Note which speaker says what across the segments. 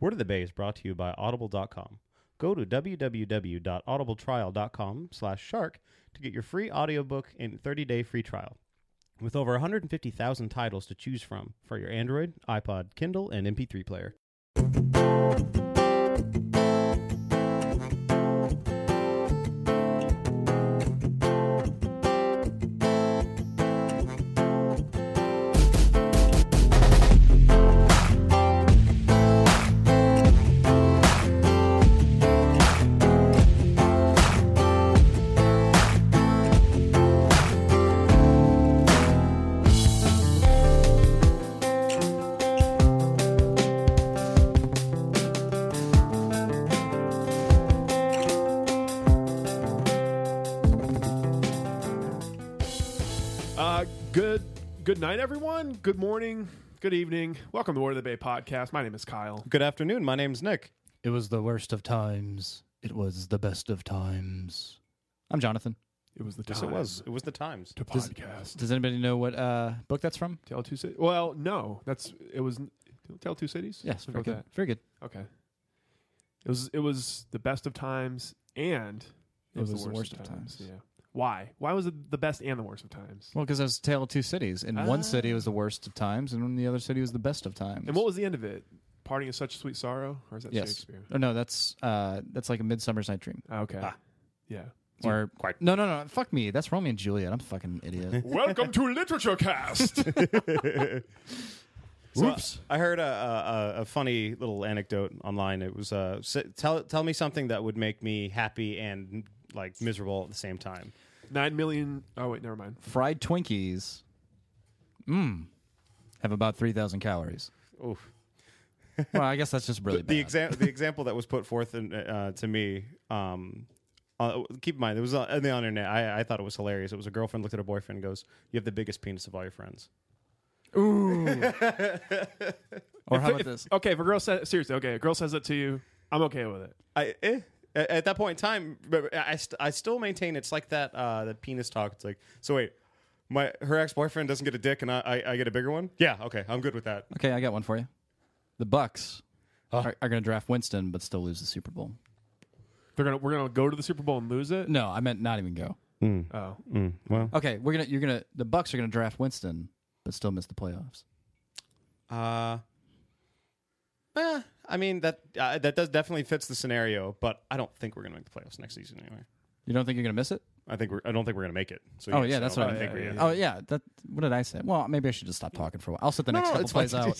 Speaker 1: Word of the Bay is brought to you by Audible.com. Go to www.audibletrial.com slash shark to get your free audiobook and 30-day free trial. With over 150,000 titles to choose from for your Android, iPod, Kindle, and MP3 player.
Speaker 2: Uh, good good night, everyone. Good morning. Good evening. Welcome to Word of the Bay podcast. My name is Kyle.
Speaker 1: Good afternoon. My name's Nick.
Speaker 3: It was the worst of times. It was the best of times. I'm Jonathan.
Speaker 2: It was the time
Speaker 1: Yes, it was. It was the times.
Speaker 2: to
Speaker 3: Does-
Speaker 2: podcast.
Speaker 3: Does anybody know what uh, book that's from?
Speaker 2: Tell two cities. Well, no, that's it was. Tell two cities.
Speaker 3: Yes,
Speaker 2: How
Speaker 3: very
Speaker 2: about
Speaker 3: good. Very good.
Speaker 2: that? Okay. It was. It was the best of times, and
Speaker 3: It was the worst of times.
Speaker 2: Yeah. Why? Why was it the best and the worst of times?
Speaker 3: Well, because was a tale of two cities. In one city, it
Speaker 2: Ah.
Speaker 3: was the worst of times, and in the other city, it was the best of times.
Speaker 2: And what was the end of it? Parting is such sweet sorrow, or is that
Speaker 3: Yes.
Speaker 2: Shakespeare?
Speaker 3: Oh no, that's uh, that's like a Midsummer's Night Dream.
Speaker 2: Ah, Okay.
Speaker 1: Ah.
Speaker 2: Yeah.
Speaker 3: Or
Speaker 1: quite-
Speaker 3: no, no, no. Fuck me. That's Romeo and Juliet. I'm a fucking idiot.
Speaker 2: Welcome to Literature Cast.
Speaker 1: So,
Speaker 2: Oops.
Speaker 1: I heard a, a, a- a funny little anecdote online. It was uh, s- tell tell me something that would make me happy and like miserable at the same time.
Speaker 2: Nine million. Oh wait, never mind.
Speaker 3: Fried Twinkies. Mmm. Have about three thousand calories.
Speaker 1: Oof.
Speaker 3: Well, I guess that's just really
Speaker 1: the
Speaker 3: bad.
Speaker 1: example the example that was put forth in, uh, to me. Um, uh, keep in mind, it was on on the internet. I, I thought it was hilarious. It was a girlfriend looked at her boyfriend and goes, "You have the biggest penis of all your friends."
Speaker 3: or how about this?
Speaker 2: Okay, if a girl says seriously, okay, a girl says it to you, I'm okay with it.
Speaker 1: I eh. At- at that point in time, but I st- I still maintain it's like that uh, the penis talk. It's like so wait. My her ex boyfriend doesn't get a dick, and I, I I get a bigger one. Yeah, okay, I'm good with that.
Speaker 3: Okay, I got one for you. The Bucks are, are going to draft Winston, but still lose the Super Bowl.
Speaker 2: They're gonna we're gonna go to the Super Bowl and lose it.
Speaker 3: No, I meant not even go.
Speaker 2: Oh,
Speaker 1: Mm, Well,
Speaker 3: Okay, we're gonna you're gonna the Bucks are gonna draft Winston, but still miss the playoffs.
Speaker 1: Uh, eh, I mean that uh, that does definitely fits the scenario, but I don't think we're gonna make the playoffs next season anyway.
Speaker 3: You don't think you're gonna miss it?
Speaker 1: I think we're I don't think we're gonna make it. So
Speaker 3: Oh
Speaker 1: yes,
Speaker 3: yeah, that's
Speaker 1: no,
Speaker 3: what I,
Speaker 1: think.
Speaker 3: meant.
Speaker 1: we're-
Speaker 2: yeah,
Speaker 3: Oh yeah, that what did I say? Well, maybe I should just stop talking for a while. I'll set the next couple plays out,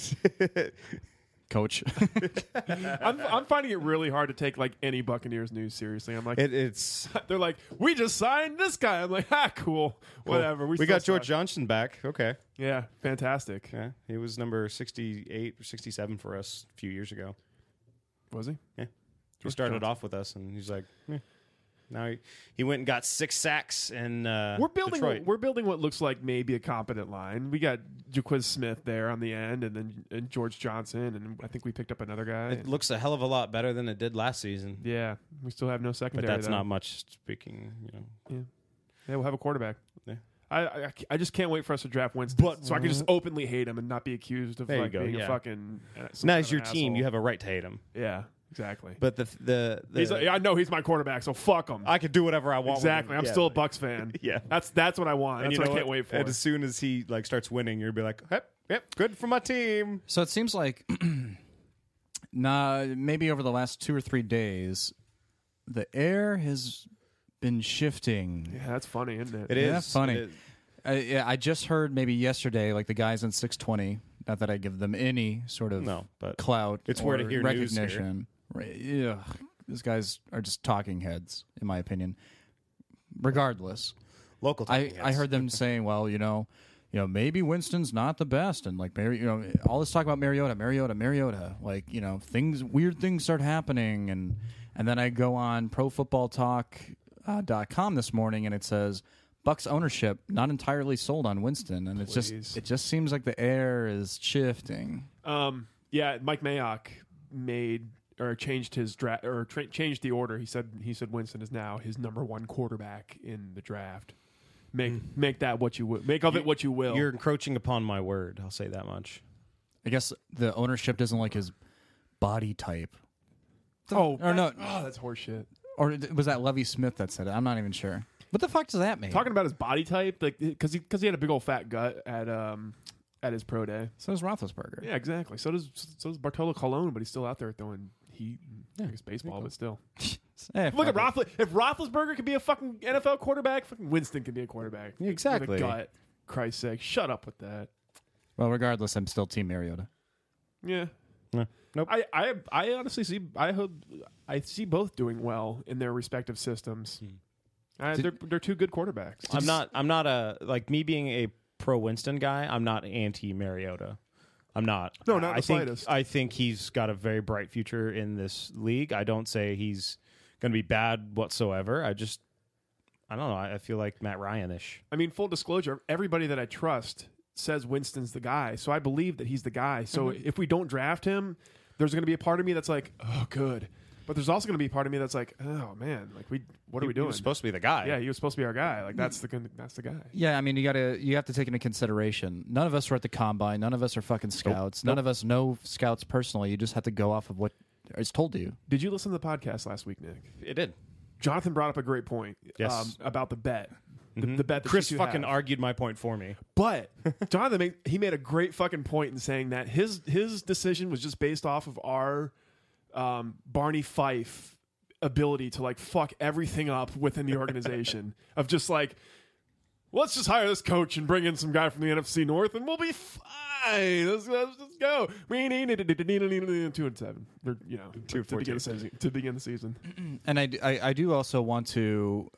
Speaker 3: Coach.
Speaker 2: I'm I'm finding it really hard to take like any Buccaneers news seriously. I'm like,
Speaker 1: It, it's
Speaker 2: they're like, we just signed this guy. I'm like, ah, cool, whatever.
Speaker 1: We,
Speaker 2: still
Speaker 1: got George
Speaker 2: suck.
Speaker 1: Johnson back. Okay,
Speaker 2: Yeah, fantastic.
Speaker 1: yeah, he was number sixty eight or sixty seven for us a few years ago.
Speaker 2: Was he?
Speaker 1: He started off with us, and he's like, eh. now he, he went and got six sacks and uh,
Speaker 2: We're building.
Speaker 1: Detroit.
Speaker 2: We're building what looks like maybe a competent line. We got Jaquiz Smith there on the end, and then and George Johnson, and I think we picked up another guy.
Speaker 1: it looks a hell of a lot better than it did last season.
Speaker 2: Yeah, we still have no
Speaker 1: But
Speaker 2: secondary.
Speaker 1: that's
Speaker 2: though.
Speaker 1: not much speaking, you know.
Speaker 2: Yeah, we'll have a quarterback.
Speaker 1: Yeah.
Speaker 2: I, I, I just can't wait for us to draft Winston,
Speaker 1: But-
Speaker 2: so I can just openly hate him and not be accused of
Speaker 1: There you
Speaker 2: like
Speaker 1: go,
Speaker 2: being
Speaker 1: yeah.
Speaker 2: a fucking. Uh, some
Speaker 1: now
Speaker 2: kind
Speaker 1: it's
Speaker 2: of
Speaker 1: your team.
Speaker 2: asshole.
Speaker 1: You have a right to hate him.
Speaker 2: yeah, exactly.
Speaker 1: But the the, the
Speaker 2: he's like, yeah, I know he's my quarterback, so fuck him.
Speaker 1: I could do whatever I want. with
Speaker 2: exactly.
Speaker 1: him.
Speaker 2: I'm
Speaker 1: Yeah,
Speaker 2: still a
Speaker 1: like-
Speaker 2: Bucks fan.
Speaker 1: Yeah.
Speaker 2: that's that's what I want.
Speaker 1: And you
Speaker 2: That's what
Speaker 1: know
Speaker 2: I can't
Speaker 1: what?
Speaker 2: wait for.
Speaker 1: And as soon as he like starts winning, you'll be like, yep, yep, good for my team.
Speaker 3: so it seems like, nah, maybe over the last two or three days, the air has been shifting.
Speaker 2: yeah, that's funny, isn't it?
Speaker 1: It is
Speaker 3: Yeah, funny.
Speaker 1: it is.
Speaker 3: I, yeah, I just heard maybe yesterday, like the guys in 620. Not that I give them any sort of
Speaker 1: No, but
Speaker 3: clout.
Speaker 1: it's where to
Speaker 3: or
Speaker 1: hear news here.
Speaker 3: recognition. Right, yeah, these guys are just talking heads, in my opinion. Regardless,
Speaker 1: local.
Speaker 3: I,
Speaker 1: talking
Speaker 3: I
Speaker 1: heads.
Speaker 3: heard them saying, well, you know, you know, maybe Winston's not the best, and like, Mary, you know, all this talk about Mariota, Mariota, Mariota, like, you know, things, weird things start happening, and and then I go on ProFootballTalk.com uh, this morning, and it says Bucks ownership not entirely sold on Winston, and it's
Speaker 2: Please.
Speaker 3: just it just seems like the air is shifting.
Speaker 2: Um, yeah, Mike Mayock made or changed his draft or tra- changed the order. He said he said Winston is now his number one quarterback in the draft. Make
Speaker 1: Hmm.
Speaker 2: make that what you will. Make of it what you will.
Speaker 1: You're encroaching upon my word. I'll say that much.
Speaker 3: I guess the ownership doesn't like his body type.
Speaker 2: Oh,
Speaker 3: Or no.
Speaker 2: Oh, that's horseshit.
Speaker 3: Or th- was that Levy Smith that said it? I'm not even sure. What the fuck does that mean?
Speaker 2: Talking about his body type, like because he because he had a big old fat gut at um at his pro day.
Speaker 3: so does Roethlisberger.
Speaker 2: Yeah, exactly. So does so does Bartolo Colon, but he's still out there throwing heat. I guess baseball, but still.
Speaker 3: Eh,
Speaker 2: Look at
Speaker 3: fuck it.
Speaker 2: Roethlis. If Roethlisberger could be a fucking NFL quarterback, fucking Winston could be a quarterback. With a
Speaker 3: Exactly.
Speaker 2: gut. Christ's sake, shut up with that.
Speaker 3: Well, regardless, I'm still Team Mariota.
Speaker 2: Yeah.
Speaker 1: No. Nope.
Speaker 2: I, I I honestly see I hope I see both doing well in their respective systems. Uh,
Speaker 3: Did-
Speaker 2: they're they're two good quarterbacks.
Speaker 1: I'm not. I'm not a like me being a pro Winston guy. I'm not anti Mariota. I'm not.
Speaker 2: No, not
Speaker 1: I
Speaker 2: the
Speaker 1: think,
Speaker 2: slightest.
Speaker 1: I think he's got a very bright future in this league. I don't say he's going to be bad whatsoever. I just, I don't know. I, I feel like Matt Ryan ish.
Speaker 2: I mean, full disclosure, everybody that I trust says Winston's the guy, so I believe that he's the guy. So
Speaker 1: Mm-hmm.
Speaker 2: if we don't draft him, there's going to be a part of me that's like, oh, good. But there's also going to be a part of me that's like, oh man, like we, what are we
Speaker 1: He
Speaker 2: doing?
Speaker 1: was supposed to be the guy.
Speaker 2: yeah, he was supposed to be our guy. Like that's the con- that's the guy.
Speaker 3: Yeah, I mean, you gotta you have to take into consideration. None of us were at the combine. None of us are fucking scouts. None of us know scouts personally. You just have to go off of what is told to you.
Speaker 2: Did you listen to the podcast last week, Nick?
Speaker 1: it did.
Speaker 2: Jonathan brought up a great point. um,
Speaker 1: Yes. Mm-hmm.
Speaker 2: about the bet, the, the bet. That
Speaker 1: Chris
Speaker 2: you two
Speaker 1: fucking
Speaker 2: have.
Speaker 1: argued my point for me.
Speaker 2: But Jonathan, made, he made a great fucking point in saying that his his decision was just based off of our um, Barney Fife ability to like fuck everything up within the organization of just like let's just hire this coach and bring in some guy from the NFC North and we'll be fine. Let's, let's just go. We need it. Two and seven. They're, you know, to, to begin the season. To begin the season.
Speaker 3: And I, d- I- I do also want to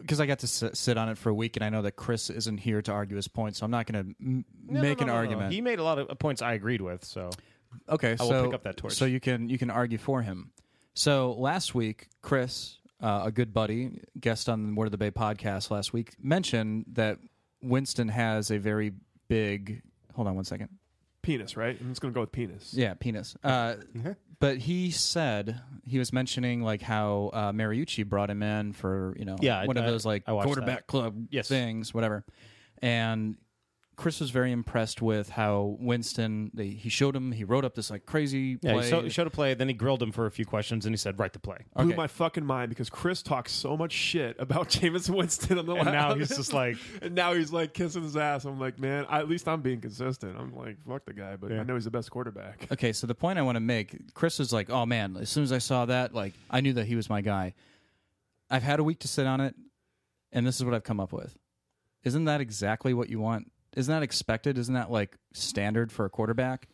Speaker 3: because I got to sit, sit on it for a week, and I know that Chris isn't here to argue his point, so I'm not going to m- make an argument.
Speaker 1: He made a lot of uh, points I agreed with. So
Speaker 3: Okay,
Speaker 1: will
Speaker 3: so
Speaker 1: pick up that torch.
Speaker 3: so you can you can argue for him. So last week, Chris, uh, a good buddy, guest on the Word of the Bay podcast last week, mentioned that Winston has a very big. Hold on one second.
Speaker 2: Penis, right? I'm just gonna go with penis.
Speaker 3: Yeah, penis. Uh, But he said he was mentioning like how uh, Mariucci brought him in for you know
Speaker 1: Yeah, I-
Speaker 3: one of
Speaker 1: I-
Speaker 3: those like
Speaker 1: I watched
Speaker 3: quarterback club
Speaker 1: Yes.
Speaker 3: things, whatever. And Chris was very impressed with how Winston they, he showed him he wrote up this like crazy
Speaker 1: yeah,
Speaker 3: play.
Speaker 1: he so- showed a play. Then he grilled him for a few questions, and he said, "Write the play."
Speaker 2: Blew
Speaker 3: Okay.
Speaker 2: my fucking mind because Chris talks so much shit about Jameis Winston on the
Speaker 1: And now
Speaker 2: line.
Speaker 1: he's just like,
Speaker 2: And now he's like kissing his ass. I'm like, man, I, at least I'm being consistent. I'm like, fuck the guy, but I know he's the best quarterback.
Speaker 3: Okay, so the point I want to make, Chris was like, "Oh man, as soon as I saw that, like I knew that he was my guy." I've had a week to sit on it, and this is what I've come up with. Isn't that exactly what you want? Isn't that expected? Isn't that like standard for a quarterback?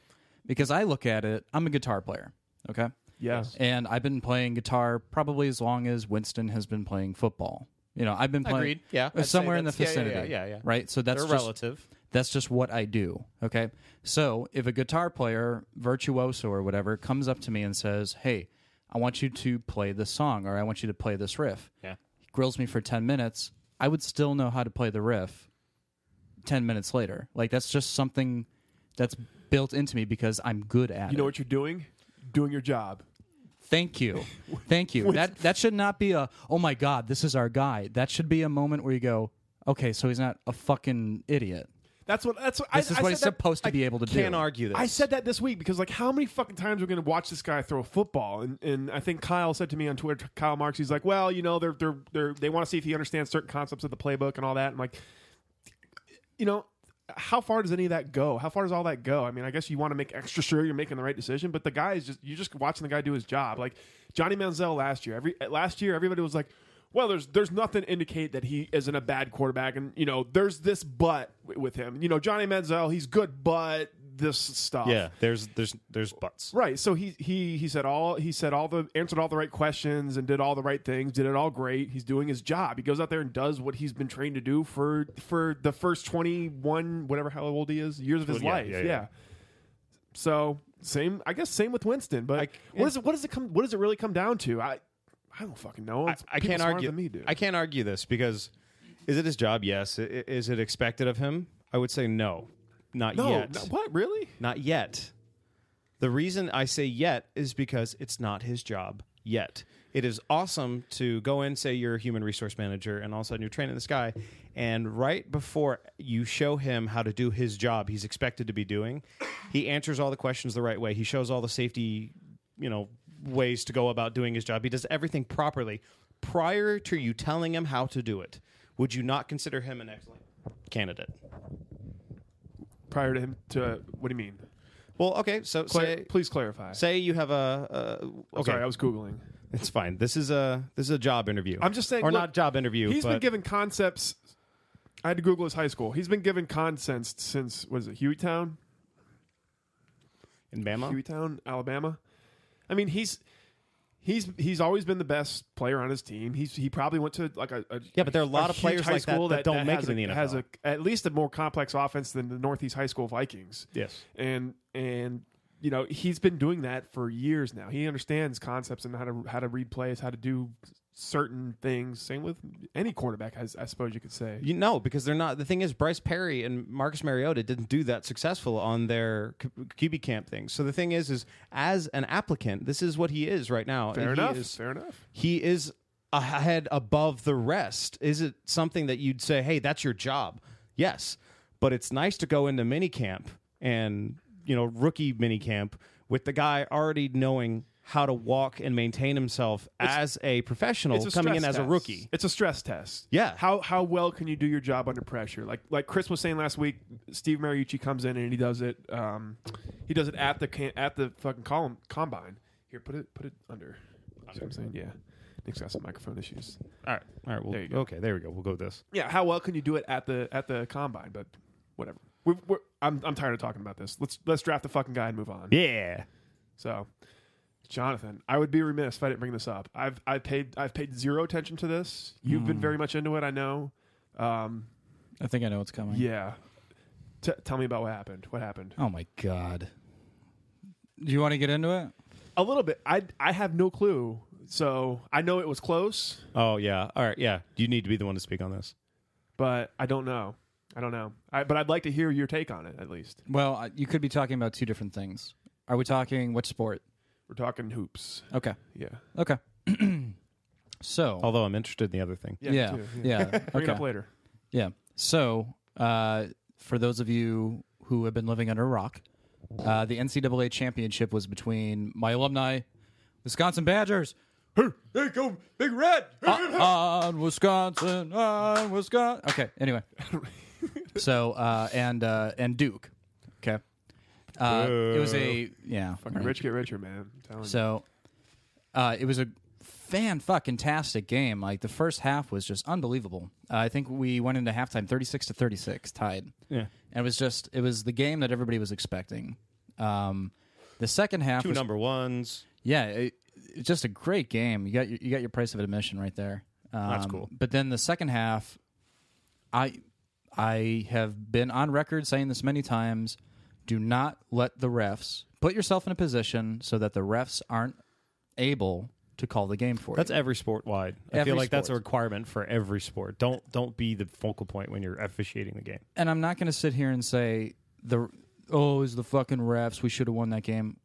Speaker 3: Because I look at it, I'm a guitar player, okay?
Speaker 2: Yeah.
Speaker 3: And I've been playing guitar probably as long as Winston has been playing football. You know, I've been playing
Speaker 1: Agreed. Yeah, I'd say
Speaker 3: somewhere in the
Speaker 1: that's- yeah, yeah,
Speaker 3: vicinity.
Speaker 1: yeah, yeah, yeah.
Speaker 3: Right? So that's
Speaker 1: "They're
Speaker 3: just,
Speaker 1: relative."
Speaker 3: that's just what I do. Okay. So if a guitar player, virtuoso or whatever, comes up to me and says, Hey, I want you to play this song or I want you to play this riff.
Speaker 1: Yeah.
Speaker 3: He grills me for 10 minutes. I would still know how to play the riff 10 minutes later. Like that's just something that's built into me because I'm good at
Speaker 2: You know
Speaker 3: it.
Speaker 2: what you're doing? Doing your job.
Speaker 3: Thank you. Thank you. that that should not be a oh my god, this is our guy. That should be a moment where you go, okay, so he's not a fucking idiot.
Speaker 2: That's what. That's what.
Speaker 3: This
Speaker 2: I,
Speaker 3: is
Speaker 2: I
Speaker 3: what
Speaker 2: said
Speaker 3: he's
Speaker 2: that-
Speaker 3: supposed to
Speaker 2: I
Speaker 3: be able to do.
Speaker 1: Can't argue this.
Speaker 2: I said that this week because like how many fucking times we're going to watch this guy throw a football and, and I think Kyle said to me on Twitter Kyle Marks he's like well you know they're they're, they're they want to see if he understands certain concepts of the playbook and all that and like you know how far does any of that go how far does all that go I mean I guess you want to make extra sure you're making the right decision but the guy is just you're just watching the guy do his job like Johnny Manziel last year every last year everybody was like well, there's there's nothing to indicate that he isn't a bad quarterback, and you know there's this but w- with him. You know Johnny Manziel, he's good, but this stuff.
Speaker 1: Yeah, there's there's there's butts.
Speaker 2: Right. So he he he said all he said all the answered all the right questions and did all the right things, did it all great. He's doing his job. He goes out there and does what he's been trained to do for for the first twenty one, whatever how old he is, years of his
Speaker 1: Well, yeah,
Speaker 2: life.
Speaker 1: yeah,
Speaker 2: Yeah,
Speaker 1: yeah.
Speaker 2: So same I guess same with Winston, but
Speaker 1: I-
Speaker 2: what does it what does it come what does it really come down to? I I don't fucking know.
Speaker 1: I,
Speaker 2: It's
Speaker 1: I
Speaker 2: people
Speaker 1: can't
Speaker 2: smarter
Speaker 1: argue.
Speaker 2: than me, dude.
Speaker 1: I can't argue this because is it his job? Yes. I- I- Is it expected of him? I would say no, not
Speaker 2: no,
Speaker 1: yet.
Speaker 2: no, what really?
Speaker 1: Not yet. The reason I say yet is because it's not his job yet. It is awesome to go in, say you're a human resource manager, and all of a sudden you're training this guy, and right before you show him how to do his job he's expected to be doing, he answers all the questions the right way. He shows all the safety you know ways to go about doing his job. He does everything properly prior to you telling him how to do it. Would you not consider him an excellent candidate?
Speaker 2: prior to him to what do you mean?
Speaker 1: Well, okay, so
Speaker 2: Cla-
Speaker 1: say
Speaker 2: please clarify.
Speaker 1: say you have a uh, okay,
Speaker 2: Sorry, I was googling.
Speaker 1: it's fine. This is a this is a job interview.
Speaker 2: I'm just saying,
Speaker 1: or
Speaker 2: look,
Speaker 1: not job interview.
Speaker 2: He's been
Speaker 1: but-
Speaker 2: given concepts. I had to Google his high school. He's been given concepts since was it Hueytown,
Speaker 1: in Bama.
Speaker 2: Hueytown, Alabama. I mean, he's he's he's always been the best player on his team. He's he probably went to like a, a
Speaker 1: Yeah, but there are a lot of
Speaker 2: huge
Speaker 1: players
Speaker 2: high
Speaker 1: like that
Speaker 2: school
Speaker 1: that don't make
Speaker 2: has
Speaker 1: it in
Speaker 2: a-
Speaker 1: the
Speaker 2: Has a,
Speaker 1: NFL.
Speaker 2: at least a more complex offense than the Northeast High School Vikings.
Speaker 1: Yes.
Speaker 2: and and you know he's been doing that for years now. He understands concepts and how to how to read plays, how to do certain things. Same with any quarterback, I, I suppose you could say.
Speaker 1: You know, because they're not. The thing is, Bryce Perry and Marcus Mariota didn't do that successful on their Q- QB camp thing. So the thing is, is as an applicant, this is what he is right now.
Speaker 2: Fair
Speaker 1: and he
Speaker 2: enough.
Speaker 1: is-
Speaker 2: fair enough.
Speaker 1: he is ahead above the rest. Is it something that you'd say, "Hey, that's your job"? Yes, but it's nice to go into minicamp and you know rookie minicamp with the guy already knowing how to walk and maintain himself as a professional
Speaker 2: It's a
Speaker 1: coming in
Speaker 2: stress
Speaker 1: as a
Speaker 2: test.
Speaker 1: rookie.
Speaker 2: It's a stress test.
Speaker 1: Yeah.
Speaker 2: How how well can you do your job under pressure? Like like Chris was saying last week, Steve Mariucci comes in and he does it. Um, he does it at the can- at the fucking column combine. Here, put it put it under. See what I'm saying? Yeah. Nick's got some microphone issues.
Speaker 1: All right, all right. We'll,
Speaker 2: There you go.
Speaker 1: Okay, there we go. We'll go with this.
Speaker 2: yeah, how well can you do it at the at the combine? But whatever. We're, we're, I'm I'm tired of talking about this. Let's let's draft the fucking guy and move on.
Speaker 1: Yeah.
Speaker 2: So, Jonathan, I would be remiss if I didn't bring this up. I've I've paid I've paid zero attention to this. You've
Speaker 3: Hmm.
Speaker 2: been very much into it. I know. Um,
Speaker 3: I think I know what's coming.
Speaker 2: yeah. T- tell me about what happened. What happened?
Speaker 3: Oh my god. Do you want to get into it?
Speaker 2: A little bit. I I have no clue. So I know it was close,
Speaker 1: Oh yeah. All right. Yeah. You need to be the one to speak on this.
Speaker 2: but I don't know. I don't know. I, but I'd like to hear your take on it at least.
Speaker 3: Well, I- you could be talking about two different things. Are we talking what sport?
Speaker 2: We're talking hoops.
Speaker 3: Okay.
Speaker 2: Yeah.
Speaker 3: Okay. so
Speaker 1: Although I'm interested in the other thing.
Speaker 2: Oh, Yeah.
Speaker 3: yeah,
Speaker 2: too.
Speaker 3: yeah,
Speaker 2: Bring it
Speaker 3: okay.
Speaker 2: up later.
Speaker 3: Yeah. So, uh, for those of you who have been living under a rock, uh, the NCAA championship was between my alumni, Wisconsin Badgers. Hey, They go big red Uh, on Wisconsin, on Wisconsin. Okay. Anyway, so uh, and uh, and Duke. Okay. Uh, it was a yeah.
Speaker 2: Fucking rich get richer, man. I'm telling you.
Speaker 3: So uh, it was a fan fucking tastic game. Like the first half was just unbelievable. Uh, I think we went into halftime 36 to 36 tied.
Speaker 1: Yeah.
Speaker 3: And it was just it was the game that everybody was expecting. Um, the second half
Speaker 1: Two
Speaker 3: was
Speaker 1: number ones.
Speaker 3: yeah, it, it's just a great game. You got your, you got your price of admission right there. Um,
Speaker 1: That's cool.
Speaker 3: But then the second half, I I have been on record saying this many times. Do not let the refs put yourself in a position so that the refs aren't able to call the game for
Speaker 1: That's
Speaker 3: you.
Speaker 1: every sport wide. I
Speaker 3: Every
Speaker 1: feel like that's a
Speaker 3: sport.
Speaker 1: requirement for every sport. Don't don't be the focal point when you're officiating the game.
Speaker 3: and I'm not going to sit here and say the oh is the fucking refs. We should have won that game.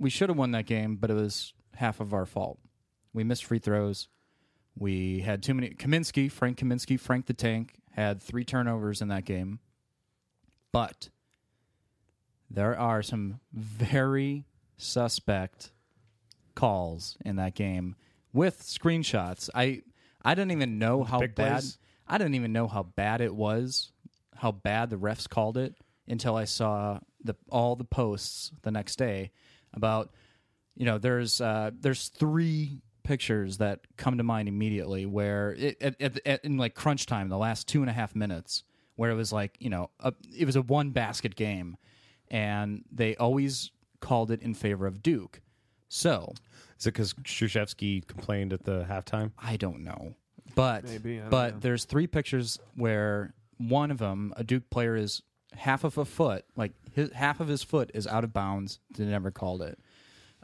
Speaker 3: We should have won that game, but it was half of our fault. We missed free throws. We had too many. Kaminsky, Frank Kaminsky, Frank the Tank had three turnovers in that game. But there are some very suspect calls in that game with screenshots. I I didn't even know how
Speaker 1: Big
Speaker 3: bad
Speaker 1: plays?
Speaker 3: I didn't even know how bad it was, how bad the refs called it until I saw the all the posts the next day about you know there's uh, there's three pictures that come to mind immediately where it at, at, at, in like crunch time the last two and a half minutes where it was like you know a, it was a one basket game and they always called it in favor of duke so
Speaker 1: Is it because Krzyzewski complained at the halftime?
Speaker 3: I don't know, but
Speaker 2: Maybe, I don't
Speaker 3: but
Speaker 2: know.
Speaker 3: there's three pictures where one of them, a Duke player, is half of a foot, like his, half of his foot is out of bounds. They never called it.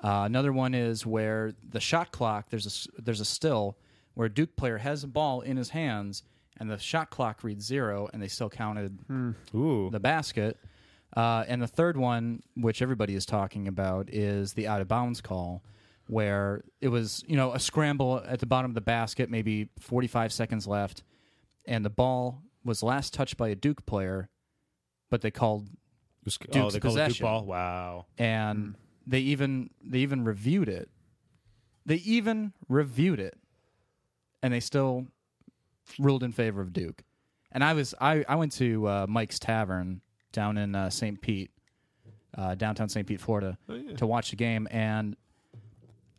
Speaker 3: Uh, another one is where the shot clock. There's a s- there's a still where a Duke player has a ball in his hands and the shot clock reads zero, and they still counted
Speaker 2: Hmm.
Speaker 1: Ooh,
Speaker 3: the basket. Uh, and the third one, which everybody is talking about, is the out of bounds call, where it was you know a scramble at the bottom of the basket, maybe 45 seconds left, and the ball was last touched by a Duke player, but they called
Speaker 1: It was- oh,
Speaker 3: Duke's
Speaker 1: they called it Duke
Speaker 3: possession.
Speaker 1: ball. Wow,
Speaker 3: and they even they even reviewed it. They even reviewed it, and they still ruled in favor of Duke. And I was I I went to uh, Mike's Tavern down in uh, St. Pete, uh, downtown St. Pete, Florida, to watch the game, and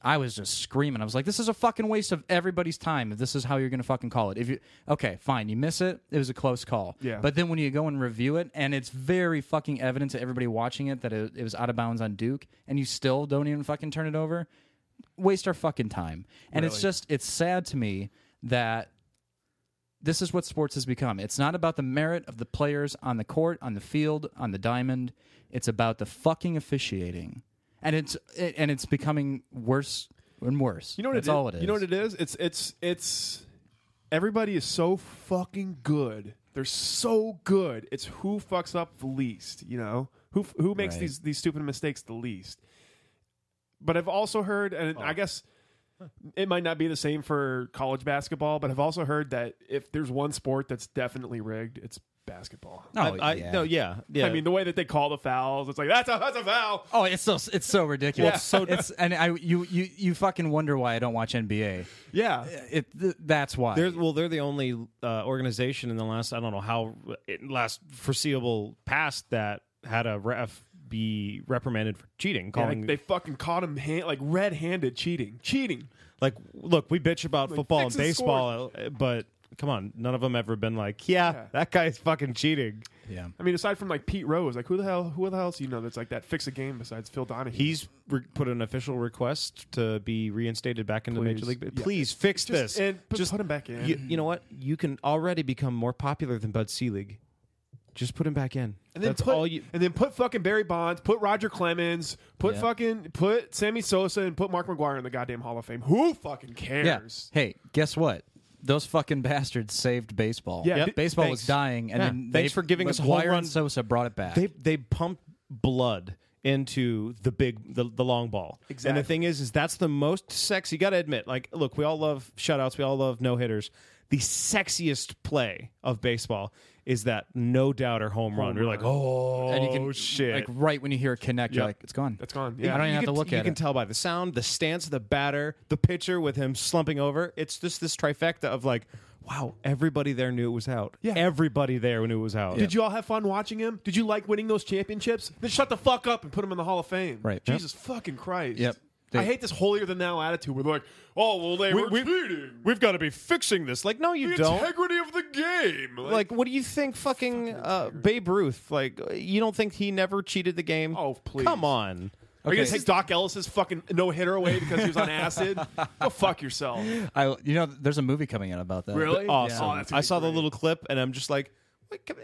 Speaker 3: I was just screaming. I was like, "This is a fucking waste of everybody's time. If this is how you're going to fucking call it, if you okay, fine, you miss it. It was a close call.
Speaker 2: Yeah.
Speaker 3: But then when you go and review it, and it's very fucking evident to everybody watching it that it, it was out of bounds on Duke, and you still don't even fucking turn it over. Waste our fucking time. And it's just it's sad to me that this is what sports has become. It's not about the merit of the players on the court, on the field, on the diamond. It's about the fucking officiating, and it's it, and it's becoming worse and worse.
Speaker 2: You know what
Speaker 3: That's
Speaker 2: it is?
Speaker 3: all it is.
Speaker 2: You know what it is? It's it's it's everybody is so fucking good. They're so good. It's who fucks up the least, you know? Who f- who makes
Speaker 3: Right.
Speaker 2: these these stupid mistakes the least? But I've also heard and
Speaker 3: Oh.
Speaker 2: I guess it might not be the same for college basketball, but I've also heard that if there's one sport that's definitely rigged, it's basketball.
Speaker 3: Oh,
Speaker 1: I, I,
Speaker 3: yeah.
Speaker 1: No, yeah, yeah.
Speaker 2: I mean, the way that they call the fouls, it's like that's a that's a foul.
Speaker 3: Oh, it's so it's so ridiculous.
Speaker 2: Well, it's so-
Speaker 3: it's and I you you you fucking wonder why I don't watch NBA.
Speaker 2: Yeah.
Speaker 3: It th- that's why.
Speaker 1: They're, well, they're the only uh, organization in the last I don't know how in last foreseeable past that had a ref be reprimanded for cheating,
Speaker 2: Yeah,
Speaker 1: calling
Speaker 2: like, they fucking caught him hand, like red-handed cheating. Cheating.
Speaker 1: like, look, we bitch about football and
Speaker 2: fix the
Speaker 1: baseball, uh, but come on, none of them ever been like, yeah,
Speaker 2: Yeah.
Speaker 1: that guy's fucking cheating.
Speaker 3: yeah.
Speaker 2: I mean, aside from like Pete Rose, like who the hell, who the hell else you know that's like that fix a game besides Phil Donahue?
Speaker 1: He's re- put an official request to be reinstated back into Major
Speaker 2: Please.
Speaker 1: League. Ba-
Speaker 2: Yeah.
Speaker 1: Please fix
Speaker 2: just,
Speaker 1: this.
Speaker 2: and put,
Speaker 1: just
Speaker 2: put him back in.
Speaker 1: you, you know what? You can already become more popular than Bud Selig. Just put him back in.
Speaker 2: and then
Speaker 1: That's
Speaker 2: put
Speaker 1: all you.
Speaker 2: and then put fucking Barry Bonds, put Roger Clemens, put
Speaker 3: Yeah.
Speaker 2: fucking put Sammy Sosa, and put Mark McGuire in the goddamn Hall of Fame. Who fucking
Speaker 3: Yeah.
Speaker 2: cares?
Speaker 3: Hey, guess what? Those fucking bastards saved baseball.
Speaker 2: Yeah, Yep.
Speaker 3: Baseball
Speaker 1: thanks.
Speaker 3: was dying, and
Speaker 1: Yeah.
Speaker 3: then
Speaker 1: Thanks
Speaker 3: they-
Speaker 1: for giving us a whole
Speaker 3: McGuire and
Speaker 1: run.
Speaker 3: Sosa brought it back.
Speaker 1: they they pump blood into the big the, the long ball and
Speaker 2: Exactly.
Speaker 1: the thing is is that's the most sexy you gotta admit like look we all love shutouts we all love no hitters the sexiest play of baseball is that no doubter home, run. you're like oh
Speaker 3: and you can
Speaker 1: shit
Speaker 3: like right when you hear it connect, you're
Speaker 1: Yep.
Speaker 3: like, it's gone.
Speaker 2: That's gone.
Speaker 3: I
Speaker 2: Yeah,
Speaker 3: don't even
Speaker 1: you
Speaker 3: have to
Speaker 1: can-
Speaker 3: look
Speaker 1: you
Speaker 3: at
Speaker 1: can
Speaker 3: it.
Speaker 1: tell by the sound the stance of the batter the pitcher with him slumping over it's just this trifecta of like wow everybody there knew it was out
Speaker 2: Yeah.
Speaker 1: everybody there knew it was out
Speaker 2: Did you all have fun watching him? Did you like winning those championships? Then shut the fuck up and put him in the Hall of Fame.
Speaker 3: Right. Yep.
Speaker 2: Jesus fucking Christ.
Speaker 3: Yep. They-
Speaker 2: I hate this holier than thou attitude. We're like, oh well, they were cheating.
Speaker 1: we've got to be fixing this like no you
Speaker 2: the
Speaker 1: don't
Speaker 2: integrity of the game.
Speaker 1: like what do you think fucking uh, babe ruth like you don't think he never cheated the game
Speaker 2: Oh, please.
Speaker 1: come on
Speaker 2: Are you
Speaker 3: Okay.
Speaker 2: gonna take Doc Ellis's fucking no hitter away because he was on acid? Go fuck yourself.
Speaker 3: I, you know, there's a movie coming out about that.
Speaker 2: Really?
Speaker 1: awesome
Speaker 2: Oh, that's gonna
Speaker 1: i
Speaker 2: be
Speaker 1: saw the
Speaker 2: great.
Speaker 1: little clip and i'm just like "Wait, come-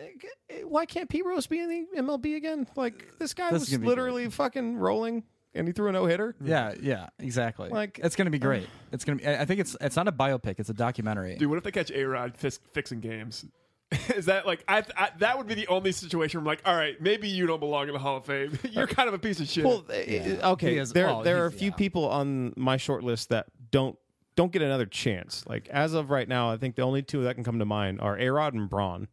Speaker 1: eh, why can't Pete Rose be in the MLB again? Like this guy
Speaker 3: This is
Speaker 1: was
Speaker 3: gonna be
Speaker 1: literally fucking rolling, and he threw a no hitter.
Speaker 3: Yeah, yeah, exactly.
Speaker 1: Like- uh,
Speaker 3: it's gonna be great. It's gonna be. I I think it's it's not a biopic. It's a documentary.
Speaker 2: Dude, what if they catch A Rod fis- fixing games? Is that like I, I? That would be the only situation. Where I'm like, all right, maybe you don't belong in the Hall of Fame. You're kind of a piece of shit.
Speaker 1: Well, eh, okay,
Speaker 3: He is-
Speaker 1: there
Speaker 3: oh,
Speaker 1: there are a
Speaker 3: he's-
Speaker 1: few
Speaker 3: yeah.
Speaker 1: people on my short list that don't don't get another chance. Like as of right now, I think the only two that can come to mind are Arod and Braun.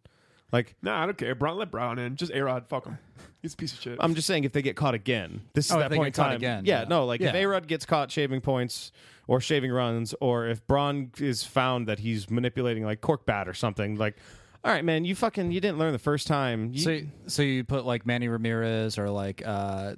Speaker 1: Like
Speaker 2: no, nah, I don't care. Brown let Brown in. Just A Rod, fuck him. He's a piece of shit.
Speaker 1: I'm just saying if they get caught again, this is
Speaker 3: Oh, if
Speaker 1: that
Speaker 3: they
Speaker 1: point in
Speaker 3: get caught
Speaker 1: time.
Speaker 3: again,
Speaker 1: yeah,
Speaker 3: yeah.
Speaker 1: no, like if
Speaker 3: Yeah.
Speaker 1: Arod gets caught shaving points or shaving runs, or if Braun is found that he's manipulating like cork bat or something, like, all right, man, you fucking you didn't learn the first time. You,
Speaker 3: so, you- so you put like Manny Ramirez or like uh,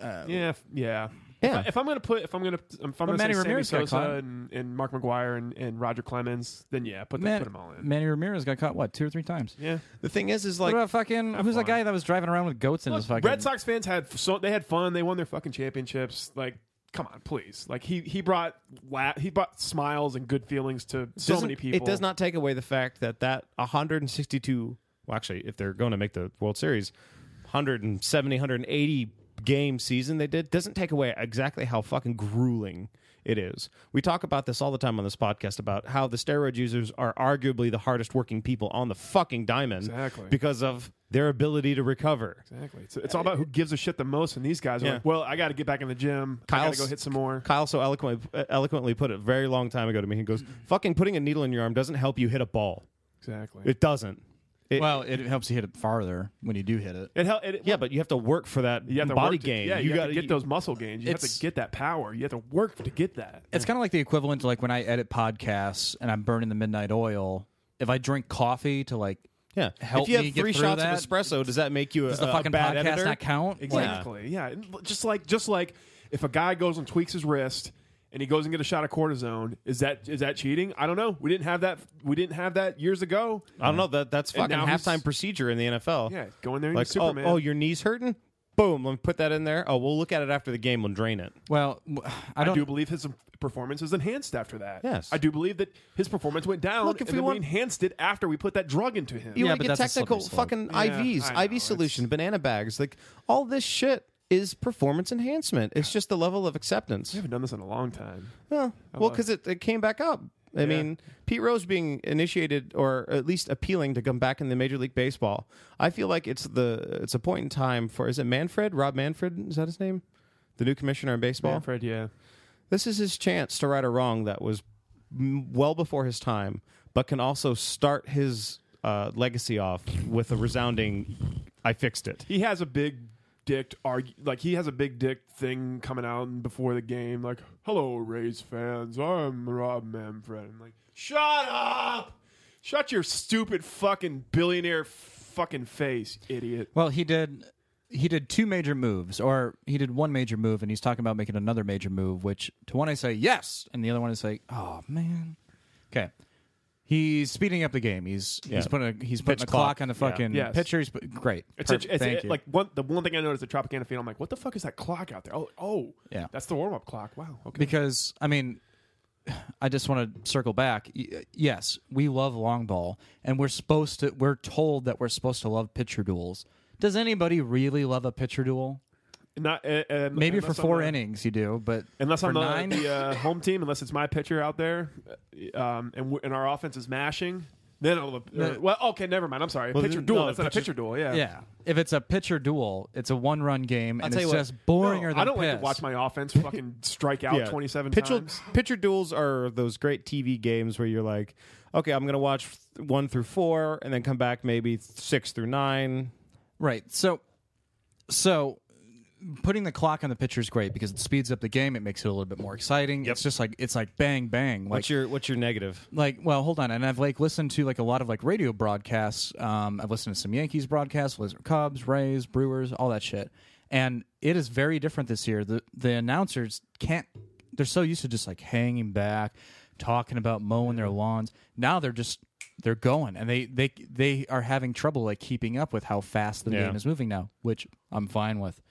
Speaker 2: yeah, f- yeah.
Speaker 1: Yeah.
Speaker 2: If, I, am gonna put, if I'm gonna, if I'm gonna
Speaker 3: Manny
Speaker 2: say Sammy
Speaker 3: Ramirez got
Speaker 2: Sosa
Speaker 3: caught.
Speaker 2: and, and Mark McGuire and, and Roger Clemens, then yeah, put, them
Speaker 3: Man-
Speaker 2: put them all in.
Speaker 3: Manny Ramirez got caught what two or three times.
Speaker 2: yeah.
Speaker 1: the thing is, is
Speaker 3: What
Speaker 1: like,
Speaker 3: about fucking who's that
Speaker 2: fun.
Speaker 3: guy that was driving around with goats in his fucking
Speaker 2: Red Sox fans had f- so they had fun. They won their fucking championships. Like, come on, please. Like he he brought la- he brought smiles and good feelings to so
Speaker 1: doesn't-
Speaker 2: many people.
Speaker 1: It does not take away the fact that that 162. Well, actually, if they're going to make the World Series, 170, 180 game season they did doesn't take away exactly how fucking grueling it is. We talk about this all the time on this podcast about how the steroid users are arguably the hardest working people on the fucking diamond
Speaker 2: Exactly.
Speaker 1: because of their ability to recover.
Speaker 2: Exactly. It's, it's all about who gives a shit the most, and these guys are
Speaker 1: Yeah.
Speaker 2: like, "Well, I got to get back in the gym. I got
Speaker 1: Kyle's-
Speaker 2: to go hit some more."
Speaker 1: Kyle so eloquently eloquently put it a very long time ago to me. He goes, "Fucking putting a needle in your arm doesn't help you hit a ball.
Speaker 2: Exactly.
Speaker 1: It doesn't. It-
Speaker 3: well, it helps you hit it farther when you do hit it.
Speaker 2: It, hel- it
Speaker 1: yeah, but you have to work for that
Speaker 2: you have to
Speaker 1: body
Speaker 2: work to-
Speaker 1: gain.
Speaker 2: yeah, you,
Speaker 1: got
Speaker 2: got to get those muscle gains. You have
Speaker 3: it's-
Speaker 2: to get that power. You have to work to get that.
Speaker 3: It's kind of like the equivalent to like when I edit podcasts and I'm burning the midnight oil. If I drink coffee to like,
Speaker 1: Yeah,
Speaker 3: help
Speaker 1: if you
Speaker 3: me
Speaker 1: have
Speaker 3: get
Speaker 1: three
Speaker 3: through
Speaker 1: shots
Speaker 3: that.
Speaker 1: of espresso, does that make you a,
Speaker 3: does the
Speaker 1: a
Speaker 3: fucking
Speaker 1: bad
Speaker 3: podcast
Speaker 1: editor?
Speaker 3: not count? Like,
Speaker 2: Exactly. Yeah. And Just like just like if a guy goes and tweaks his wrist and he goes and get a shot of cortisone, is that is that cheating? I don't know. We didn't have that. We didn't have that years ago.
Speaker 1: I don't know. That that's
Speaker 2: And
Speaker 1: fucking
Speaker 2: now he's-
Speaker 1: halftime procedure in the NFL.
Speaker 2: Yeah, go in there and
Speaker 1: like
Speaker 2: be
Speaker 1: oh,
Speaker 2: Superman.
Speaker 1: oh, your knees hurting? Boom, let me put that in there. Oh, we'll look at it after the game. We'll drain it.
Speaker 3: well, w- I
Speaker 2: I
Speaker 3: don't.
Speaker 2: do believe his performance is enhanced after that.
Speaker 1: Yes.
Speaker 2: I do believe that his performance went down
Speaker 1: Look, if
Speaker 2: and
Speaker 1: we
Speaker 2: then
Speaker 1: want-
Speaker 2: we enhanced it after we put that drug into him.
Speaker 1: You
Speaker 3: Yeah,
Speaker 1: want
Speaker 3: but
Speaker 1: to get
Speaker 3: that's a
Speaker 1: technical
Speaker 3: slippery slope.
Speaker 1: fucking
Speaker 2: Yeah,
Speaker 1: IVs,
Speaker 2: I know,
Speaker 1: IV
Speaker 2: it's-
Speaker 1: solution, banana bags, like all this shit is performance enhancement. It's just the level of acceptance.
Speaker 2: I haven't done this in a long time.
Speaker 1: Well, well, because it, it came back up. I mean, Pete Rose being initiated or at least appealing to come back in the Major League Baseball. I feel like it's the it's a point in time for is it Manfred Rob Manfred is that his name, the new commissioner in baseball.
Speaker 2: Manfred, yeah.
Speaker 1: This is his chance to right a wrong that was m- well before his time, but can also start his uh, legacy off with a resounding "I fixed it."
Speaker 2: he has a big dick argue like he has a big dick thing coming out before the game like hello rays fans i'm rob manfred i'm like shut up shut your stupid fucking billionaire fucking face idiot
Speaker 3: Well, he did. He did two major moves, or he did one major move, and he's talking about making another major move. Which to one I say yes, and the other one is like, oh man. Okay, he's speeding up the game. He's
Speaker 1: Yeah.
Speaker 3: he's putting a, he's putting
Speaker 1: Pitch
Speaker 3: a clock,
Speaker 1: clock.
Speaker 3: on the
Speaker 1: Yeah.
Speaker 3: fucking
Speaker 2: Yes.
Speaker 3: pitcher. He's put- great.
Speaker 2: it's, a,
Speaker 3: Perfect.
Speaker 2: it's a-
Speaker 3: Thank you.
Speaker 2: like one the one thing i noticed at tropicana field i'm like what the fuck is that clock out there oh oh
Speaker 3: Yeah.
Speaker 2: that's the warm-up clock wow okay
Speaker 3: because I mean, I just want to circle back. Y- uh, Yes, we love long ball, and we're supposed to. We're told that we're supposed to love pitcher duels. Does anybody really love a pitcher duel?
Speaker 2: Not, uh, uh,
Speaker 3: Maybe
Speaker 2: unless
Speaker 3: for
Speaker 2: I'm
Speaker 3: four
Speaker 2: the-
Speaker 3: innings you do, but
Speaker 2: Unless
Speaker 3: for
Speaker 2: I'm
Speaker 3: nine,
Speaker 2: the, the uh, home team, unless it's my pitcher out there, uh, um, and, we and our offense is mashing, then I'll, or-
Speaker 3: No.
Speaker 2: well, okay, never mind. I'm sorry.
Speaker 1: Well,
Speaker 2: pitcher
Speaker 1: th-
Speaker 2: duel.
Speaker 1: no,
Speaker 2: That's not a
Speaker 1: pitcher-
Speaker 2: pitcher duel. Yeah,
Speaker 3: yeah. If it's a pitcher duel, it's a one-run game, and
Speaker 1: tell
Speaker 3: it's
Speaker 1: you what,
Speaker 3: just
Speaker 2: No,
Speaker 3: boring. or
Speaker 2: I don't like to watch my offense fucking strike out
Speaker 1: Yeah.
Speaker 2: 27
Speaker 1: pitcher,
Speaker 2: times.
Speaker 1: Pitcher duels are those great TV games where you're like, okay, I'm going to watch th- one through four and then come back maybe th- six through nine.
Speaker 3: Right. So, so putting the clock on the pitcher is great because it speeds up the game. It makes it a little bit more exciting. It's just like it's like bang bang. Like
Speaker 1: What's your what's your negative?
Speaker 3: like well hold on and i've like listened to like a lot of like radio broadcasts um i've listened to some yankees broadcasts listened to cubs rays brewers all that shit and it is very different this year the the announcers can't they're so used to just like hanging back talking about mowing their lawns now they're just they're going and they they they are having trouble like keeping up with how fast the
Speaker 1: Yeah.
Speaker 3: game is moving now which i'm fine with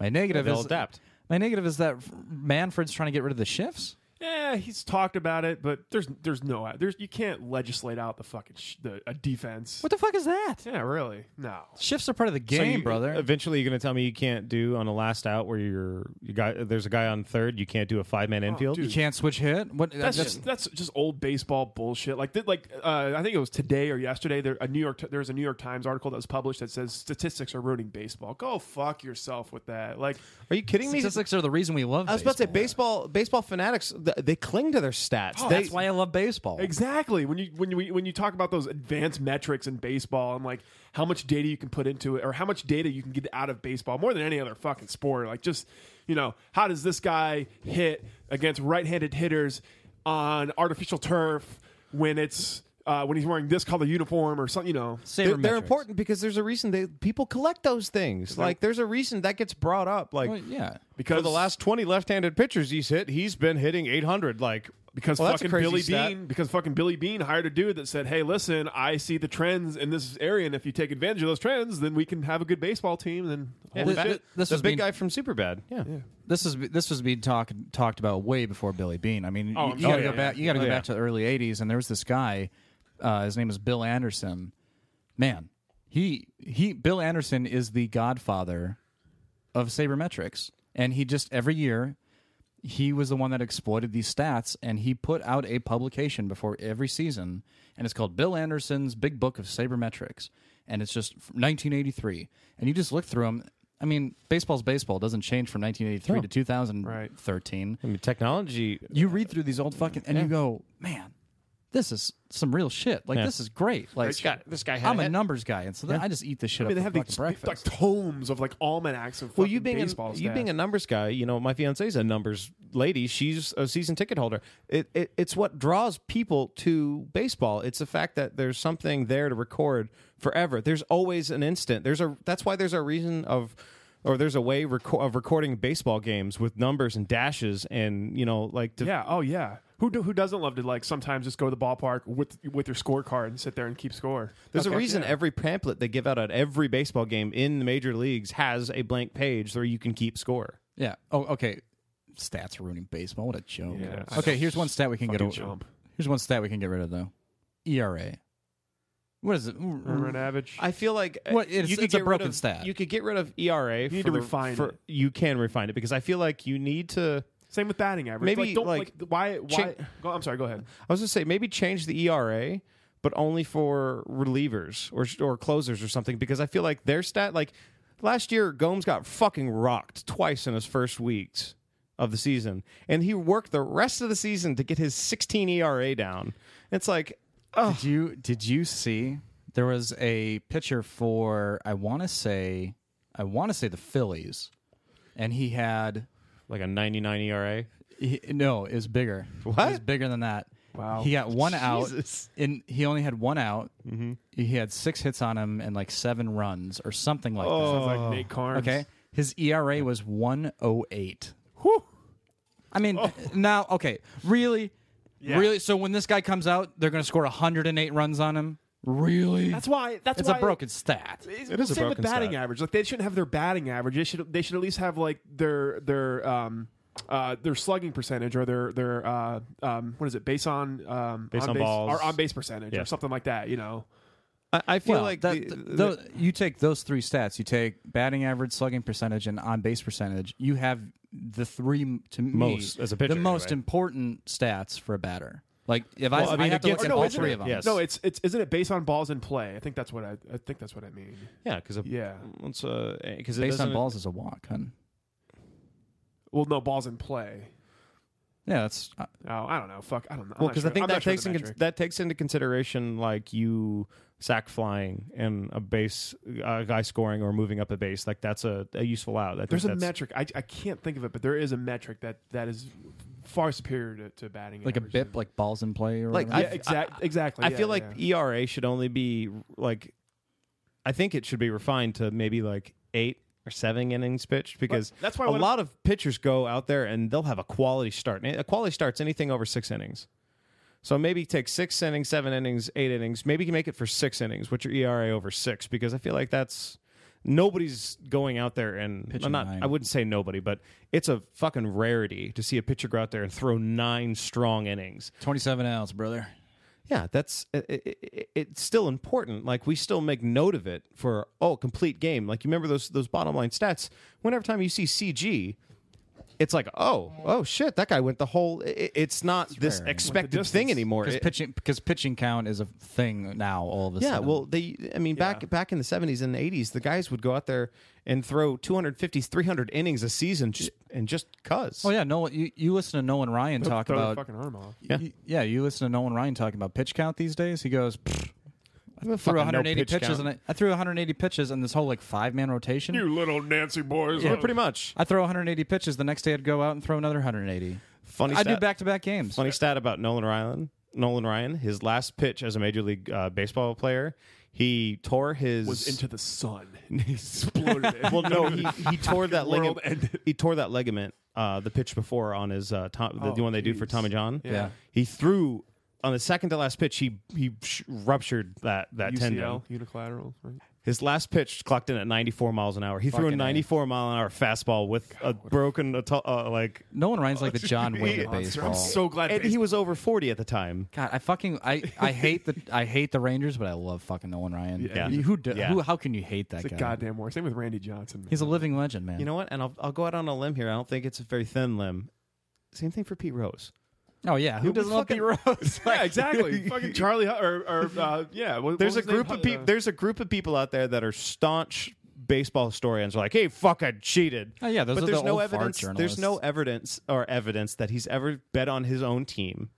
Speaker 3: my negative
Speaker 1: They'll
Speaker 3: is
Speaker 1: adapt.
Speaker 3: my negative is that manfred's trying to get rid of the shifts
Speaker 2: Yeah, he's talked about it, but there's there's no there's you can't legislate out the fucking sh- the a defense.
Speaker 3: what the fuck is that
Speaker 2: Yeah, really? No.
Speaker 3: shifts are part of the
Speaker 1: So
Speaker 3: game
Speaker 1: you-
Speaker 3: brother
Speaker 1: Eventually, you're going to tell me you can't do on a last out where you're you got there's a guy on third. You can't do a five man infield.
Speaker 2: Oh, dude.
Speaker 3: You can't switch hit. What?
Speaker 2: That's just that's just old baseball bullshit. Like th- like uh, I think it was today or yesterday. There a New York there was a New York Times article that was published that says statistics are ruining baseball. Go fuck yourself with that. Like
Speaker 1: Are you kidding me?
Speaker 3: statistics are the reason we love.
Speaker 1: I was about to say baseball. Baseball fanatics th- they cling to their stats.
Speaker 2: Oh,
Speaker 1: they,
Speaker 3: That's why I love baseball.
Speaker 2: exactly when you when you when you talk about those advanced metrics in baseball and like how much data you can put into it or how much data you can get out of baseball more than any other fucking sport. Like just you know how does this guy hit against right-handed hitters on artificial turf when it's uh, when he's wearing this color uniform or something? You know.
Speaker 1: they're, they're important because there's a reason they people collect those things. Like there's a reason that gets brought up. Like
Speaker 3: yeah.
Speaker 2: Because
Speaker 1: for the last 20 left-handed pitchers he's hit, he's been hitting 800. Like
Speaker 2: because
Speaker 1: well, that's a
Speaker 2: fucking
Speaker 1: crazy
Speaker 2: Billy
Speaker 1: stat.
Speaker 2: Bean because fucking Billy Bean hired a dude that said, "Hey, listen, I see the trends in this area, and if you take advantage of those trends, then we can have a good baseball team." Then holy
Speaker 3: Th-
Speaker 2: shit.
Speaker 3: th- this
Speaker 1: the
Speaker 3: was
Speaker 1: big
Speaker 3: being,
Speaker 1: guy from Superbad. Yeah.
Speaker 3: This is this was being talked talked about way before Billy Bean. I mean,
Speaker 2: Oh,
Speaker 3: you,
Speaker 2: I'm
Speaker 3: you gotta
Speaker 2: sure.
Speaker 3: go back. You gotta go
Speaker 1: Oh, yeah.
Speaker 3: back to the early '80s, and there was this guy. Uh, his name is Bill Anderson. Man, he he Bill Anderson is the godfather of sabermetrics, and he just every year. He was the one that exploited these stats, and he put out a publication before every season, and it's called Bill Anderson's Big Book of Sabermetrics, and it's just from 1983. And you just look through them. I mean, baseball's baseball It doesn't change from 1983 to 2013.
Speaker 1: I mean, technology.
Speaker 3: You read through these old fucking and you go, man, this is some real shit. Like
Speaker 1: Yeah.
Speaker 3: this is great. Like
Speaker 1: This guy, this guy had
Speaker 3: I'm a
Speaker 1: head-
Speaker 3: numbers guy, and so then I just eat this shit
Speaker 2: I mean,
Speaker 3: up
Speaker 2: they
Speaker 3: for
Speaker 2: have these
Speaker 3: fucking breakfast.
Speaker 2: like tomes of like almanacs of
Speaker 1: Well, you
Speaker 2: fucking
Speaker 1: being
Speaker 2: baseball
Speaker 1: a, you
Speaker 2: stats.
Speaker 1: being a numbers guy, you know, my fiance's a numbers lady. She's a season ticket holder. It, it it's what draws people to baseball. It's the fact that there's something there to record forever. There's always an instant. There's a that's why there's a reason of or there's a way reco- of recording baseball games with numbers and dashes and you know like to
Speaker 2: yeah, oh yeah. Who do, who doesn't love to like sometimes just go to the ballpark with with your scorecard and sit there and keep score?
Speaker 1: There's
Speaker 2: Okay,
Speaker 1: a reason
Speaker 2: yeah.
Speaker 1: every pamphlet they give out at every baseball game in the major leagues has a blank page where you can keep score.
Speaker 3: yeah. Oh, okay. Stats are ruining baseball. What a joke.
Speaker 2: Yeah.
Speaker 3: Okay, here's one stat we can get.
Speaker 2: Fucking
Speaker 3: Over.
Speaker 2: chump.
Speaker 3: Here's one stat we can get rid of though. ERA. What is it?
Speaker 2: Run average.
Speaker 1: I feel like uh,
Speaker 3: Well, it's- it's a
Speaker 1: get rid
Speaker 3: broken
Speaker 1: of-
Speaker 3: stat.
Speaker 1: You could get rid of E ERA. You
Speaker 2: need to refine it.
Speaker 1: You can refine it because I feel like you need to.
Speaker 2: Same with batting average.
Speaker 1: Maybe,
Speaker 2: like, don't
Speaker 1: like,
Speaker 2: like, why why.
Speaker 1: cha-
Speaker 2: go, I'm sorry. Go ahead.
Speaker 1: I was going to say maybe change the ERA, but only for relievers or or closers or something because I feel like their stat like last year Gomes got fucking rocked twice in his first weeks of the season, and he worked the rest of the season to get his 16 ERA down. It's like. Oh,
Speaker 3: Did you did you see there was a pitcher for I want to say I want to say the Phillies, and he had
Speaker 1: like a 99 ERA.
Speaker 3: he, no it was bigger.
Speaker 1: What?
Speaker 3: It was bigger than that.
Speaker 2: Wow.
Speaker 3: He got one
Speaker 1: Jesus.
Speaker 3: out, and he only had one out.
Speaker 2: Mm-hmm.
Speaker 3: He had six hits on him and like seven runs or something like
Speaker 2: Sounds like Nate
Speaker 3: that.
Speaker 2: Carnes.
Speaker 3: Okay, his ERA was one oh eight.
Speaker 2: Whew.
Speaker 3: I mean,
Speaker 1: Oh.
Speaker 3: now okay, really, really. So when this guy comes out, they're going to score hundred and eight runs on him. Really?
Speaker 2: That's why. That's
Speaker 3: it's
Speaker 2: why
Speaker 3: a broken stat.
Speaker 2: It's,
Speaker 1: It is a
Speaker 2: same with
Speaker 1: broken
Speaker 2: batting
Speaker 1: stat.
Speaker 2: average. Like they shouldn't have their batting average. They should. They should at least have like their their um uh their slugging percentage or their their uh um what is it based on um
Speaker 1: Based on
Speaker 2: base,
Speaker 1: balls.
Speaker 2: or on base percentage
Speaker 1: Yeah.
Speaker 2: or something like that. You know.
Speaker 1: I, I feel
Speaker 3: Well,
Speaker 1: like
Speaker 3: that-
Speaker 1: the-
Speaker 3: th- tho- you take those three stats. You take batting average, slugging percentage, and on base percentage. You have the three m- to me,
Speaker 1: Most, as a pitcher,
Speaker 3: the most
Speaker 1: anyway.
Speaker 3: important stats for a batter. Like if
Speaker 1: Well,
Speaker 3: I,
Speaker 1: I
Speaker 3: I
Speaker 1: mean,
Speaker 3: have to
Speaker 1: against-
Speaker 3: look at
Speaker 1: or no,
Speaker 3: all
Speaker 1: isn't
Speaker 3: three
Speaker 1: it?
Speaker 3: of them.
Speaker 1: Yes.
Speaker 2: No, it's it's isn't it based on balls in play? I think that's what I I think that's what I mean.
Speaker 1: yeah, because
Speaker 2: Yeah.
Speaker 1: It's uh, 'cause it
Speaker 3: based on
Speaker 1: doesn't-
Speaker 3: balls is a walk. Hun.
Speaker 2: Well, no balls in play.
Speaker 3: Yeah, that's uh,
Speaker 2: Oh, I don't know. Fuck, I don't know. I'm
Speaker 1: Well,
Speaker 2: not
Speaker 1: because
Speaker 2: sure.
Speaker 1: I think
Speaker 2: I'm
Speaker 1: that
Speaker 2: not sure of
Speaker 1: takes
Speaker 2: the
Speaker 1: in,
Speaker 2: metric.
Speaker 1: that takes into consideration like you sack flying and a base a guy scoring or moving up a base. Like that's a, a useful out. I think
Speaker 2: There's a
Speaker 1: that's-
Speaker 2: metric. I, I can't think of it, but there is a metric that that is far superior to, to batting.
Speaker 3: like a
Speaker 2: average.
Speaker 3: bip, like balls in play, or
Speaker 1: Like,
Speaker 3: whatever.
Speaker 2: Yeah,
Speaker 1: I've-
Speaker 2: exact, exactly.
Speaker 1: I
Speaker 2: yeah,
Speaker 1: feel like
Speaker 2: yeah.
Speaker 1: ERA should only be like. I think it should be refined to maybe like eight or seven innings pitched because
Speaker 2: But that's why
Speaker 1: a
Speaker 2: when-
Speaker 1: lot of pitchers go out there and they'll have a quality start. And A quality start's anything over six innings. So maybe take six innings, seven innings, eight innings. Maybe you can make it for six innings. What's your ERA over six? Because I feel like that's nobody's going out there and
Speaker 3: Pitching
Speaker 1: not.
Speaker 3: nine.
Speaker 1: I wouldn't say nobody, but it's a fucking rarity to see a pitcher go out there and throw nine strong innings.
Speaker 3: twenty-seven outs, brother.
Speaker 1: Yeah, that's i i i it's still important. Like we still make note of it for oh complete game. Like you remember those those bottom line stats. Whenever time you see CG, it's like oh oh shit that guy went the whole. i- i it's not this
Speaker 3: rare.
Speaker 1: expected
Speaker 2: distance.
Speaker 1: thing anymore.
Speaker 3: Because
Speaker 1: It-
Speaker 3: pitching, because pitching count is a thing now. All of a
Speaker 1: yeah,
Speaker 3: sudden,
Speaker 1: well they I mean back
Speaker 2: Yeah.
Speaker 1: back in the seventies and eighties, the guys would go out there and throw 250, 300 innings a season just and just cuz.
Speaker 3: Oh yeah, no. You, you listen to Nolan Ryan talk
Speaker 2: Throw
Speaker 3: about
Speaker 2: the fucking arm off.
Speaker 3: yeah. yeah, you listen to Nolan Ryan talking about pitch count these days. He goes "Pfft,
Speaker 1: yeah,
Speaker 3: threw 180 pitches and I, I threw 180 pitches in this whole like five man rotation.
Speaker 2: little Nancy boys.
Speaker 1: yeah, pretty much.
Speaker 3: I throw 180 pitches. The next day I'd go out and throw another 180.
Speaker 1: Funny
Speaker 3: I do
Speaker 1: stat.
Speaker 3: back to back games.
Speaker 1: Funny stat about Nolan Ryan. Nolan Ryan, his last pitch as a major league uh, baseball player, he tore his.
Speaker 2: was into the sun. And he exploded it.
Speaker 1: well, no, he, he tore that
Speaker 2: world
Speaker 1: ligament.
Speaker 2: ended.
Speaker 1: He tore that ligament. Uh, the pitch before on his uh, Tom, the,
Speaker 2: Oh,
Speaker 1: one they do for
Speaker 2: jeez.
Speaker 1: Tommy John.
Speaker 3: Yeah.
Speaker 1: he threw on the second to last pitch. He he sh- ruptured that that tendon.
Speaker 2: UCL, unilateral. Right?
Speaker 1: His last pitch clocked in at 94 miles an hour. He threw a
Speaker 3: Fucking A.
Speaker 1: 94 mile an hour fastball with a broken uh, to- uh, like,
Speaker 3: Nolan Ryan's like the John Wayne of
Speaker 2: Monster.
Speaker 3: baseball.
Speaker 2: I'm so glad.
Speaker 1: and he was over 40 at the time.
Speaker 3: God, I fucking I, I hate the I hate the Rangers, but I love fucking Nolan Ryan.
Speaker 2: Yeah.
Speaker 3: Who, do,
Speaker 1: Yeah.
Speaker 3: who how can you hate that
Speaker 2: it's a
Speaker 3: guy?
Speaker 2: goddamn war. Same with Randy Johnson.
Speaker 3: He's a living legend, man.
Speaker 1: You know what? And I'll, I'll go out on a limb here. I don't think it's a very thin limb. Same thing for Pete Rose.
Speaker 3: oh yeah, who doesn't love Pete
Speaker 1: fucking-
Speaker 3: Rose?
Speaker 2: yeah, exactly. fucking Charlie Hu- or, or uh, yeah. what-
Speaker 1: There's a
Speaker 2: what was his
Speaker 1: group
Speaker 2: name?
Speaker 1: of people.
Speaker 2: Uh,
Speaker 1: There's a group of people out there that are staunch baseball historians. Are like, hey, fuck, I cheated.
Speaker 3: Oh, yeah, those
Speaker 1: but
Speaker 3: are
Speaker 1: there's
Speaker 3: the
Speaker 1: no
Speaker 3: old fart
Speaker 1: evidence. There's no evidence or evidence that he's ever bet on his own team.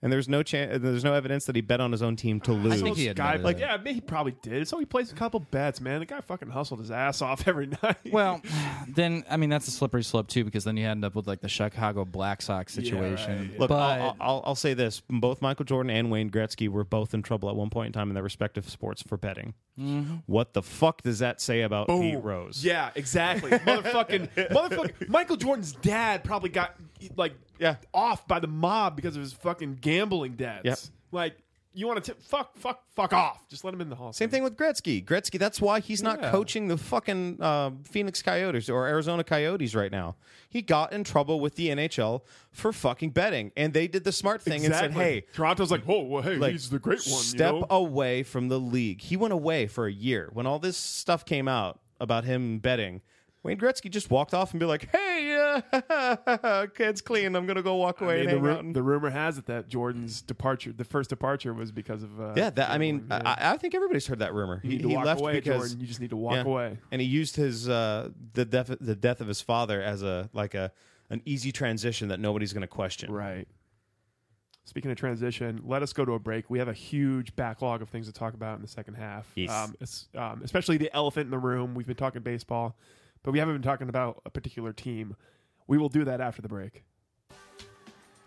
Speaker 1: and there's no chance. There's no evidence that he bet on his own team to lose.
Speaker 3: I think he
Speaker 2: This guy,
Speaker 3: admitted
Speaker 2: like,
Speaker 3: it.
Speaker 2: yeah, I mean, he probably did. So he plays a couple bets, man. The guy fucking hustled his ass off every night.
Speaker 3: Well, then I mean that's a slippery slope too because then you end up with like the Chicago Black Sox situation.
Speaker 2: right.
Speaker 1: Look,
Speaker 3: but
Speaker 1: I'll, I'll, I'll say this: both Michael Jordan and Wayne Gretzky were both in trouble at one point in time in their respective sports for betting.
Speaker 3: Mm-hmm.
Speaker 1: What the fuck does that say about Pete Rose?
Speaker 2: Yeah, exactly. motherfucking, motherfucking. Michael Jordan's dad probably got like
Speaker 1: Yeah.
Speaker 2: off by the mob because of his fucking gambling debts.
Speaker 1: Yep.
Speaker 2: Like, you want to fuck, fuck, fuck off. Just let him in the hall.
Speaker 1: Same thing with Gretzky. Gretzky. That's why he's not
Speaker 2: Yeah.
Speaker 1: coaching the fucking uh, Phoenix Coyotes or Arizona Coyotes right now. He got in trouble with the NHL for fucking betting, and they did the smart thing and said, "Hey,
Speaker 2: Toronto's like, oh, well, hey,
Speaker 1: like
Speaker 2: he's the great one.
Speaker 1: step
Speaker 2: you know?
Speaker 1: away from the league. He went away for a year when all this stuff came out about him betting. Wayne Gretzky just walked off and be like, "Hey, uh, kid's clean. I'm gonna go walk
Speaker 2: I
Speaker 1: away and
Speaker 2: mean, the,
Speaker 1: hang
Speaker 2: ru-
Speaker 1: out." and-
Speaker 2: the rumor has it that Jordan's departure, the first departure, was because of. Uh,
Speaker 1: yeah, that, I mean,
Speaker 2: gambling, yeah.
Speaker 1: I, I think everybody's heard that rumor.
Speaker 2: you
Speaker 1: he
Speaker 2: need to
Speaker 1: he
Speaker 2: walk
Speaker 1: left
Speaker 2: away,
Speaker 1: because
Speaker 2: Jordan. You just need to walk
Speaker 1: Yeah.
Speaker 2: away.
Speaker 1: and he used his uh, the death the death of his father as a like a an easy transition that nobody's going to question.
Speaker 2: Right. Speaking of transition, let us go to a break. We have a huge backlog of things to talk about in the second half.
Speaker 1: Yes.
Speaker 2: Um, it's, um, especially the elephant in the room. We've been talking baseball, but we haven't been talking about a particular team. We will do that after the break.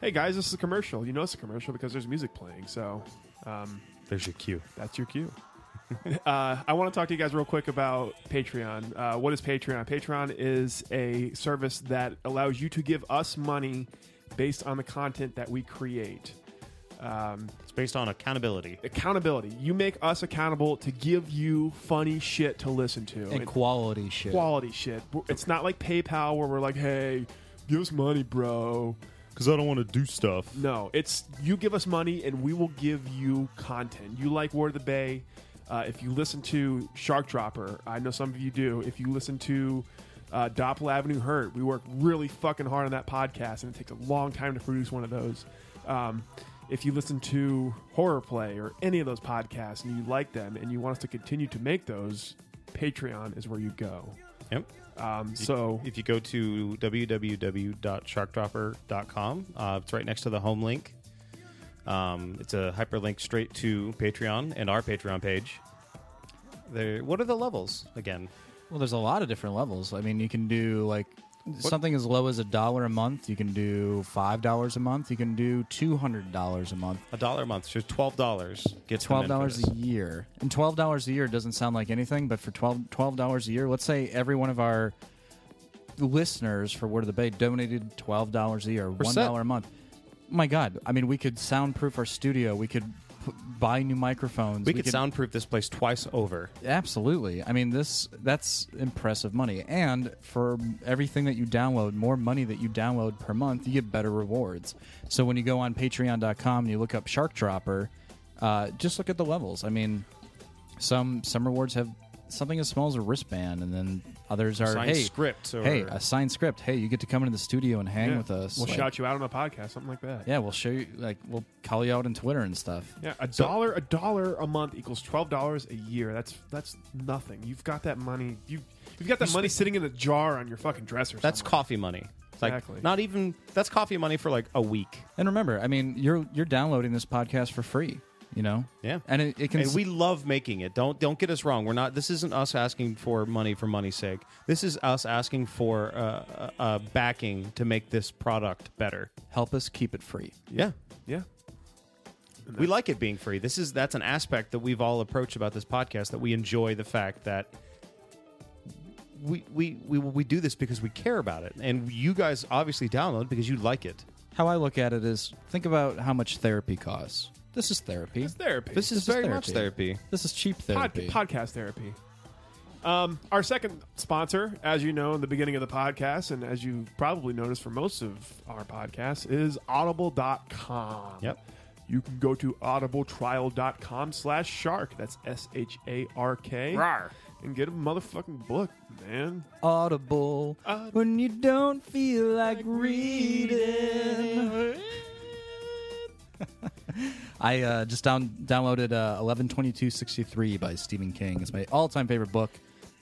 Speaker 2: Hey guys, this is a commercial. You know it's a commercial because there's music playing. So um,
Speaker 1: There's your cue.
Speaker 2: that's your cue. uh, I want to talk to you guys real quick about Patreon. Uh, what is Patreon? Patreon is a service that allows you to give us money based on the content that we create. Um,
Speaker 1: It's based on accountability.
Speaker 2: accountability. You make us accountable to give you funny shit to listen to
Speaker 3: and quality shit.
Speaker 2: quality shit. It's not like PayPal where we're like, hey, give us money, bro.
Speaker 1: Because I don't want to do stuff.
Speaker 2: No, it's you give us money and we will give you content. You like Word of the Bay. Uh, if you listen to Shark Dropper, I know some of you do. If you listen to uh, Doppel Avenue Hurt, we work really fucking hard on that podcast and it takes a long time to produce one of those. Um, if you listen to Horror Play or any of those podcasts and you like them and you want us to continue to make those, Patreon is where you go.
Speaker 1: Yep.
Speaker 2: Um, so
Speaker 1: If you go to www.sharkdropper.com, uh, it's right next to the home link. Um, it's a hyperlink straight to Patreon and our Patreon page. There, what are the levels again?
Speaker 3: Well, there's a lot of different levels. I mean, you can do like something as low as a dollar a month. You can do five dollars a month. You can do two hundred dollars a month.
Speaker 1: A dollar a month, so twelve dollars. Get
Speaker 3: Twelve dollars a year, and twelve dollars a year doesn't sound like anything, but for 12 dollars a year, let's say every one of our listeners for Word of the Bay donated twelve dollars a year, one
Speaker 1: Percent.
Speaker 3: dollar a month. My God, I mean, we could soundproof our studio. We could p- buy new microphones.
Speaker 1: We, could soundproof this place twice over.
Speaker 3: Absolutely. I mean, this that's impressive money. And for everything that you download, more money that you download per month, you get better rewards. So when you go on Patreon.com and you look up Shark Dropper, uh, just look at the levels. I mean, some some rewards have something as small as a wristband, and then others are
Speaker 1: Signed
Speaker 3: hey
Speaker 1: script or-
Speaker 3: hey a signed script. Hey, you get to come into the studio and hang
Speaker 2: yeah,
Speaker 3: with us.
Speaker 2: we'll
Speaker 3: Like,
Speaker 2: shout you out on a podcast, something like that.
Speaker 3: yeah, we'll show you. Like we'll call you out on Twitter and stuff.
Speaker 2: Yeah, a dollar a dollar a month equals twelve dollars a year. That's that's nothing. You've got that money. You you've got that money sitting in a jar on your fucking dresser.
Speaker 1: That's
Speaker 2: somewhere.
Speaker 1: coffee money. It's like
Speaker 2: Exactly.
Speaker 1: not even that's coffee money for like a week.
Speaker 3: And remember, I mean, you're you're downloading this podcast for free, you know.
Speaker 1: Yeah.
Speaker 3: and it, it can.
Speaker 1: And we love making it. Don't don't get us wrong. We're not. This isn't us asking for money for money's sake. This is us asking for uh, uh, uh, backing to make this product better.
Speaker 3: help us keep it free.
Speaker 1: Yeah,
Speaker 2: yeah.
Speaker 1: we like it being free. This is that's an aspect that we've all approached about this podcast that we enjoy the fact that we we we, we do this because we care about it, and you guys obviously download because you like it.
Speaker 3: How I look at it is, think about how much therapy costs. This is therapy.
Speaker 2: It's therapy.
Speaker 1: This is very much therapy.
Speaker 3: This is cheap
Speaker 2: Pod-
Speaker 3: therapy.
Speaker 2: podcast therapy. Um, our second sponsor, as you know, in the beginning of the podcast, and as you probably noticed for most of our podcasts, is audible.com.
Speaker 1: Yep.
Speaker 2: You can go to audibletrial.com slash shark. That's S H A R K. And get a motherfucking book, man.
Speaker 3: Audible
Speaker 2: Aud-
Speaker 3: when you don't feel like reading. I uh, just down downloaded uh, 112263 by Stephen King. It's my all-time favorite book,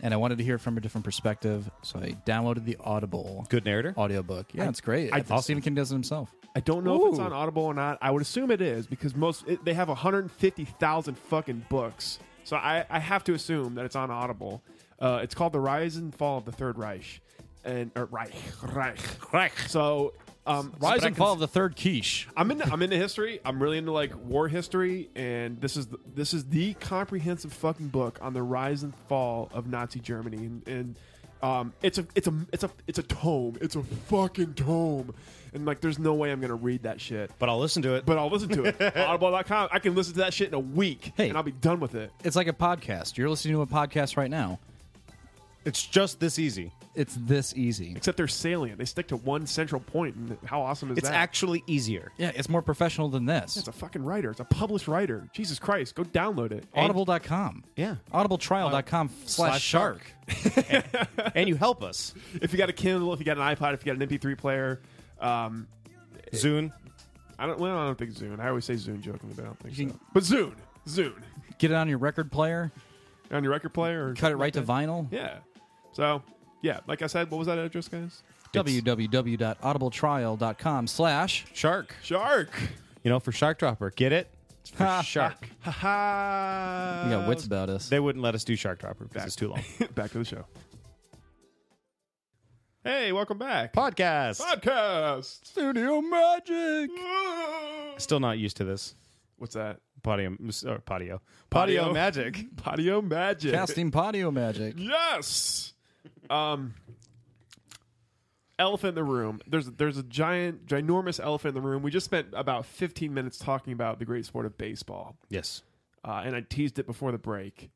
Speaker 3: and I wanted to hear it from a different perspective, so I downloaded the Audible
Speaker 1: Good narrator.
Speaker 3: audiobook. Yeah, it's great.
Speaker 1: I-
Speaker 3: I, think Stephen King does it himself.
Speaker 2: I don't know if it's
Speaker 3: Ooh.
Speaker 2: on Audible or not. I would assume it is because most it, they have 150,000 fucking books, so I, I have to assume that it's on Audible. Uh, it's called The Rise and Fall of the Third Reich, and or Reich, Reich, Reich. So, um,
Speaker 3: Rise and fall of the third quiche.
Speaker 2: I'm into I'm into history. I'm really into like war history, and this is the, this is the comprehensive fucking book on the rise and fall of Nazi Germany, and, and um, it's a it's a it's a it's a tome. It's a fucking tome, and like there's no way I'm gonna read that shit.
Speaker 1: But I'll listen to it.
Speaker 2: But I'll listen to it. Audible.com. I can listen to that shit in a week,
Speaker 3: Hey.
Speaker 2: and I'll be done with it.
Speaker 3: It's like a podcast. You're listening to a podcast right now.
Speaker 1: it's just this easy.
Speaker 3: It's this easy.
Speaker 2: Except they're salient. They stick to one central point, and how awesome is
Speaker 1: It's
Speaker 2: that?
Speaker 1: actually easier.
Speaker 3: Yeah, it's more professional than this.
Speaker 2: it's a fucking writer. It's a published writer. Jesus Christ, go download it.
Speaker 3: Audible.com.
Speaker 1: Yeah.
Speaker 3: Audibletrial.com slash shark.
Speaker 1: and you help us.
Speaker 2: If you got a Kindle, if you got an iPod, if you got an MP3 player. Um,
Speaker 1: Zune.
Speaker 2: I don't. Well, I don't think Zune. I always say Zune jokingly, but I don't think
Speaker 3: You
Speaker 2: so. But Zune, Zune,
Speaker 3: Get it on your record player.
Speaker 2: on your record player. Or
Speaker 3: Cut it right to vinyl.
Speaker 2: Yeah. So, yeah. Like I said, what was that address, guys?
Speaker 3: www.audibletrial.com slash
Speaker 1: Shark.
Speaker 2: Shark.
Speaker 1: You know, for Shark Dropper. Get it? It's for
Speaker 3: Ha.
Speaker 1: Shark.
Speaker 2: Ha ha.
Speaker 3: You got wits about us.
Speaker 1: They wouldn't let us do Shark Dropper because it's too long.
Speaker 2: Back to the show. Hey, welcome back.
Speaker 1: Podcast.
Speaker 2: Podcast.
Speaker 3: Studio Magic.
Speaker 1: Still not used to this.
Speaker 2: What's that?
Speaker 1: Patio. Or patio. Patio
Speaker 2: Patio.
Speaker 1: magic.
Speaker 2: Patio magic.
Speaker 3: Casting Patio Magic.
Speaker 2: Yes. Um. Elephant in the room. There's there's a giant, ginormous elephant in the room. We just spent about 15 minutes talking about the great sport of baseball,
Speaker 1: Yes.
Speaker 2: uh, and I teased it before the break.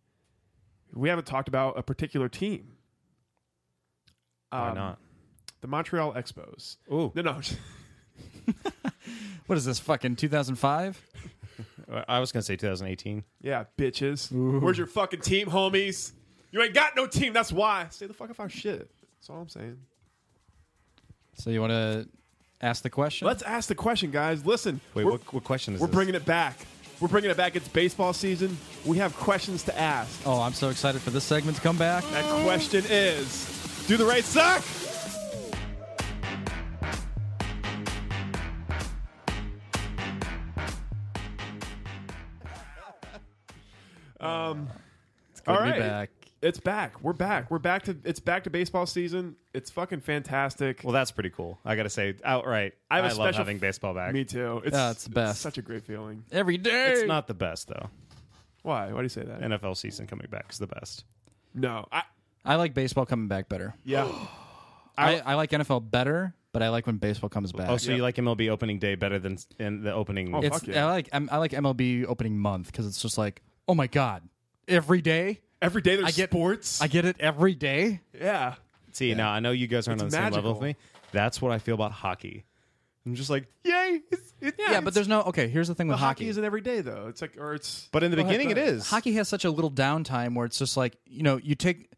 Speaker 2: We haven't talked about a particular team.
Speaker 1: Why
Speaker 2: Um,
Speaker 1: not?
Speaker 2: The Montreal Expos.
Speaker 1: Ooh.
Speaker 2: No, no.
Speaker 3: What is this, fucking 2005?
Speaker 1: I was going to say 2018.
Speaker 2: yeah, bitches. Where's your fucking team, homies? You ain't got no team. That's why. Stay the fuck off our shit. That's all I'm saying.
Speaker 3: So you want to ask the question?
Speaker 2: Let's ask the question, guys. Listen.
Speaker 1: Wait,
Speaker 2: we're-
Speaker 1: what, what question is
Speaker 2: We're
Speaker 1: this?
Speaker 2: bringing it back. We're bringing it back. It's baseball season. We have questions to ask.
Speaker 3: Oh, I'm so excited for this segment to come back.
Speaker 2: That question is Do the Rays suck? Um, all
Speaker 3: We'll be
Speaker 2: right.
Speaker 3: back.
Speaker 2: It's back. We're back. We're back to it's back to baseball season. It's fucking fantastic.
Speaker 1: Well, that's pretty cool. I got to say, outright, I,
Speaker 2: have a
Speaker 1: love
Speaker 2: special-
Speaker 1: having baseball back.
Speaker 2: Me too. It's,
Speaker 3: Yeah, it's the best.
Speaker 2: such a great feeling.
Speaker 3: Every day.
Speaker 1: It's not the best, though.
Speaker 2: Why? Why do you say that?
Speaker 1: NFL season coming back is the best.
Speaker 2: no. I
Speaker 3: I like baseball coming back better.
Speaker 2: yeah.
Speaker 3: I, I like NFL better, but I like when baseball comes back.
Speaker 1: Oh, so you like MLB opening day better than s- in the opening?
Speaker 2: Oh,
Speaker 3: it's
Speaker 2: fuck yeah.
Speaker 3: I like I'm, I like MLB opening month because it's just like oh my god, every day
Speaker 2: Every day there's
Speaker 3: I get-
Speaker 2: sports.
Speaker 3: I get it every day.
Speaker 2: yeah.
Speaker 1: See, now I know you guys aren't
Speaker 2: It's
Speaker 1: on the same level with me.
Speaker 2: magical.
Speaker 1: That's what I feel about hockey. I'm just like, yay! It's, it,
Speaker 3: Yeah, but there's no okay. Here's the thing with
Speaker 2: But hockey
Speaker 3: hockey.
Speaker 2: isn't every day though. It's like or it's
Speaker 1: but in the
Speaker 2: Go ahead,
Speaker 1: beginning,
Speaker 2: go
Speaker 1: it
Speaker 2: ahead.
Speaker 1: is
Speaker 3: hockey has such a little downtime where it's just like you know you take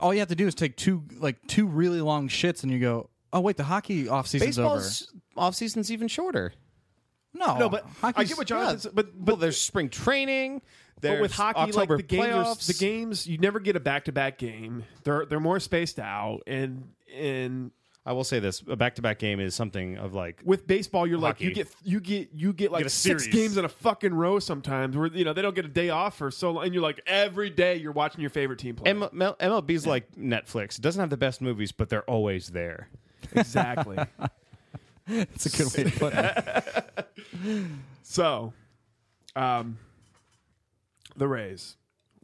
Speaker 3: all you have to do is take two like two really long shits and you go oh wait the hockey off season's over.
Speaker 1: Baseball's off season's even shorter.
Speaker 3: No,
Speaker 2: no, but I
Speaker 3: hockey's-
Speaker 2: get what Jonathan's but
Speaker 1: Well,
Speaker 2: but,
Speaker 1: there's spring training. There's
Speaker 2: but with hockey
Speaker 1: October
Speaker 2: like the games are-
Speaker 1: playoffs.
Speaker 2: the games you never get a back to back game. They're they're more spaced out and and
Speaker 1: I will say this: a back-to-back game is something of like
Speaker 2: with baseball you're like
Speaker 1: Hockey.
Speaker 2: you get you get you get like
Speaker 1: a
Speaker 2: six
Speaker 1: series.
Speaker 2: games in a fucking row sometimes where you know they don't get a day off for so long and you're like every day you're watching your favorite team play.
Speaker 1: M- M- MLB's like Netflix. It doesn't have the best movies, but they're always there.
Speaker 2: exactly.
Speaker 3: It's a good way to put it.
Speaker 2: So um the Rays.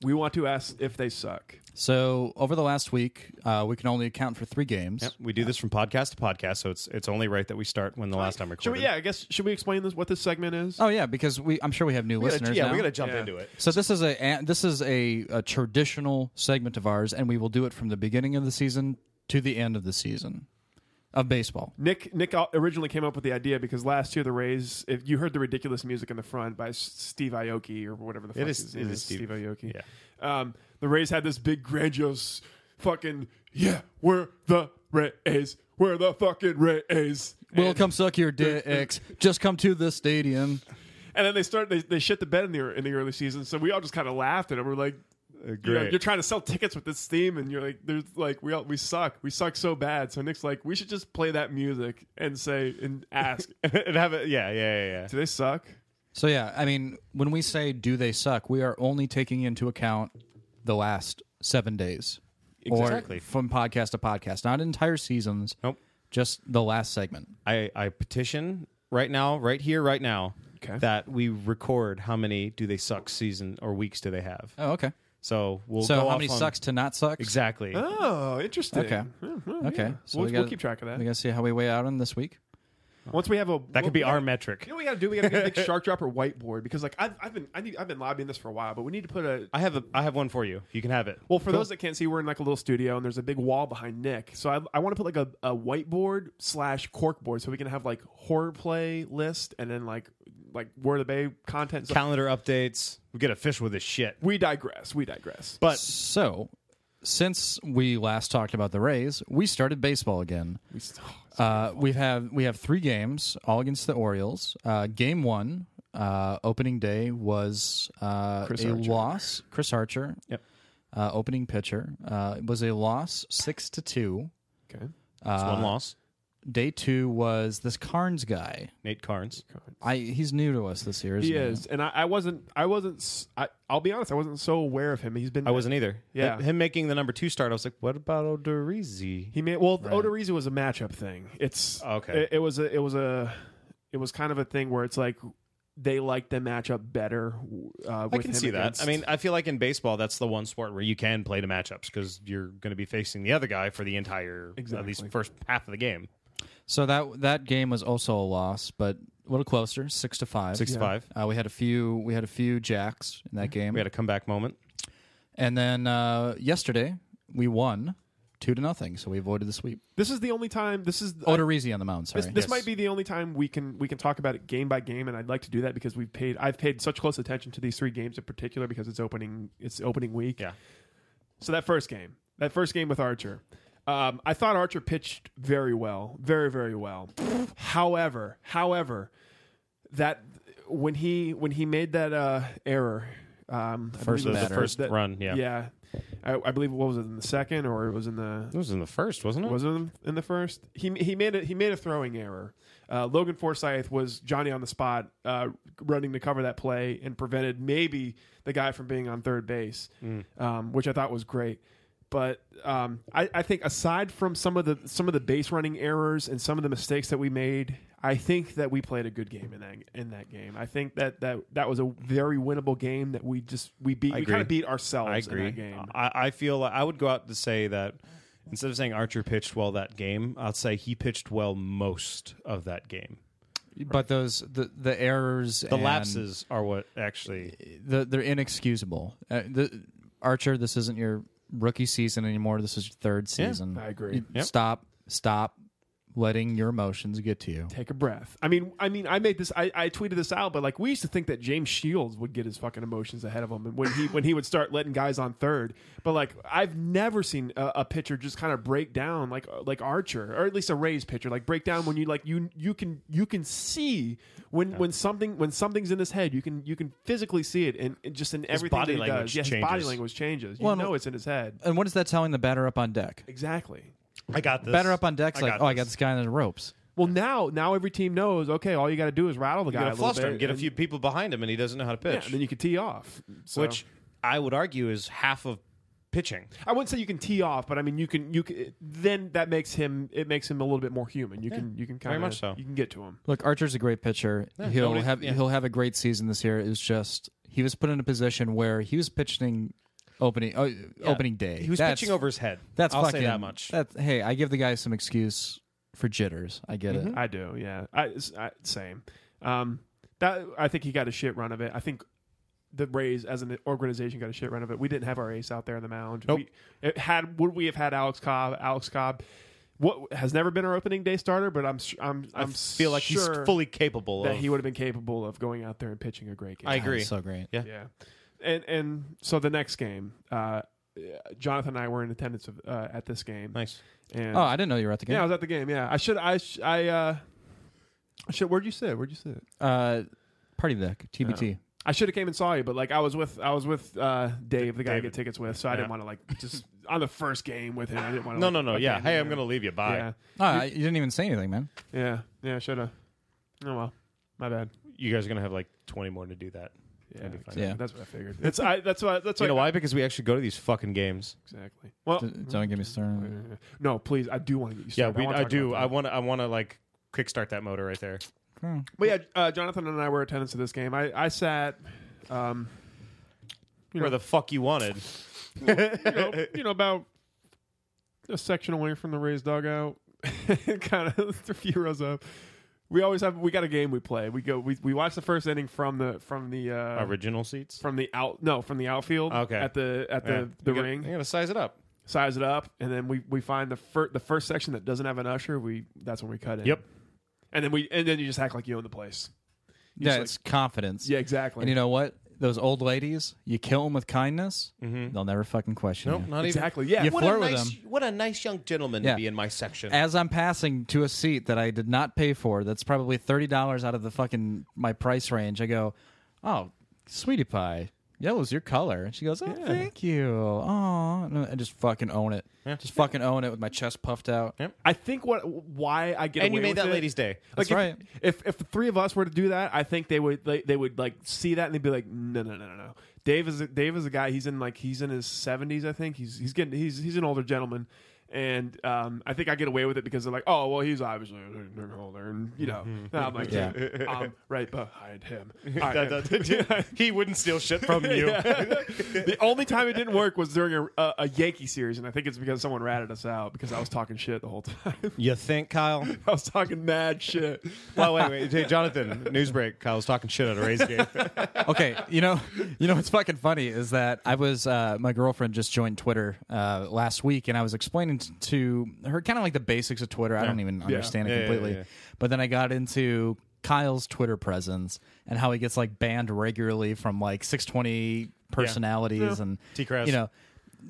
Speaker 2: We want to ask if they suck.
Speaker 3: So over the last week, uh, we can only account for three games.
Speaker 1: We do this from podcast to podcast, so it's it's only right that we start when the last time
Speaker 2: Should we,
Speaker 1: recorded.
Speaker 2: yeah, I guess should we explain this what this segment is?
Speaker 3: Oh yeah, because we I'm sure we have new
Speaker 1: We gotta-
Speaker 3: listeners.
Speaker 1: yeah,
Speaker 3: now.
Speaker 1: we got to jump
Speaker 2: Yeah.
Speaker 1: into it.
Speaker 3: So this is a an- this is a, a traditional segment of ours, and we will do it from the beginning of the season to the end of the season of baseball.
Speaker 2: Nick Nick originally came up with the idea because last year the Rays, if you heard the ridiculous music in the front by S- Steve Aoki or whatever the fuck
Speaker 1: is-
Speaker 2: his
Speaker 1: it
Speaker 2: name
Speaker 1: is Steve.
Speaker 2: Aoki.
Speaker 1: Yeah.
Speaker 2: Um, the Rays had this big grandiose fucking yeah, we're the Rays, we're the fucking Rays.
Speaker 3: Will come suck your dicks. Just come to the stadium.
Speaker 2: And then they start they, they shit the bed in the ear- in the early season, so we all just kind of laughed at it. We're like,
Speaker 1: Uh,
Speaker 2: You know,
Speaker 1: great.
Speaker 2: you're trying to sell tickets with this theme, and you're like, "There's like we all, we suck, we suck so bad." So Nick's like, "We should just play that music and say and ask,
Speaker 1: and have it. Yeah, yeah, yeah. yeah.
Speaker 2: do they suck?"
Speaker 3: So yeah, I mean, when we say do they suck, we are only taking into account the last seven days,
Speaker 1: Exactly.
Speaker 3: or from podcast to podcast, not entire seasons.
Speaker 1: Nope.
Speaker 3: just the last segment.
Speaker 1: I, I petition right now, right here, right now,
Speaker 2: Okay.
Speaker 1: that we record how many do they suck season or weeks do they have.
Speaker 3: Oh, okay.
Speaker 1: So we'll
Speaker 3: so
Speaker 1: go
Speaker 3: how
Speaker 1: off
Speaker 3: many
Speaker 1: on-
Speaker 3: sucks to not sucks?
Speaker 1: exactly.
Speaker 2: Oh, interesting.
Speaker 3: Okay.
Speaker 2: Mhm,
Speaker 3: Okay.
Speaker 2: yeah.
Speaker 3: So
Speaker 2: we'll,
Speaker 3: we
Speaker 2: we'll
Speaker 3: gotta-
Speaker 2: keep track of that.
Speaker 3: We gotta see how we weigh out on this week.
Speaker 2: Once we have a
Speaker 1: That could be
Speaker 2: we
Speaker 1: our
Speaker 2: gotta-
Speaker 1: metric.
Speaker 2: You know, what we got to do. We got to get a big shark dropper whiteboard because, like, I've, I've been I need, I've been lobbying this for a while, but we need to put a.
Speaker 1: I have a I have one for you. You can have it.
Speaker 2: Well, for those that can't see, we're in like a little studio, and there's a big wall behind Nick. So I, I want to put like a, a whiteboard slash corkboard, so we can have like horror play list, and then like like word of the bay content. So
Speaker 1: calendar updates. We get a fish with this shit.
Speaker 2: we digress. We digress.
Speaker 1: But
Speaker 3: So, since we last talked about the Rays, we started baseball again.
Speaker 2: We st- oh,
Speaker 3: Uh, we've have we have three games all against the Orioles. Uh, game one, uh, opening day was uh,
Speaker 2: Chris
Speaker 3: a
Speaker 2: Archer.
Speaker 3: loss. Chris Archer,
Speaker 1: Yep.
Speaker 3: uh, opening pitcher, uh, it was a loss six to two.
Speaker 2: okay.
Speaker 1: it's
Speaker 3: uh,
Speaker 1: one loss.
Speaker 3: Day two was this Carnes guy.
Speaker 1: Nate Carnes.
Speaker 3: I he's new to us this year. Isn't
Speaker 2: He is, and I, I wasn't. I wasn't. s- I, will be honest. I wasn't so aware of him. He's been.
Speaker 1: I wasn't either.
Speaker 2: Yeah.
Speaker 1: Him- Him making the number two start, I was like, what about Odorizzi?
Speaker 2: He made well. Odorizzi was a matchup thing. It's
Speaker 1: Okay.
Speaker 2: It, it was a. It was a. It was kind of a thing where it's like they like the matchup better. Uh,
Speaker 1: I
Speaker 2: with
Speaker 1: can
Speaker 2: him
Speaker 1: see that.
Speaker 2: against-
Speaker 1: I mean, I feel like in baseball, that's the one sport where you can play to matchups because you're going to be facing the other guy for the entire, at least
Speaker 2: Exactly.
Speaker 1: first half of the game.
Speaker 3: So that that game was also a loss, but a little closer, six to five.
Speaker 1: Six to five.
Speaker 3: Uh, we had a few we had a few jacks in that game.
Speaker 1: We had a comeback moment.
Speaker 3: And then uh, yesterday we won two to nothing, so we avoided the sweep.
Speaker 2: this is the only time. This is
Speaker 1: Uh, Oh,
Speaker 3: Odorizzi on the mound. Sorry,
Speaker 2: this, this might be the only time we can we can talk about it game by game, and I'd like to do that because we've paid. I've paid such close attention to these three games in particular because it's opening. It's opening week.
Speaker 1: Yeah.
Speaker 2: So that first game, that first game with Archer, um, I thought Archer pitched very well, very very well. however, however, that when he when he made that uh, error, um, I
Speaker 3: first
Speaker 2: believe it was
Speaker 1: The
Speaker 3: batter.
Speaker 1: first
Speaker 2: that-
Speaker 1: run. Yeah.
Speaker 2: yeah, I, I believe what was it in the second or it was in the
Speaker 1: It was in the first, wasn't it?
Speaker 2: was it in- in the first? He he made it. He made a throwing error. Uh, Logan Forsyth was Johnny on the spot, uh, running to cover that play and prevented maybe the guy from being on third base,
Speaker 1: Mm.
Speaker 2: um, which I thought was great. But um, I, I think aside from some of the some of the base running errors and some of the mistakes that we made, I think that we played a good game in that in that game. I think that that, that was a very winnable game that we just we beat.
Speaker 1: I
Speaker 2: we kind of
Speaker 1: agree.
Speaker 2: beat ourselves.
Speaker 1: I
Speaker 2: In
Speaker 1: agree.
Speaker 2: that game.
Speaker 1: I, I feel like I would go out to say that instead of saying Archer pitched well that game, I'd say he pitched well most of that game.
Speaker 3: But those the the errors,
Speaker 1: The lapses are what actually.
Speaker 3: the, they're inexcusable. Uh, the Archer, this isn't your rookie season anymore. This is your third season.
Speaker 2: I agree.
Speaker 1: Yep.
Speaker 3: Stop, stop letting your emotions get to you.
Speaker 2: take a breath. I mean, I mean, I made this. I, I tweeted this out, but like we used to think that James Shields would get his fucking emotions ahead of him, and when he when he would start letting guys on third. But like I've never seen a, a pitcher just kind of break down like like Archer or at least a Rays pitcher like break down when you like you you can you can see when when something when something's in his head you can you can physically see it and, and just in everything
Speaker 1: body
Speaker 2: that he
Speaker 1: language
Speaker 2: does. Yeah, his body
Speaker 1: changes.
Speaker 2: language changes. You
Speaker 3: Well,
Speaker 2: know it's in his head.
Speaker 3: And what is that telling the batter up on deck?
Speaker 2: Exactly.
Speaker 1: I got this.
Speaker 3: Batter up on deck's
Speaker 1: I
Speaker 3: like,
Speaker 1: got
Speaker 3: oh, I
Speaker 1: this.
Speaker 3: got this guy on the ropes.
Speaker 2: Well, now now every team knows. Okay, all you got to do is rattle the guy
Speaker 1: You
Speaker 2: a
Speaker 1: gotta
Speaker 2: little
Speaker 1: fluster
Speaker 2: bit
Speaker 1: him, get a
Speaker 2: and-
Speaker 1: few people behind him, and he doesn't know how to
Speaker 2: Yeah,
Speaker 1: pitch.
Speaker 2: and then you can tee off. So-
Speaker 1: which I would argue is half of pitching.
Speaker 2: I wouldn't say you can tee off, but I mean you can you can, then that makes him it makes him a little bit more human. You can you can kind
Speaker 1: very
Speaker 2: of
Speaker 1: much so.
Speaker 2: you can get to him.
Speaker 3: Look, Archer's a great pitcher. he'll
Speaker 1: nobody-
Speaker 3: have
Speaker 1: yeah.
Speaker 3: he'll have a great season this year. It's just he was put in a position where he was pitching opening uh, opening day.
Speaker 1: He was
Speaker 3: That's-
Speaker 1: pitching over his head.
Speaker 3: That's
Speaker 1: I'll
Speaker 3: fucking
Speaker 1: say that much.
Speaker 3: That hey, I give the guy some excuse for jitters. I get
Speaker 1: Mm-hmm.
Speaker 3: it.
Speaker 2: I do, yeah. I, I- same. Um, that I think he got a shit run of it. I think the Rays as an organization got a shit run of it. We didn't have our ace out there on the mound.
Speaker 1: Nope.
Speaker 2: We, it had would we have had Alex Cobb? Alex Cobb, what has never been our opening day starter, but I'm su- I'm
Speaker 1: I
Speaker 2: I'm
Speaker 1: feel like
Speaker 2: sure
Speaker 1: he's fully capable
Speaker 2: that
Speaker 1: of.
Speaker 2: he would have been capable of going out there and pitching a great game.
Speaker 1: I agree.
Speaker 3: So great.
Speaker 1: Yeah.
Speaker 2: Yeah, and and so the next game, uh, Jonathan and I were in attendance of, uh, at this game,
Speaker 1: nice.
Speaker 2: and
Speaker 3: Oh, I didn't know you were at the game.
Speaker 2: yeah, I was at the game. Yeah, I should I sh- I uh, should. Where'd you sit? Where'd you sit?
Speaker 3: uh, party deck, TBT.
Speaker 2: I should have came and saw you, but like I was with I was with uh, Dave, the guy I
Speaker 4: David.
Speaker 2: get tickets with, so I
Speaker 4: Yeah.
Speaker 2: didn't want to like just on the first game with him. I didn't want to.
Speaker 4: No, no, no. Yeah. Hey, I'm gonna leave you. Bye.
Speaker 2: Yeah,
Speaker 3: Oh, I- you didn't even say anything, man.
Speaker 2: yeah, yeah. Should have. Oh well, my bad.
Speaker 4: You guys are gonna have like 20 more to do that.
Speaker 2: Yeah,
Speaker 4: That'd be fine.
Speaker 2: exactly.
Speaker 3: Yeah.
Speaker 2: That's what I figured. It's I. That's why. That's
Speaker 4: you
Speaker 2: why.
Speaker 4: know why? Because we actually go to these fucking games.
Speaker 2: Exactly. Well,
Speaker 3: D- Don't
Speaker 1: Oh.
Speaker 3: get me started.
Speaker 2: no, please. I do want to get you.
Speaker 4: Yeah,
Speaker 2: Started.
Speaker 4: we.
Speaker 2: wanna
Speaker 4: I
Speaker 2: talk
Speaker 4: do.
Speaker 2: about
Speaker 4: I
Speaker 2: that.
Speaker 4: want. to I want to like kickstart that motor right there.
Speaker 3: Hmm.
Speaker 2: But yeah, uh, Jonathan and I were attendants of this game. I I sat. Um, You know-
Speaker 4: Where the fuck you wanted?
Speaker 2: you know, you know, about a section away from the raised dugout, kind of a few rows up. We always have. We got a game we play. We go. We, we watch the first inning from the from the uh,
Speaker 4: Original seats.
Speaker 2: from the out. No, from the outfield.
Speaker 4: Okay.
Speaker 2: At the at the
Speaker 4: Yeah.
Speaker 2: the
Speaker 4: You gotta-
Speaker 2: ring.
Speaker 4: You gotta size it up.
Speaker 2: Size it up, and then we we find the first the first section that doesn't have an usher. We that's when we cut it.
Speaker 4: Yep.
Speaker 2: And then we and then you just act like you own the place.
Speaker 3: Yeah,
Speaker 2: like-
Speaker 3: it's confidence.
Speaker 2: Yeah, exactly.
Speaker 3: And you know what? Those old ladies, you kill them with kindness,
Speaker 1: Mm-hmm.
Speaker 4: Mhm.
Speaker 3: they'll never fucking question
Speaker 4: Nope.
Speaker 3: you.
Speaker 4: Not even.
Speaker 2: exactly. Yeah.
Speaker 3: You
Speaker 4: What a
Speaker 3: flirt with
Speaker 4: nice.
Speaker 3: them.
Speaker 4: What a nice young gentleman
Speaker 3: Yeah.
Speaker 4: to be in my section.
Speaker 3: As I'm passing to a seat that I did not pay for, that's probably thirty dollars out of the fucking my price range. I go, oh, sweetie pie, yellow's your color, and she goes, oh, thank you, oh, I just fucking own it, just fucking own it with my chest puffed out.
Speaker 4: Yeah.
Speaker 2: I think what why I get
Speaker 4: and you made
Speaker 2: away with
Speaker 4: that
Speaker 2: it-
Speaker 4: lady's day.
Speaker 3: That's
Speaker 2: like
Speaker 3: right.
Speaker 2: if, if if the three of us were to do that, I think they would they, they would like see that and they'd be like, no no no no no. Dave is a, Dave is a guy. He's in like he's in his seventies. I think he's he's getting he's he's an older gentleman, and um, I think I get away with it because they're like, oh well, he's obviously an older, and you know, and I'm like,
Speaker 3: Yeah.
Speaker 2: I'm right behind him.
Speaker 4: Mm-hmm. That- that- he wouldn't steal shit from you.
Speaker 2: the only time it didn't work was during a, a, a Yankee series, and I think it's because someone ratted us out because I was talking shit the whole time.
Speaker 1: You think, Kyle?
Speaker 2: I was talking mad shit.
Speaker 4: well, wait, wait. Hey, Jonathan, news break. Kyle's talking shit at a Rays game.
Speaker 3: okay, you know, you know what's fucking funny is that I was uh, my girlfriend just joined Twitter uh, last week, and I was explaining t- to her kind of like the basics of Twitter. I don't even understand
Speaker 4: Yeah,
Speaker 3: it
Speaker 4: yeah,
Speaker 3: completely,
Speaker 4: yeah, yeah.
Speaker 3: but then I got into Kyle's Twitter presence and how he gets like banned regularly from like 620 personalities and
Speaker 4: T-Crest.
Speaker 3: you know.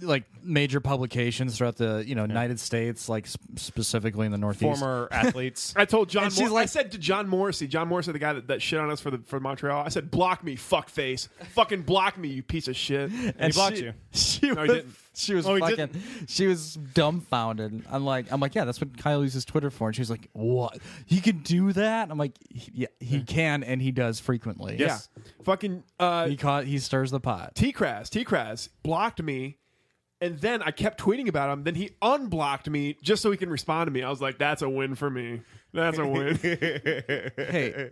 Speaker 3: Like major publications throughout the you know United States, like sp- specifically in the Northeast.
Speaker 4: Former athletes.
Speaker 2: I told John.
Speaker 3: And she's
Speaker 2: Mor- I
Speaker 3: like-
Speaker 2: said to John Morrissey, John Morrissey, the guy that, that shit on us for the for Montreal. I said, "Block me, fuck face, fucking block me, you piece of shit."
Speaker 3: And
Speaker 4: blocked
Speaker 3: she-
Speaker 4: you.
Speaker 3: She was,
Speaker 2: he didn't.
Speaker 3: she was
Speaker 4: Oh, he
Speaker 3: fucking. She was dumbfounded. I'm like, I'm like, yeah, that's what Kyle uses Twitter for. And she's like, what? He can do that? I'm like, "He- yeah, he can, and he does frequently.
Speaker 4: Yes.
Speaker 2: Yeah, fucking uh,
Speaker 3: he caught. He stirs the pot.
Speaker 2: T Kras, T Kras blocked me, and then I kept tweeting about him. Then he unblocked me just so he can respond to me. I was like, "That's a win for me. That's a win."
Speaker 3: Hey,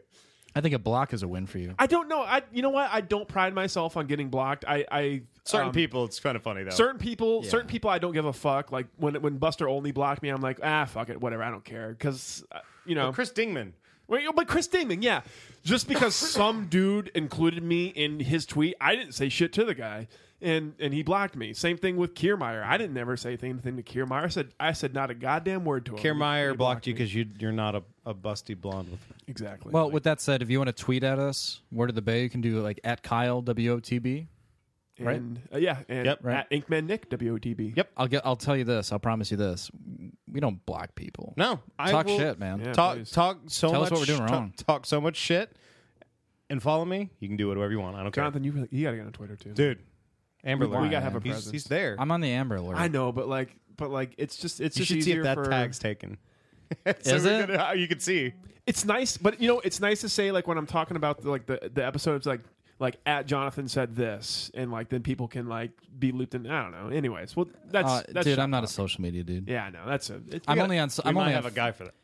Speaker 3: I think a block is a win for you.
Speaker 2: I don't know. I you know what? I don't pride myself on getting blocked. I I
Speaker 4: Certain
Speaker 2: um,
Speaker 4: people, it's kind of funny though.
Speaker 2: Certain people,
Speaker 3: Yeah.
Speaker 2: certain people, I don't give a fuck. Like when when Buster only blocked me, I'm like, ah, fuck it, whatever, I don't care, because you know,
Speaker 4: Chris Dingman.
Speaker 2: Well, you know, but Chris Damon, yeah. Just because some dude included me in his tweet, I didn't say shit to the guy, and and he blocked me. Same thing with Kiermeyer. I didn't ever say anything to Kiermeyer. I said I said not a goddamn word to him. He
Speaker 1: Kiermeyer blocked you because you, you're not a, a busty blonde with
Speaker 2: Exactly.
Speaker 3: Well, with that said, if you want to tweet at us, word of the bay, you can do like at Kyle W O T B. right.
Speaker 2: and, uh, yeah, and
Speaker 4: Yep,
Speaker 3: right.
Speaker 2: at Inkman Nick WOTB.
Speaker 4: Yep.
Speaker 3: I'll get. I'll tell you this. I'll promise you this. We don't block people.
Speaker 4: No, I
Speaker 3: Talk
Speaker 4: will-
Speaker 3: shit, man.
Speaker 2: Yeah,
Speaker 1: talk
Speaker 2: please.
Speaker 1: talk so
Speaker 3: Tell
Speaker 1: much
Speaker 3: us what we're doing
Speaker 1: talk-
Speaker 3: wrong.
Speaker 1: Talk, so much shit
Speaker 4: And follow me. You can do whatever you want. I don't care,
Speaker 2: Jonathan, you really, you gotta get on Twitter too,
Speaker 4: dude. Amber,
Speaker 3: We
Speaker 4: Alert.
Speaker 3: gotta have a
Speaker 4: He's-
Speaker 2: presence.
Speaker 4: He's there.
Speaker 3: I'm on the Amber Alert.
Speaker 2: I know, but like, but like, it's just it's
Speaker 1: you
Speaker 2: just
Speaker 1: should see
Speaker 2: easier
Speaker 1: if that
Speaker 2: for,
Speaker 1: tag's taken
Speaker 4: So
Speaker 3: Is
Speaker 4: we're
Speaker 3: it?
Speaker 4: gonna- uh, you can see.
Speaker 2: it's nice, but you know, it's nice to say like when I'm talking about the, like the the episodes like like at Jonathan said this, and like then people can like be looped in. I don't know. Anyways, well that's,
Speaker 3: Uh,
Speaker 2: that's
Speaker 3: dude, I'm not a
Speaker 2: shit talk.
Speaker 3: social media dude.
Speaker 2: yeah, no, that's a. It's,
Speaker 3: I'm
Speaker 2: yeah.
Speaker 3: only on.
Speaker 4: We
Speaker 3: I'm
Speaker 4: might
Speaker 3: only
Speaker 4: have
Speaker 3: on
Speaker 4: a guy for that.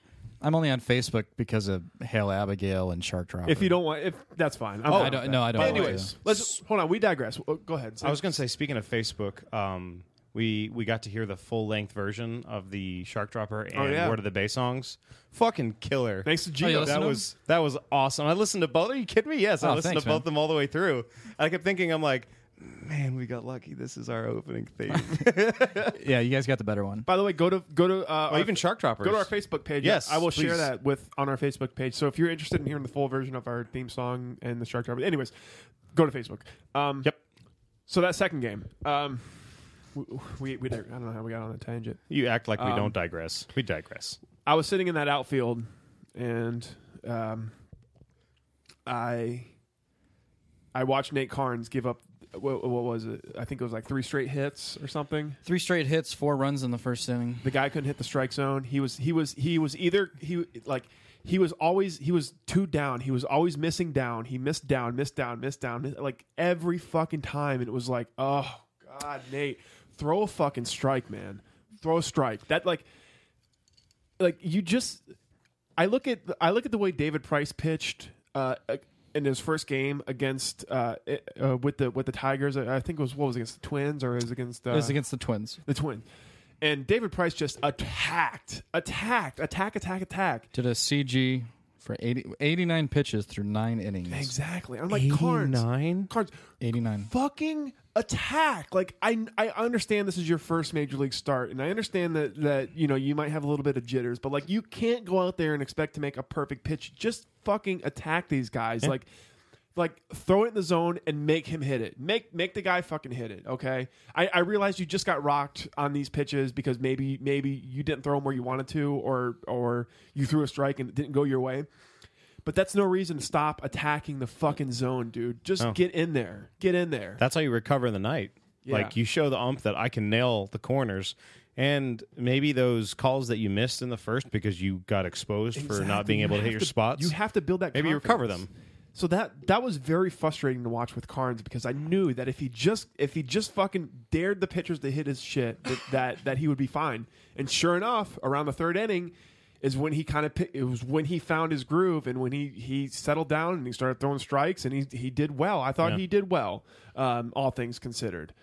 Speaker 3: I'm only on Facebook because of Hail Abigail and Shark Dropper.
Speaker 2: If you don't want, if that's fine. I'm
Speaker 3: Oh, I
Speaker 2: fine
Speaker 3: don't-
Speaker 2: with that.
Speaker 3: no, I don't
Speaker 2: But
Speaker 3: want
Speaker 2: anyways,
Speaker 3: to.
Speaker 2: let's hold on. We digress. Well, go ahead.
Speaker 1: i was going to say speaking of facebook um, we we got to hear the full length version of the shark dropper and
Speaker 2: Oh, yeah.
Speaker 1: word of the bay songs fucking killer
Speaker 2: Thanks to
Speaker 3: Oh, you
Speaker 2: Gio.
Speaker 3: listen
Speaker 1: that
Speaker 3: to 'em?
Speaker 1: was that was awesome i listened to both are you kidding me yes i
Speaker 3: Oh,
Speaker 1: listened
Speaker 3: thanks,
Speaker 1: to both
Speaker 3: man.
Speaker 1: them all the way through i kept thinking i'm like man we got lucky this is our opening theme
Speaker 3: yeah, you guys got the better one.
Speaker 2: By the way, go to go to uh,
Speaker 1: oh,
Speaker 2: our-
Speaker 1: even shark droppers
Speaker 2: Go to our Facebook page.
Speaker 1: Yes,
Speaker 2: I will share
Speaker 1: please.
Speaker 2: that with on our Facebook page. So if you're interested in hearing the full version of our theme song and the Shark Dropper, anyways, go to Facebook. Um,
Speaker 4: Yep.
Speaker 2: So that second game, um, we, we, we don't- I don't know how we got on a tangent.
Speaker 4: You act like we
Speaker 2: Um,
Speaker 4: don't digress. We digress.
Speaker 2: I was sitting in that outfield, and um, I I watched Nate Carnes give up. What, what was it? I think it was like three straight hits or something.
Speaker 3: Three straight hits, four runs in the first inning.
Speaker 2: The guy couldn't hit the strike zone. He was he was he was either he like he was always he was two down. He was always missing down. He missed down, missed down, missed down, miss- like every fucking time. And it was like, oh god, Nate, throw a fucking strike, man. Throw a strike. That like like you just I look at I look at the way David Price pitched uh, in his first game against uh, it- uh, with the with the Tigers. I I think it was what was it, against the Twins or it was against uh,
Speaker 3: It was against the Twins.
Speaker 2: the Twins. And David Price just attacked, attacked, attack, attack, attack.
Speaker 3: Did a CG for 80, 89 pitches through nine innings.
Speaker 2: Exactly. I'm like Carnes, Carnes,
Speaker 3: 89.
Speaker 2: fucking attack. Like I, I understand this is your first major league start, and I understand that that you know you might have a little bit of jitters, but like you can't go out there and expect to make a perfect pitch. Just fucking attack these guys. Like like throw it in the zone and make him hit it. Make make the guy fucking hit it. Okay. I, I realize you just got rocked on these pitches because maybe maybe you didn't throw them where you wanted to, or or you threw a strike and it didn't go your way. But that's no reason to stop attacking the fucking zone, dude. Just get in there. Get in there.
Speaker 1: That's how you recover in the night.
Speaker 2: Yeah.
Speaker 1: Like you show the ump that I can nail the corners. And maybe those calls that you missed in the first because you got exposed for not
Speaker 2: Exactly.
Speaker 1: being
Speaker 2: You
Speaker 1: able to hit
Speaker 2: have
Speaker 1: your spots.
Speaker 2: You have to build that.
Speaker 1: Maybe you recover
Speaker 2: confidence.
Speaker 1: them.
Speaker 2: So that that was very frustrating to watch with Carnes because I knew that if he just if he just fucking dared the pitchers to hit his shit that that, that he would be fine. And sure enough, around the third inning is when he kind of it was when he found his groove and when he he settled down and he started throwing strikes and he he did well. I thought
Speaker 1: Yeah.
Speaker 2: he did well, um, all things considered.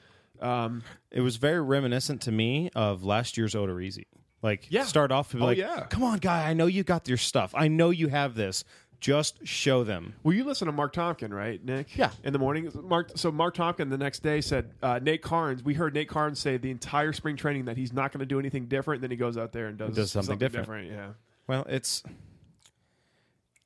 Speaker 2: Um,
Speaker 1: it was very reminiscent to me of last year's Odorizzi. Like,
Speaker 2: Yeah.
Speaker 1: start off and be
Speaker 2: Oh,
Speaker 1: like,
Speaker 2: yeah.
Speaker 1: come on, guy, I know you got your stuff. I know you have this. Just show them.
Speaker 2: Well, you listen to Mark Tompkin, right, Nick?
Speaker 1: Yeah.
Speaker 2: In the morning, Mark. So Mark Tompkin the next day said uh, Nate Carnes. We heard Nate Carnes say the entire spring training that he's not going to do anything different. Then he goes out there and does,
Speaker 1: Does something different.
Speaker 2: different,
Speaker 1: Well, it's.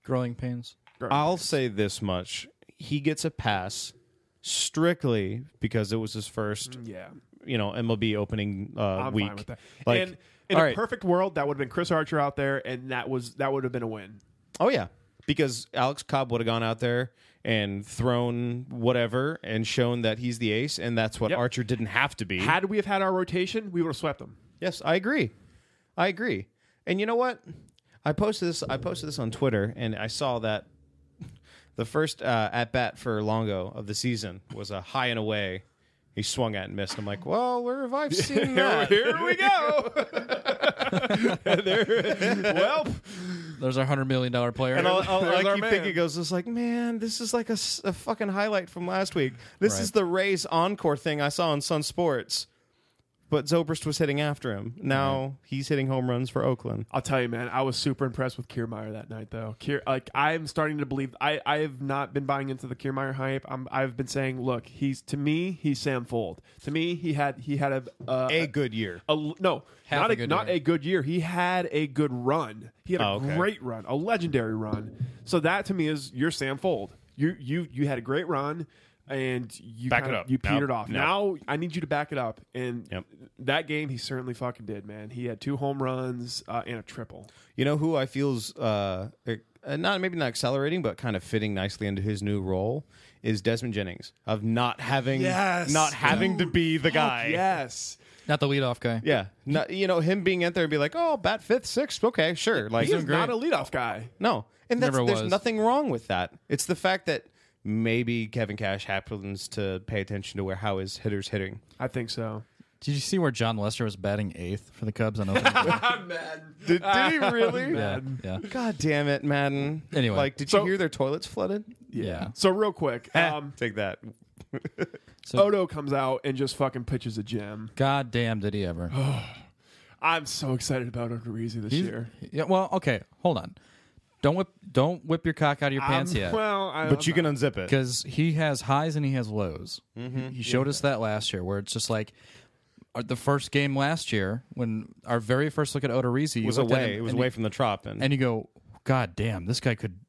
Speaker 3: Growing pains.
Speaker 2: Yeah.
Speaker 1: I'll say this much. He gets a pass strictly because it was his first,
Speaker 2: yeah.
Speaker 1: you know, MLB opening uh,
Speaker 2: I'm
Speaker 1: week.
Speaker 2: fine with that.
Speaker 1: Like,
Speaker 2: and in a
Speaker 1: all right.
Speaker 2: perfect world, that would have been Chris Archer out there, and that was that would have been a win.
Speaker 1: Oh yeah, because Alex Cobb would have gone out there and thrown whatever and shown that he's the ace, and that's what
Speaker 2: Yep.
Speaker 1: Archer didn't have to be.
Speaker 2: Had we have had our rotation, we would have swept them.
Speaker 1: yes, I agree. I agree. And you know what? I posted this. I posted this on Twitter, and I saw that the first uh, at bat for Longo of the season was a high and away. He swung at and missed. I'm like, well, where have I seen that?
Speaker 2: Here we go. well,
Speaker 3: There's our $100 million player.
Speaker 1: And I'll, I'll,
Speaker 2: There's
Speaker 1: I
Speaker 2: our
Speaker 1: keep
Speaker 2: man.
Speaker 1: thinking, it goes, it's like, man, this is like a, s- a fucking highlight from last week. This is the Rays encore thing I saw on Sun Sports. But Zobrist was hitting after him. Now he's hitting home runs for Oakland.
Speaker 2: I'll tell you, man, I was super impressed with Kiermeyer that night, though. Kier, like I'm starting to believe. I I have not been buying into the Kiermeyer hype. I'm, I've been saying, look, he's to me, he's Sam Fold. To me, he had he had a uh,
Speaker 1: A good year.
Speaker 2: a- no,
Speaker 3: Half
Speaker 2: not
Speaker 3: a
Speaker 2: a,
Speaker 3: good
Speaker 2: not
Speaker 3: year.
Speaker 2: a good year. He had a good run. He had a
Speaker 1: Oh, okay.
Speaker 2: great run, a legendary run. So that to me is you're Sam Fold. You you you had a great run, and you
Speaker 1: Back
Speaker 2: kinda-
Speaker 1: it up.
Speaker 2: You
Speaker 1: No,
Speaker 2: petered off.
Speaker 1: no.
Speaker 2: Now I need you to back it up. And
Speaker 1: Yep.
Speaker 2: that game, he certainly fucking did, man. He had two home runs uh, and a triple.
Speaker 1: You know who I feel's uh, uh, not maybe not accelerating, but kind of fitting nicely into his new role is Desmond Jennings of not having
Speaker 2: Yes,
Speaker 1: not having to be the guy.
Speaker 2: Yes.
Speaker 3: Not the leadoff guy.
Speaker 1: Yeah. Not- you know him being out there and be like, oh, bat fifth, sixth, okay, sure. Like
Speaker 2: He's not a leadoff guy.
Speaker 1: No, and that's,
Speaker 3: Never
Speaker 1: there's
Speaker 3: was.
Speaker 1: nothing wrong with that. It's the fact that maybe Kevin Cash happens to pay attention to where how his hitters hitting.
Speaker 2: I think so.
Speaker 3: Did you see where John Lester was batting eighth for the Cubs on opening day?
Speaker 2: I'm mad.
Speaker 1: Did, did he really?
Speaker 3: yeah, yeah.
Speaker 1: God damn it, Madden.
Speaker 3: Anyway.
Speaker 1: like, did
Speaker 2: So-
Speaker 1: you hear their toilets flooded?
Speaker 3: Yeah.
Speaker 2: So real quick,
Speaker 1: Eh.
Speaker 2: um,
Speaker 1: Take that.
Speaker 2: Odo comes out and just fucking pitches a gem.
Speaker 3: God damn, did he ever?
Speaker 2: I'm so excited about Odorizzi this
Speaker 3: He's-
Speaker 2: year.
Speaker 3: Yeah. Well, okay. Hold on. Don't whip. Don't whip your cock out of your pants
Speaker 2: I'm-
Speaker 3: yet.
Speaker 2: Well, I,
Speaker 1: But you can unzip it.
Speaker 3: because he has highs and he has lows.
Speaker 1: Mm-hmm.
Speaker 3: He showed us that last year, where it's just like our, the first game last year when our very first look at Odorizzi you
Speaker 1: It was
Speaker 3: looked at
Speaker 1: away.
Speaker 3: him
Speaker 1: It was
Speaker 3: and
Speaker 1: away
Speaker 3: You,
Speaker 1: from the trop. And,
Speaker 3: and you go, God damn, this guy could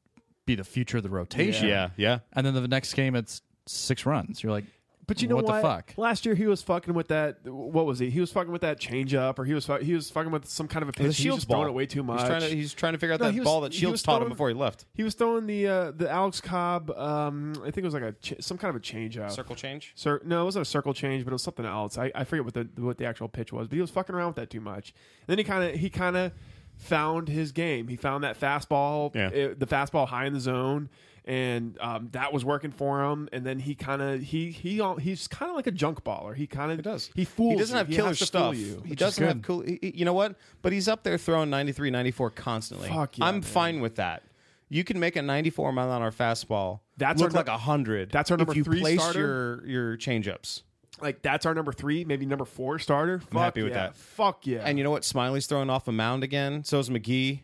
Speaker 3: be the future of the rotation.
Speaker 1: yeah, yeah.
Speaker 3: And then the next game, it's six runs. You're like,
Speaker 2: But you know
Speaker 3: What
Speaker 2: what?
Speaker 3: the fuck?
Speaker 2: Last year he was fucking with that. What was he? He was fucking with that changeup, or he was fu- he was fucking with some kind of a pitch.
Speaker 1: The
Speaker 2: and He was
Speaker 1: Shields
Speaker 2: just
Speaker 1: ball.
Speaker 2: throwing it way too much.
Speaker 1: He's trying to, he's trying to figure out
Speaker 2: No,
Speaker 1: that
Speaker 2: he was-
Speaker 1: ball that
Speaker 2: he
Speaker 1: Shields
Speaker 2: was
Speaker 1: taught him
Speaker 2: throwing-
Speaker 1: before he left.
Speaker 2: he was throwing the uh, the Alex Cobb. Um, I think it was like a ch- some kind of a changeup.
Speaker 1: Circle change.
Speaker 2: Cir- no, it wasn't a circle change, but it was something else. I, I forget what the what the actual pitch was, but he was fucking around with that too much. And then he kind of he kind of found his game. He found that fastball,
Speaker 4: Yeah.
Speaker 2: it- the fastball high in the zone, and um, that was working for him. And then he kind of he he al- he's kind of like a junk baller. He kind of
Speaker 1: does.
Speaker 2: he fools.
Speaker 1: He doesn't
Speaker 2: you.
Speaker 1: have
Speaker 2: He
Speaker 1: killer
Speaker 2: has to fool
Speaker 1: stuff.
Speaker 2: you.
Speaker 1: He doesn't have cool. he- he- you know what? But he's up there throwing 93, 94 constantly.
Speaker 2: Fuck yeah,
Speaker 1: I'm
Speaker 2: man.
Speaker 1: fine with that. You can make a 94 mile an hour fastball.
Speaker 2: That's
Speaker 1: look
Speaker 2: our
Speaker 1: like
Speaker 2: nu-
Speaker 1: a hundred.
Speaker 2: that's our number
Speaker 1: if you
Speaker 2: three
Speaker 1: place
Speaker 2: starter?
Speaker 1: your your changeups.
Speaker 2: Like that's our number three, maybe number four starter. Fuck
Speaker 1: happy with
Speaker 2: yeah.
Speaker 1: that.
Speaker 2: Fuck yeah.
Speaker 1: And you know what? Smiley's throwing off a mound again. So is McGee.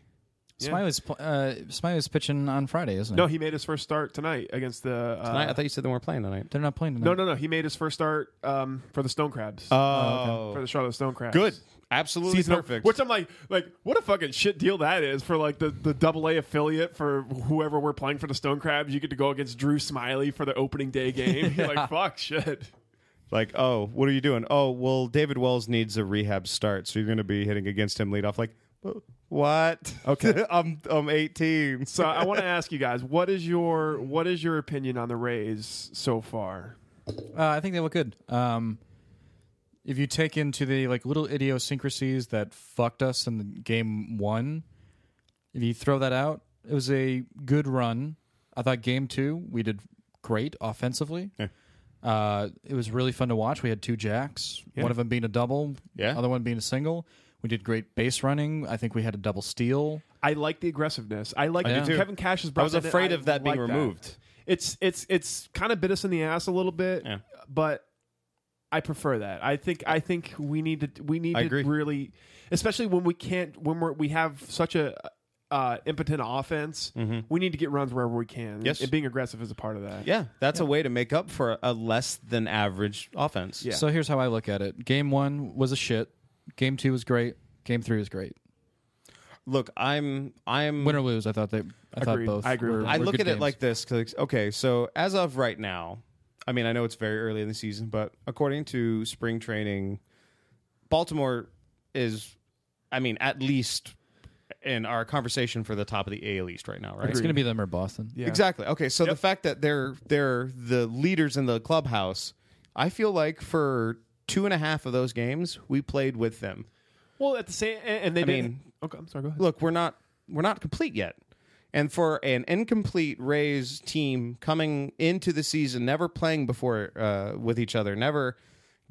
Speaker 3: Smiley's pl- uh, Smiley's pitching on Friday, isn't
Speaker 2: no,
Speaker 3: it?
Speaker 2: he made his first start tonight against the. Uh,
Speaker 1: Tonight, I thought you said they weren't playing tonight.
Speaker 3: They're not playing tonight.
Speaker 2: No, no, no. He made his first start um, for the Stone Crabs.
Speaker 1: Oh,
Speaker 2: for the Charlotte Stone Crabs.
Speaker 1: good. Absolutely
Speaker 2: Season
Speaker 1: perfect.
Speaker 2: Which I'm like, like, what a fucking shit deal that is for like the the double A affiliate for whoever we're playing for the Stone Crabs. You get to go against Drew Smiley for the opening day game. You're like, fuck, shit.
Speaker 1: like, oh, what are you doing? Oh, well, David Wells needs a rehab start, so you're going to be hitting against him leadoff. Like, what? Okay, I'm I'm 18.
Speaker 2: So I want to ask you guys, what is your what is your opinion on the Rays so far?
Speaker 3: Uh, I think they look good. Um, if you take into the like little idiosyncrasies that fucked us in the game one, if you throw that out, it was a good run. I thought game two we did great offensively.
Speaker 1: Yeah.
Speaker 3: Uh, it was really fun to watch. We had two jacks, one of them being a double,
Speaker 1: Yeah.
Speaker 3: other one being a single. We did great base running. I think we had a double steal.
Speaker 2: I like the aggressiveness. I like
Speaker 3: I do, too.
Speaker 2: Kevin Cash's.
Speaker 1: I was afraid of that being removed.
Speaker 2: It's it's it's kind of bit us in the ass a little bit,
Speaker 1: Yeah.
Speaker 2: but I prefer that. I think I think we need to we need
Speaker 1: I
Speaker 2: to
Speaker 1: agree.
Speaker 2: really, especially when we can't when we are we have such a uh, impotent offense. We need to get runs wherever we can.
Speaker 1: Mm-hmm. Yes.
Speaker 2: and being aggressive is a part of that.
Speaker 1: Yeah, that's a way to make up for a less than average offense.
Speaker 2: Yeah.
Speaker 3: So here's how I look at it. Game one was a shit. Game two was great. Game three was great.
Speaker 1: Look, I'm I'm
Speaker 3: Win or lose, I thought they. I
Speaker 2: Agreed.
Speaker 3: thought both.
Speaker 2: I agree with
Speaker 3: Were,
Speaker 2: that.
Speaker 1: I
Speaker 3: were
Speaker 1: look
Speaker 3: good
Speaker 1: at it
Speaker 3: games.
Speaker 1: like this because okay, so as of right now, I mean I know it's very early in the season, but according to spring training, Baltimore is, I mean at least in our conversation for the top of the AL East right now, right?
Speaker 3: it's going to be them or Boston.
Speaker 2: Yeah.
Speaker 1: Exactly. Okay, so the fact that they're they're the leaders in the clubhouse, I feel like for two and a half of those games we played with them.
Speaker 2: Well, at the same and, and they
Speaker 1: I
Speaker 2: didn't.
Speaker 1: mean-
Speaker 2: okay, I'm sorry. Go ahead.
Speaker 1: look, we're not we're not complete yet. And for an incomplete Rays team coming into the season, never playing before uh, with each other, never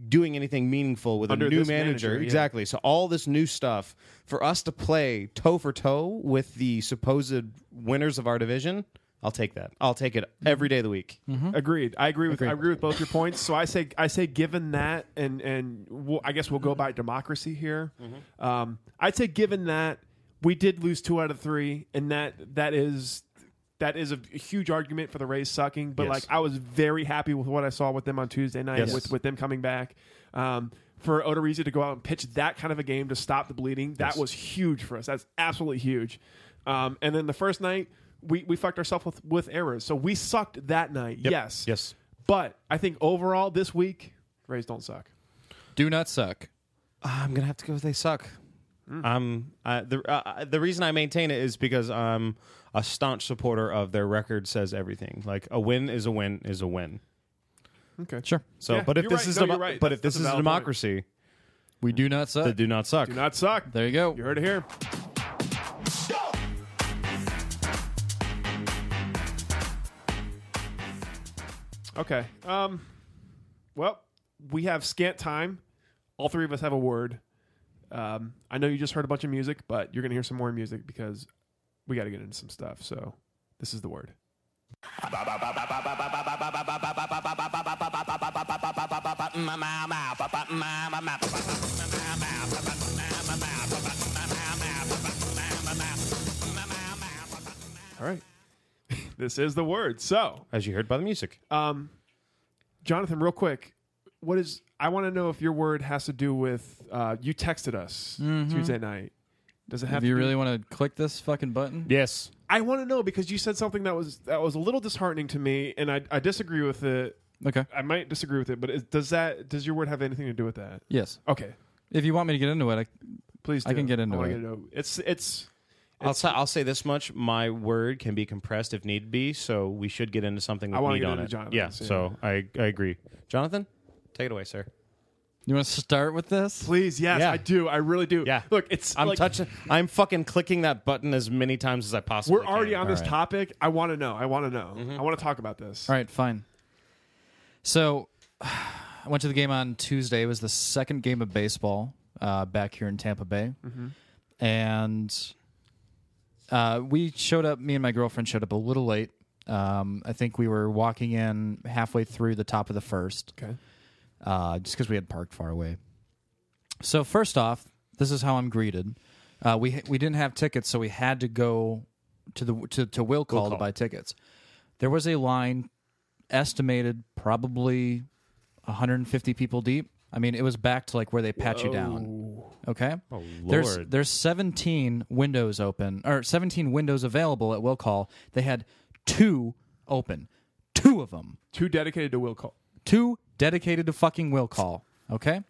Speaker 1: doing anything meaningful with
Speaker 2: Under
Speaker 1: a new
Speaker 2: this
Speaker 1: manager,
Speaker 2: manager, yeah.
Speaker 1: exactly. So all this new stuff for us to play toe for toe with the supposed winners of our division, I'll take that. I'll take it every day of the week.
Speaker 2: Agreed. I agree with I agree with both your points. So I say I say given that and and we'll, I guess we'll go by democracy here. Um, I'd say given that we did lose two out of three, and that that is that is a huge argument for the Rays sucking. But like I was very happy with what I saw with them on Tuesday night
Speaker 1: Yes.
Speaker 2: with with them coming back. Um, for Odorizzi to go out and pitch that kind of a game to stop the bleeding, that was huge for us. That's absolutely huge. Um, and then the first night, we, we fucked ourselves with, with errors. So we sucked that night. Yes.
Speaker 1: Yes.
Speaker 2: But I think overall this week, Rays don't suck.
Speaker 3: Do not suck.
Speaker 1: Ah, I'm gonna have to go. with They suck.
Speaker 2: Mm.
Speaker 1: Um, I, the uh, the reason I maintain it is because I'm a staunch supporter of their record says everything. Like a win is a win is a win.
Speaker 2: Okay.
Speaker 3: Sure.
Speaker 1: So,
Speaker 2: Yeah,
Speaker 1: but if
Speaker 2: you're
Speaker 1: this
Speaker 2: right.
Speaker 1: is
Speaker 2: No,
Speaker 1: demo-
Speaker 2: you're right.
Speaker 1: but
Speaker 2: That's-
Speaker 1: if this
Speaker 2: that's a
Speaker 1: is a
Speaker 2: valid
Speaker 1: democracy,
Speaker 3: We do not suck.
Speaker 1: they do not suck.
Speaker 2: Do not suck.
Speaker 3: There you go.
Speaker 2: You heard it here. Okay. Um, well, we have scant time. All three of us have a word. Um, I know you just heard a bunch of music, but you're going to hear some more music because we got to get into some stuff. So this is the word. All right. this is the word. So,
Speaker 1: As you heard by the music,
Speaker 2: um, Jonathan, real quick, what is? I want to know if your word has to do with uh, you texted us Tuesday night. Does it have?
Speaker 3: Mm-hmm. If
Speaker 2: to
Speaker 3: you
Speaker 2: do-
Speaker 3: really want to click this fucking button,
Speaker 1: yes,
Speaker 2: I want to know because you said something that was that was a little disheartening to me, and I, I disagree with it.
Speaker 3: Okay.
Speaker 2: I might disagree with it, but is, does that does your word have anything to do with that?
Speaker 3: Yes.
Speaker 2: Okay,
Speaker 3: If you want me to get into it, I,
Speaker 2: please. Do.
Speaker 3: I can get into
Speaker 2: wanna
Speaker 3: it.
Speaker 2: into It's it's
Speaker 1: I'll, si will say this much: my word can be compressed if need be, so we should get into something
Speaker 2: I
Speaker 1: with
Speaker 2: wanna
Speaker 1: meat
Speaker 2: get
Speaker 1: on
Speaker 2: into
Speaker 1: it.
Speaker 2: Jonathan's,
Speaker 1: yeah,
Speaker 2: yeah.
Speaker 1: so I, I agree. Jonathan, take it away, sir.
Speaker 3: you want to start with this?
Speaker 2: please. Yes,
Speaker 1: Yeah.
Speaker 2: I do. I really do.
Speaker 1: Yeah.
Speaker 2: Look, it's
Speaker 1: I'm
Speaker 2: like,
Speaker 1: touching. I'm fucking clicking that button as many times as I possibly.
Speaker 2: We're already
Speaker 1: can.
Speaker 2: on this
Speaker 3: All right. Mm-hmm.
Speaker 2: topic. I want to know. I want to know. I want to talk about this.
Speaker 3: All right, fine. So I went to the game on Tuesday. It was the second game of baseball uh, back here in Tampa Bay. And uh, we showed up, me and my girlfriend showed up a little late. Um, I think we were walking in halfway through the top of the first
Speaker 2: Okay.
Speaker 3: uh, just because we had parked far away. So first off, this is how I'm greeted. Uh, we we didn't have tickets, so we had to go to the to, to will call, to buy tickets. There was a line estimated probably 150 people deep. I mean, it was back to like where they pat you down. Okay. Oh There's
Speaker 1: Lord.
Speaker 3: there's 17 windows open or 17 windows available at will call. They had two open, two of them
Speaker 2: Too dedicated to will call.
Speaker 3: two dedicated to fucking will call. Okay.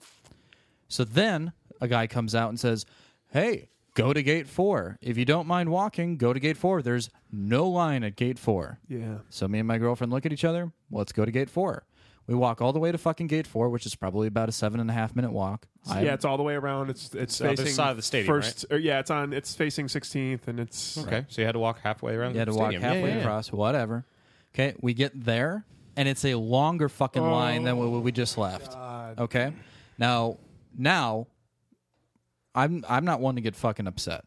Speaker 3: So then a guy comes out and says, Hey, go to gate four. If you don't mind walking, go to gate four. There's no line at gate four.
Speaker 2: Yeah.
Speaker 3: So me and my girlfriend look at each other. Let's go to gate four. We walk all the way to fucking gate four, which is probably about a seven and a half minute walk. I-
Speaker 2: yeah, it's all the way around. It's it's
Speaker 1: other
Speaker 2: facing
Speaker 1: side of the stadium,
Speaker 2: First, or, yeah, it's on. It's facing 16th, and it's
Speaker 1: Okay, so you had to walk halfway around.
Speaker 3: You had
Speaker 1: the
Speaker 3: to walk
Speaker 1: stadium. Yeah,
Speaker 3: halfway
Speaker 1: yeah, yeah.
Speaker 3: across, whatever. Okay, we get there, and it's a longer fucking line than what we just left. Okay, now, now, I'm I'm not one to get fucking upset.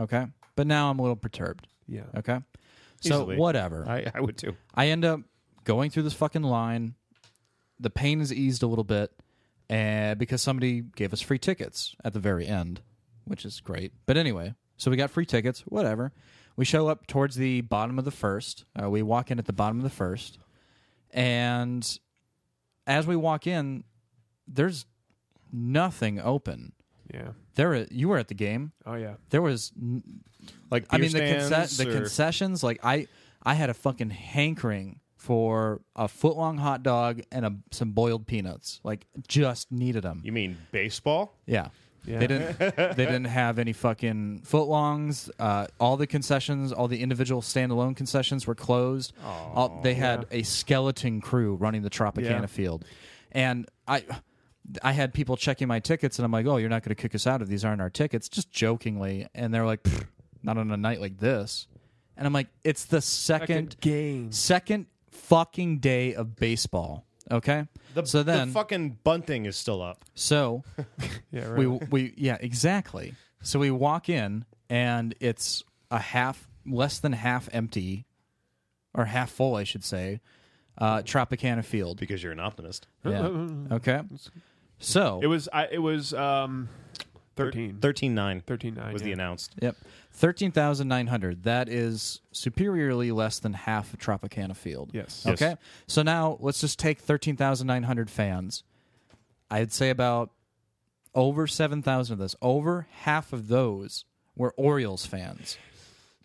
Speaker 3: Okay, but now I'm a little perturbed.
Speaker 2: yeah.
Speaker 3: Okay,
Speaker 1: Easily.
Speaker 3: so whatever.
Speaker 1: I, I would too.
Speaker 3: I end up going through this fucking line. The pain is eased a little bit, and because somebody gave us free tickets at the very end, which is great. But anyway, so we got free tickets. Whatever. We show up towards the bottom of the first. Uh, we walk in at the bottom of the first, and as we walk in, there's nothing open.
Speaker 2: Yeah.
Speaker 3: There, you were at the game.
Speaker 2: Oh yeah.
Speaker 3: There was n-
Speaker 1: Like
Speaker 3: I mean the,
Speaker 1: beer
Speaker 3: conce-
Speaker 1: stands
Speaker 3: the
Speaker 1: or-
Speaker 3: concessions. Like I, I had a fucking hankering for a foot long hot dog and a, some boiled peanuts. Like just needed them.
Speaker 1: You mean baseball?
Speaker 3: Yeah.
Speaker 2: Yeah.
Speaker 3: They didn't. They didn't have any fucking footlongs. Uh, all the concessions, all the individual standalone concessions were closed. all, they had a skeleton crew running the Tropicana
Speaker 2: Yeah.
Speaker 3: field, and I, I had people checking my tickets, and I'm like, "Oh, you're not going to kick us out if these aren't our tickets," just jokingly, and they're like, "Pfft, "Not on a night like this," and I'm like, "It's the second
Speaker 2: game.
Speaker 3: second fucking day of baseball." Okay, so then
Speaker 1: the fucking bunting is still up.
Speaker 3: so
Speaker 2: Yeah. Right.
Speaker 3: we we yeah exactly so we walk in and it's a half less than half empty or half full i should say uh tropicana field
Speaker 1: Because you're an optimist.
Speaker 3: yeah okay so
Speaker 2: it was. I. It was. Um. 13.
Speaker 1: 13 9
Speaker 2: 13 9.
Speaker 1: was the announced.
Speaker 3: yep 13900 that is superiorly less than half of tropicana field
Speaker 2: Yes.
Speaker 1: Yes.
Speaker 3: okay so now let's just take 13900 fans i'd say about over 7000 of those over half of those were orioles fans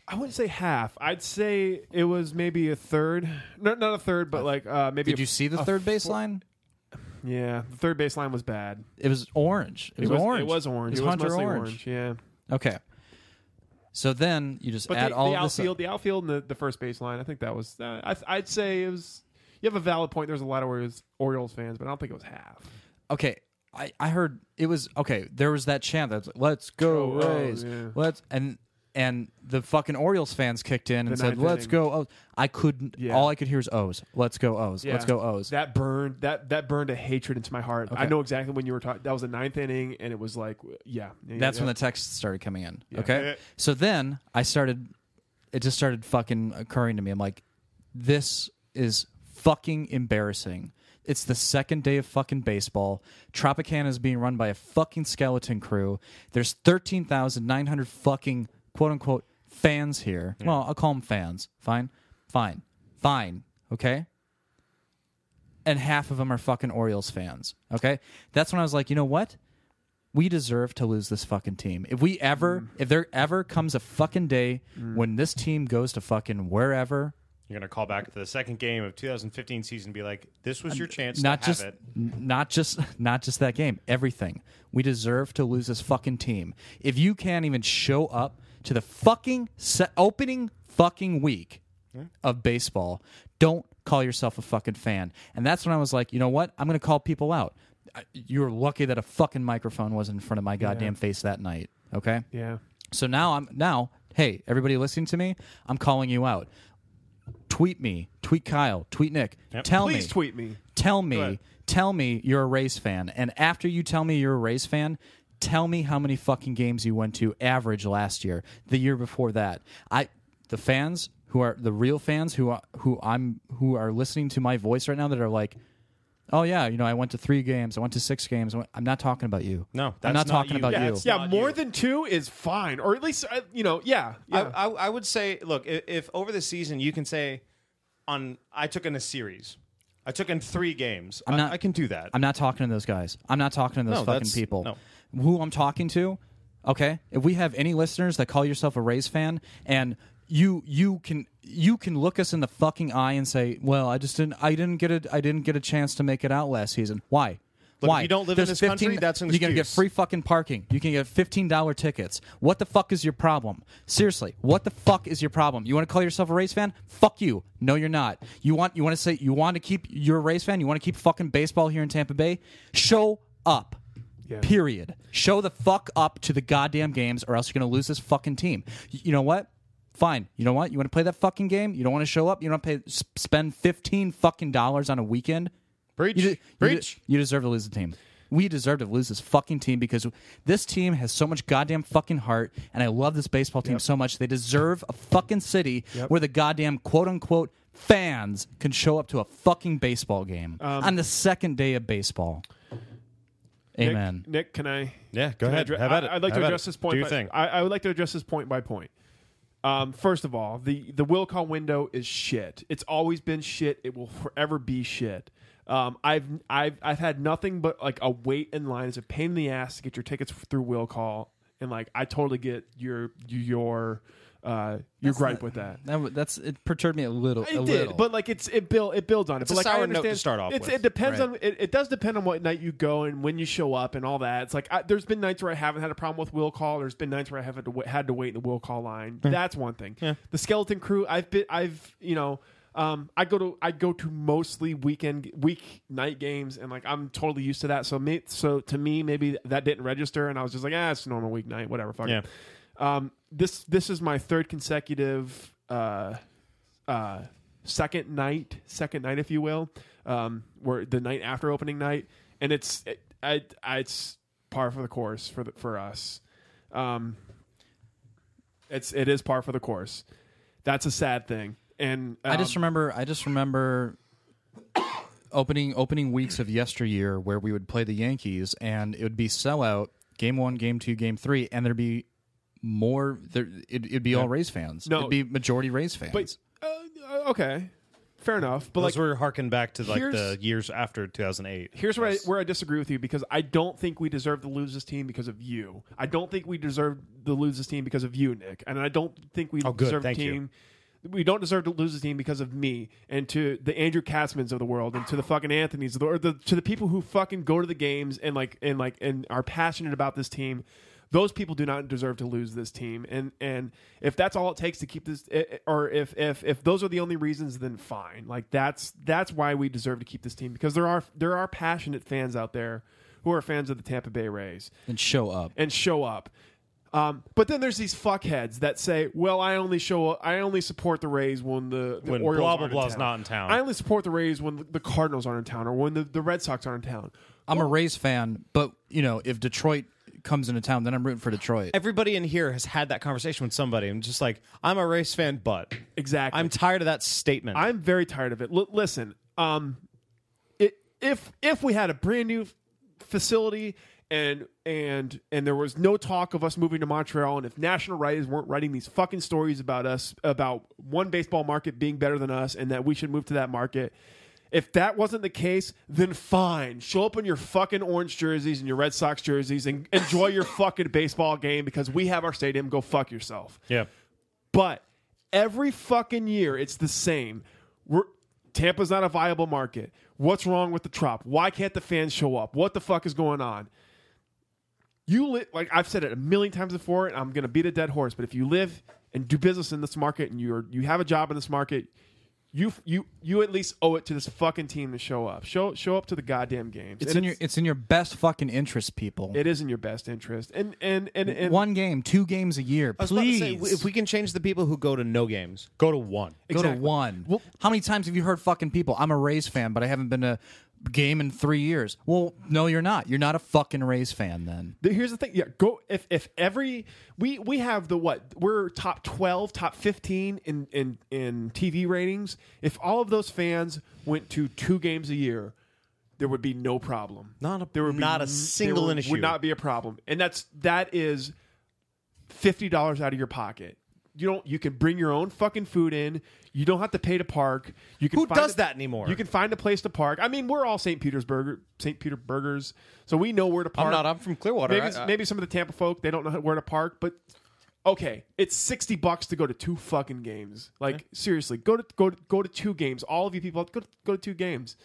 Speaker 2: I wouldn't say half. I'd say it was maybe a third. No, not a third, but like uh, maybe.
Speaker 3: Did
Speaker 2: a-
Speaker 3: you see the
Speaker 2: a
Speaker 3: third
Speaker 2: four-
Speaker 3: baseline?
Speaker 2: Yeah, the third baseline was bad.
Speaker 3: It was orange. It was, orange.
Speaker 2: It was orange.
Speaker 3: It
Speaker 2: It
Speaker 3: was
Speaker 2: was
Speaker 3: Hunter
Speaker 2: mostly orange.
Speaker 3: orange.
Speaker 2: Yeah,
Speaker 3: Okay. So then you just
Speaker 2: but
Speaker 3: add
Speaker 2: the,
Speaker 3: all
Speaker 2: the
Speaker 3: of this.
Speaker 2: outfield, the outfield, and the, the first baseline. I think that was. Uh, I, I'd say it was. You have a valid point. There's a lot of Orioles, Orioles fans, but I don't think it was half.
Speaker 3: Okay. I, I heard it was okay. There was that chant that's like, "Let's go
Speaker 2: Go Rays,
Speaker 3: Rays,"
Speaker 2: yeah.
Speaker 3: let's and and the fucking Orioles fans kicked in and
Speaker 2: The
Speaker 3: said,
Speaker 2: ninth
Speaker 3: "Let's
Speaker 2: inning.
Speaker 3: go." O's. I couldn't.
Speaker 2: Yeah.
Speaker 3: All I could hear was O's. Let's go O's. Let's
Speaker 2: Yeah.
Speaker 3: go O's.
Speaker 2: That burned. That that burned a hatred into my heart. I
Speaker 3: Okay.
Speaker 2: know exactly when you were talking. That was the ninth inning, and it was like, yeah, yeah,
Speaker 3: That's
Speaker 2: yeah.
Speaker 3: when the texts started coming in. Okay. So then I started, it just started fucking occurring to me. I'm like, this is fucking embarrassing. It's the second day of fucking baseball. Tropicana is being run by a fucking skeleton crew. There's 13,900 fucking quote unquote fans here. Well, I'll call them fans. Fine. Fine. Fine. Okay and half of them are fucking Orioles fans. Okay, that's when I was like, you know what? We deserve to lose this fucking team. If we
Speaker 4: Mm.
Speaker 3: ever, if there ever comes a fucking day when this team goes to fucking wherever,
Speaker 4: You're going to call back to the second game of 2015 season and be like, "This was your chance
Speaker 3: not
Speaker 4: to
Speaker 3: just
Speaker 4: have it."
Speaker 3: n- not just not just that game everything we deserve to lose this fucking team if you can't even show up to the fucking se- opening fucking week of baseball don't call yourself a fucking fan and that's when i was like you know what i'm gonna call people out I- you were lucky that a fucking microphone was not in front of my goddamn face that night okay
Speaker 2: Yeah.
Speaker 3: so now I'm now, hey, everybody listening to me, I'm calling you out. Tweet me, tweet Kyle, tweet Nick. Tell
Speaker 2: Please
Speaker 3: me,
Speaker 2: tweet me.
Speaker 3: tell
Speaker 4: ahead.
Speaker 3: me, tell me you're a Rays fan. And after you tell me you're a Rays fan, tell me how many fucking games you went to average last year, the year before that. I the fans who are the real fans who are, who I'm who are listening to my voice right now that are like Oh yeah, you know I went to three games. I went to six games. I went- I'm not talking about you.
Speaker 4: No,
Speaker 3: I'm
Speaker 4: that's not
Speaker 3: not talking
Speaker 4: you.
Speaker 3: about
Speaker 4: Yeah,
Speaker 3: you.
Speaker 4: that's-
Speaker 2: Yeah,
Speaker 4: not
Speaker 2: more
Speaker 4: you.
Speaker 2: than two is fine, or at least uh, you know, yeah, yeah.
Speaker 4: I, I, I would say, look, if, if over the season you can say, "On, I took in a series, I took in three games," i
Speaker 3: not-
Speaker 4: I can do that.
Speaker 3: I'm not talking to those guys. I'm not talking to those
Speaker 4: No,
Speaker 3: fucking
Speaker 4: that's-
Speaker 3: people.
Speaker 4: no.
Speaker 3: Who I'm talking to? Okay, if we have any listeners that call yourself a Rays fan and you you can you can look us in the fucking eye and say, "Well, I just didn't I didn't get a I didn't get a chance to make it out last season." Why?
Speaker 4: Look,
Speaker 3: Why?
Speaker 4: if you don't live in this country, that's an
Speaker 3: you can get
Speaker 4: excuse.
Speaker 3: free fucking parking. You can get fifteen dollar tickets. What the fuck is your problem? Seriously, what the fuck is your problem? You want to call yourself a race fan? Fuck you. No, you're not. You want you want to say you want to keep you're a race fan. You want to keep fucking baseball here in Tampa Bay. Show up. Period. Show the fuck up to the goddamn games, or else you're gonna lose this fucking team. Y- you know what? Fine. You know what? You want to play that fucking game? You don't want to show up? You don't pay s- spend fifteen fucking dollars on a weekend?
Speaker 4: Preach.
Speaker 3: You de- you de-
Speaker 4: Preach.
Speaker 3: you deserve to lose the team. We deserve to lose this fucking team because this team has so much goddamn fucking heart, and I love this baseball team so much. They deserve a fucking city where the goddamn quote unquote fans can show up to a fucking baseball game on the second day of baseball.
Speaker 2: Nick,
Speaker 3: Amen.
Speaker 2: Nick, can I?
Speaker 4: Yeah, go
Speaker 2: can I
Speaker 4: ahead.
Speaker 2: addre-
Speaker 4: Have at
Speaker 2: I-
Speaker 4: it.
Speaker 2: I'd like
Speaker 4: Have
Speaker 2: to
Speaker 4: at
Speaker 2: address
Speaker 4: it.
Speaker 2: this point.
Speaker 4: Do your
Speaker 2: by-
Speaker 4: thing.
Speaker 2: I, I would like to address this point by point. Um, first of all, the the will call window is shit. It's always been shit. It will forever be shit. Um, I've I've I've had nothing but like a wait in line. It's a pain in the ass to get your tickets through will call, and like I totally get your your uh, your gripe with that.
Speaker 3: That w- that's it perturbed me a little.
Speaker 2: It
Speaker 3: a
Speaker 2: did,
Speaker 3: little.
Speaker 2: but like it's it build it builds on it.
Speaker 4: a
Speaker 2: but like I
Speaker 4: sour note to
Speaker 2: understand,
Speaker 4: start off
Speaker 2: it's,
Speaker 4: with.
Speaker 2: It depends on it, it. does depend on what night you go and when you show up and all that. It's like I, there's been nights where I haven't had a problem with will call. There's been nights where I haven't wa- had to wait in the will call line.
Speaker 4: Hmm.
Speaker 2: That's one thing. The skeleton crew. I've been. I've you know. Um, I go to I go to mostly weekend week night games and like I'm totally used to that. So may, so to me maybe that didn't register and I was just like ah it's a normal weeknight whatever fuck it."
Speaker 4: Yeah.
Speaker 2: Um, this this is my third consecutive uh, uh, second night, second night, if you will, um, where the night after opening night, and it's it, I, I, it's par for the course for the, for us. Um, it's it is par for the course. That's a sad thing, and
Speaker 3: I
Speaker 2: um,
Speaker 3: just remember. I just remember opening opening weeks of yesteryear where we would play the Yankees and it would be sellout game one, game two, game three, and there'd be more. There, it'd, it'd be all Rays fans.
Speaker 2: No.
Speaker 3: it'd be majority Rays fans.
Speaker 2: but uh, okay, fair enough. But
Speaker 4: Those
Speaker 2: like,
Speaker 4: were harken back to like the
Speaker 2: here's-
Speaker 4: years after 2008.
Speaker 2: Here's where I, where I disagree with you because I don't think we deserve to lose this team because of you. I don't think we deserve to lose this team because of you, Nick. And I don't think we
Speaker 4: Oh, good.
Speaker 2: deserve
Speaker 4: Thank
Speaker 2: the
Speaker 4: you.
Speaker 2: team. We don't deserve to lose this team because of me and to the Andrew Katzmans of the world and to the fucking Anthony's of the, or the to the people who fucking go to the games and like and like and are passionate about this team. Those people do not deserve to lose this team, and and if that's all it takes to keep this, eh, eh, or if if if those are the only reasons, then fine. Like that's that's why we deserve to keep this team because there are there are passionate fans out there who are fans of the Tampa Bay Rays
Speaker 3: and show up.
Speaker 2: and show up. Um, but then there's these fuckheads that say, "Well, I only show up, I only support the Rays when the, the
Speaker 4: When
Speaker 2: Orioles
Speaker 4: blah, blah,
Speaker 2: aren't
Speaker 4: blah's
Speaker 2: in town.
Speaker 4: not in town."
Speaker 2: I only support the Rays when the- the Cardinals aren't in town or when the, the Red Sox aren't in town."
Speaker 3: I'm a Rays fan, but you know if Detroit comes into town, then I'm rooting for Detroit.
Speaker 4: Everybody in here has had that conversation with somebody. I'm just like, I'm a race fan, but
Speaker 2: Exactly.
Speaker 4: I'm tired of that statement.
Speaker 2: I'm very tired of it. L- listen, um, it, if if we had a brand new f- facility and and and there was no talk of us moving to Montreal, and if national writers weren't writing these fucking stories about us about one baseball market being better than us and that we should move to that market. If that wasn't the case, then fine. Show up in your fucking orange jerseys and your Red Sox jerseys and enjoy your fucking baseball game because we have our stadium. Go fuck yourself.
Speaker 4: yeah.
Speaker 2: But Every fucking year, it's the same. We're Tampa's not a viable market. What's wrong with the trop? Why can't the fans show up? What the fuck is going on? You li- like I've said it a million times before, and I'm gonna beat a dead horse. But if you live and do business in this market, and you're you have a job in this market, you you you at least owe it to this fucking team to show up. Show show up to the goddamn games.
Speaker 3: It's
Speaker 2: And
Speaker 3: in your it's in your best fucking interest, people.
Speaker 2: it is in your best interest. And and and, and
Speaker 3: One game, two games a year,
Speaker 1: I was about to
Speaker 3: please.
Speaker 1: say, if we can change the people who go to no games, go to one.
Speaker 3: go
Speaker 2: Exactly.
Speaker 3: to one. How many times have you heard fucking people? I'm a Rays fan, but I haven't been to a game in three years. Well, no, you're not. You're not a fucking Rays fan then.
Speaker 2: The- here's the thing. Yeah, go if if every we we have the what we're top twelve, top fifteen in in in TV ratings. If all of those fans went to two games a year, there would be no problem.
Speaker 1: Not a-
Speaker 2: there would
Speaker 1: not a
Speaker 2: n-
Speaker 1: single
Speaker 2: there
Speaker 1: issue.
Speaker 2: Would not be a problem, and that's that is fifty dollars out of your pocket. You don't. You can bring your own fucking food in. You don't have to pay to park. You can
Speaker 1: Who
Speaker 2: find
Speaker 1: does
Speaker 2: a-
Speaker 1: that anymore?
Speaker 2: You can find a place to park. I mean, we're all St. Petersburg, St. Peter burgers, so we know where to park.
Speaker 1: I'm not. I'm from Clearwater.
Speaker 2: Maybe,
Speaker 1: I-
Speaker 2: s-
Speaker 1: I-
Speaker 2: maybe some of the Tampa folk they don't know where to park, but okay, it's sixty bucks to go to two fucking games. Like seriously, go to go to, go to two games. All of you people, go to, go to two games.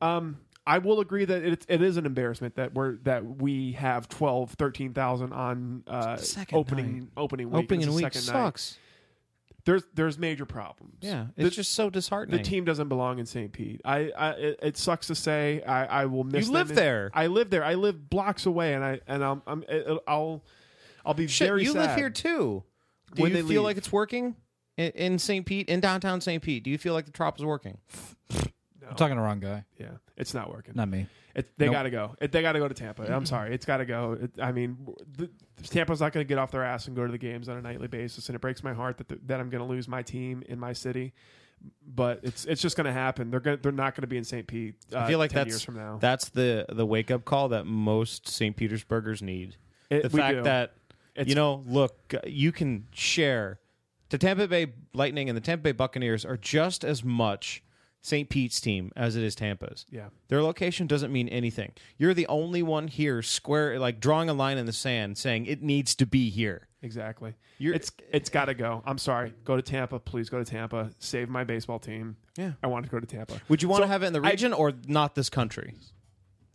Speaker 2: Um, I will agree that it, it is an embarrassment that we're that we have 12, 13,000 on uh,
Speaker 1: second
Speaker 2: opening
Speaker 1: night.
Speaker 2: opening week.
Speaker 1: opening
Speaker 2: It's the
Speaker 1: week
Speaker 2: second night.
Speaker 1: sucks.
Speaker 2: There's there's major problems.
Speaker 1: Yeah,
Speaker 2: the,
Speaker 1: it's just so
Speaker 2: the
Speaker 1: disheartening.
Speaker 2: team doesn't belong in St. Pete. I, I it, it sucks to say. I, I will miss.
Speaker 1: You
Speaker 2: them
Speaker 1: live
Speaker 2: in-
Speaker 1: there.
Speaker 2: I live there. I live blocks away, and I and I'm, I'm it'll- I'll I'll be
Speaker 1: Shit,
Speaker 2: very.
Speaker 1: you live
Speaker 2: sad.
Speaker 1: here too. Do
Speaker 2: When
Speaker 1: you
Speaker 2: they
Speaker 1: feel
Speaker 2: leave.
Speaker 1: like it's working in, in St. Pete, in downtown St. Pete? Do you feel like the trop is working?
Speaker 3: I'm talking to the wrong guy,
Speaker 2: Yeah, it's not working.
Speaker 3: not me.
Speaker 2: It, they
Speaker 3: Nope.
Speaker 2: got to go. It, they got to go to Tampa.
Speaker 1: Mm-hmm.
Speaker 2: I'm sorry, it's got to go. It, I mean, the, Tampa's not going to get off their ass and go to the games on a nightly basis, and it breaks my heart that the, that I'm going to lose my team in my city. But it's it's just going to happen. They're gonna, they're not going to be in St. Pete. Uh,
Speaker 1: I feel like
Speaker 2: 10
Speaker 1: that's
Speaker 2: years from now.
Speaker 1: that's the the wake up call that most St. Petersburgers need.
Speaker 2: It-
Speaker 1: the
Speaker 2: we
Speaker 1: fact
Speaker 2: do.
Speaker 1: that
Speaker 2: It's-
Speaker 1: you know, look, you can share. The Tampa Bay Lightning and the Tampa Bay Buccaneers are just as much St. Pete's team as it is Tampa's.
Speaker 2: Yeah.
Speaker 1: Their location doesn't mean anything. You're the only one here square like drawing a line in the sand saying it needs to be here.
Speaker 2: Exactly.
Speaker 1: You're-
Speaker 2: it's it's got to go. I'm sorry. Go to Tampa, please. Go to Tampa. Save my baseball team.
Speaker 1: Yeah.
Speaker 2: I want to go to Tampa.
Speaker 1: Would you want
Speaker 2: So
Speaker 1: to have it in the
Speaker 2: I-
Speaker 1: region or not this country?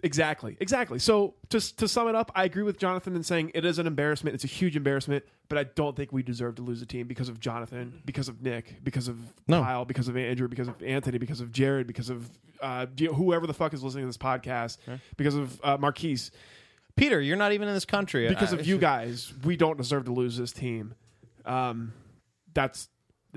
Speaker 2: Exactly. Exactly. So just to sum it up, I agree with Jonathan in saying it is an embarrassment. It's a huge embarrassment, but I don't think we deserve to lose a team because of Jonathan, because of Nick, because of
Speaker 1: No.
Speaker 2: Kyle, because of Andrew, because of Anthony, because of Jared, because of uh, you know, whoever the fuck is listening to this podcast, because of uh, Marquise,
Speaker 1: Peter, you're not even in this country.
Speaker 2: because
Speaker 1: I-
Speaker 2: of you guys. We don't deserve to lose this team. Um, that's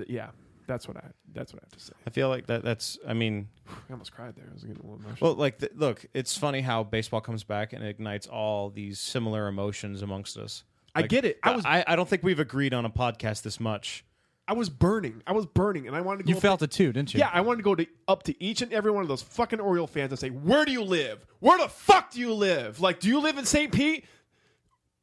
Speaker 2: yeah. That's what I. That's what I have to say.
Speaker 1: I feel like that that's I mean,
Speaker 2: I almost cried there. I was getting a little emotional.
Speaker 1: Well, like, th- look, it's funny how baseball comes back and ignites all these similar emotions amongst us.
Speaker 2: I
Speaker 1: Like,
Speaker 2: get it. I was
Speaker 1: I, I don't think we've agreed on a podcast this much.
Speaker 2: I was burning. I was burning, and I wanted to. Go
Speaker 3: You
Speaker 2: up
Speaker 3: felt it too, didn't
Speaker 2: to-
Speaker 3: you?
Speaker 2: yeah, I wanted to go to up to each and every one of those fucking Oriole fans and say, "Where do you live? Where the fuck do you live? Like, do you live in St. Pete?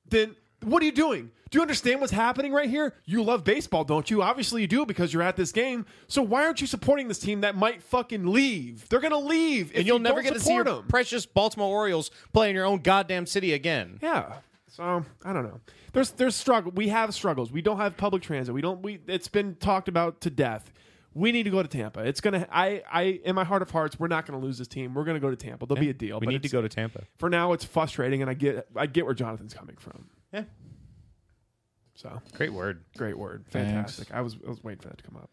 Speaker 2: Then what are you doing? Do you understand what's happening right here? You love baseball, don't you? Obviously, you do because you're at this game. So why aren't you supporting this team that might fucking leave? They're gonna leave,
Speaker 1: And you'll never
Speaker 2: don't
Speaker 1: get to see your
Speaker 2: support them.
Speaker 1: precious Baltimore Orioles play in your own goddamn city again.
Speaker 2: Yeah. So I don't know. There's there's struggle. We have struggles. We don't have public transit. We don't. We it's been talked about to death. We need to go to Tampa. It's gonna. I I in my heart of hearts, we're not gonna lose this team. We're gonna go to Tampa. There'll be a deal.
Speaker 1: We
Speaker 2: but
Speaker 1: need to
Speaker 2: it's-
Speaker 1: go to Tampa.
Speaker 2: For now, it's frustrating, and I get I get where Jonathan's coming from.
Speaker 1: Yeah.
Speaker 2: So
Speaker 1: Great word.
Speaker 2: great word, fantastic. I was I was waiting for that to come up.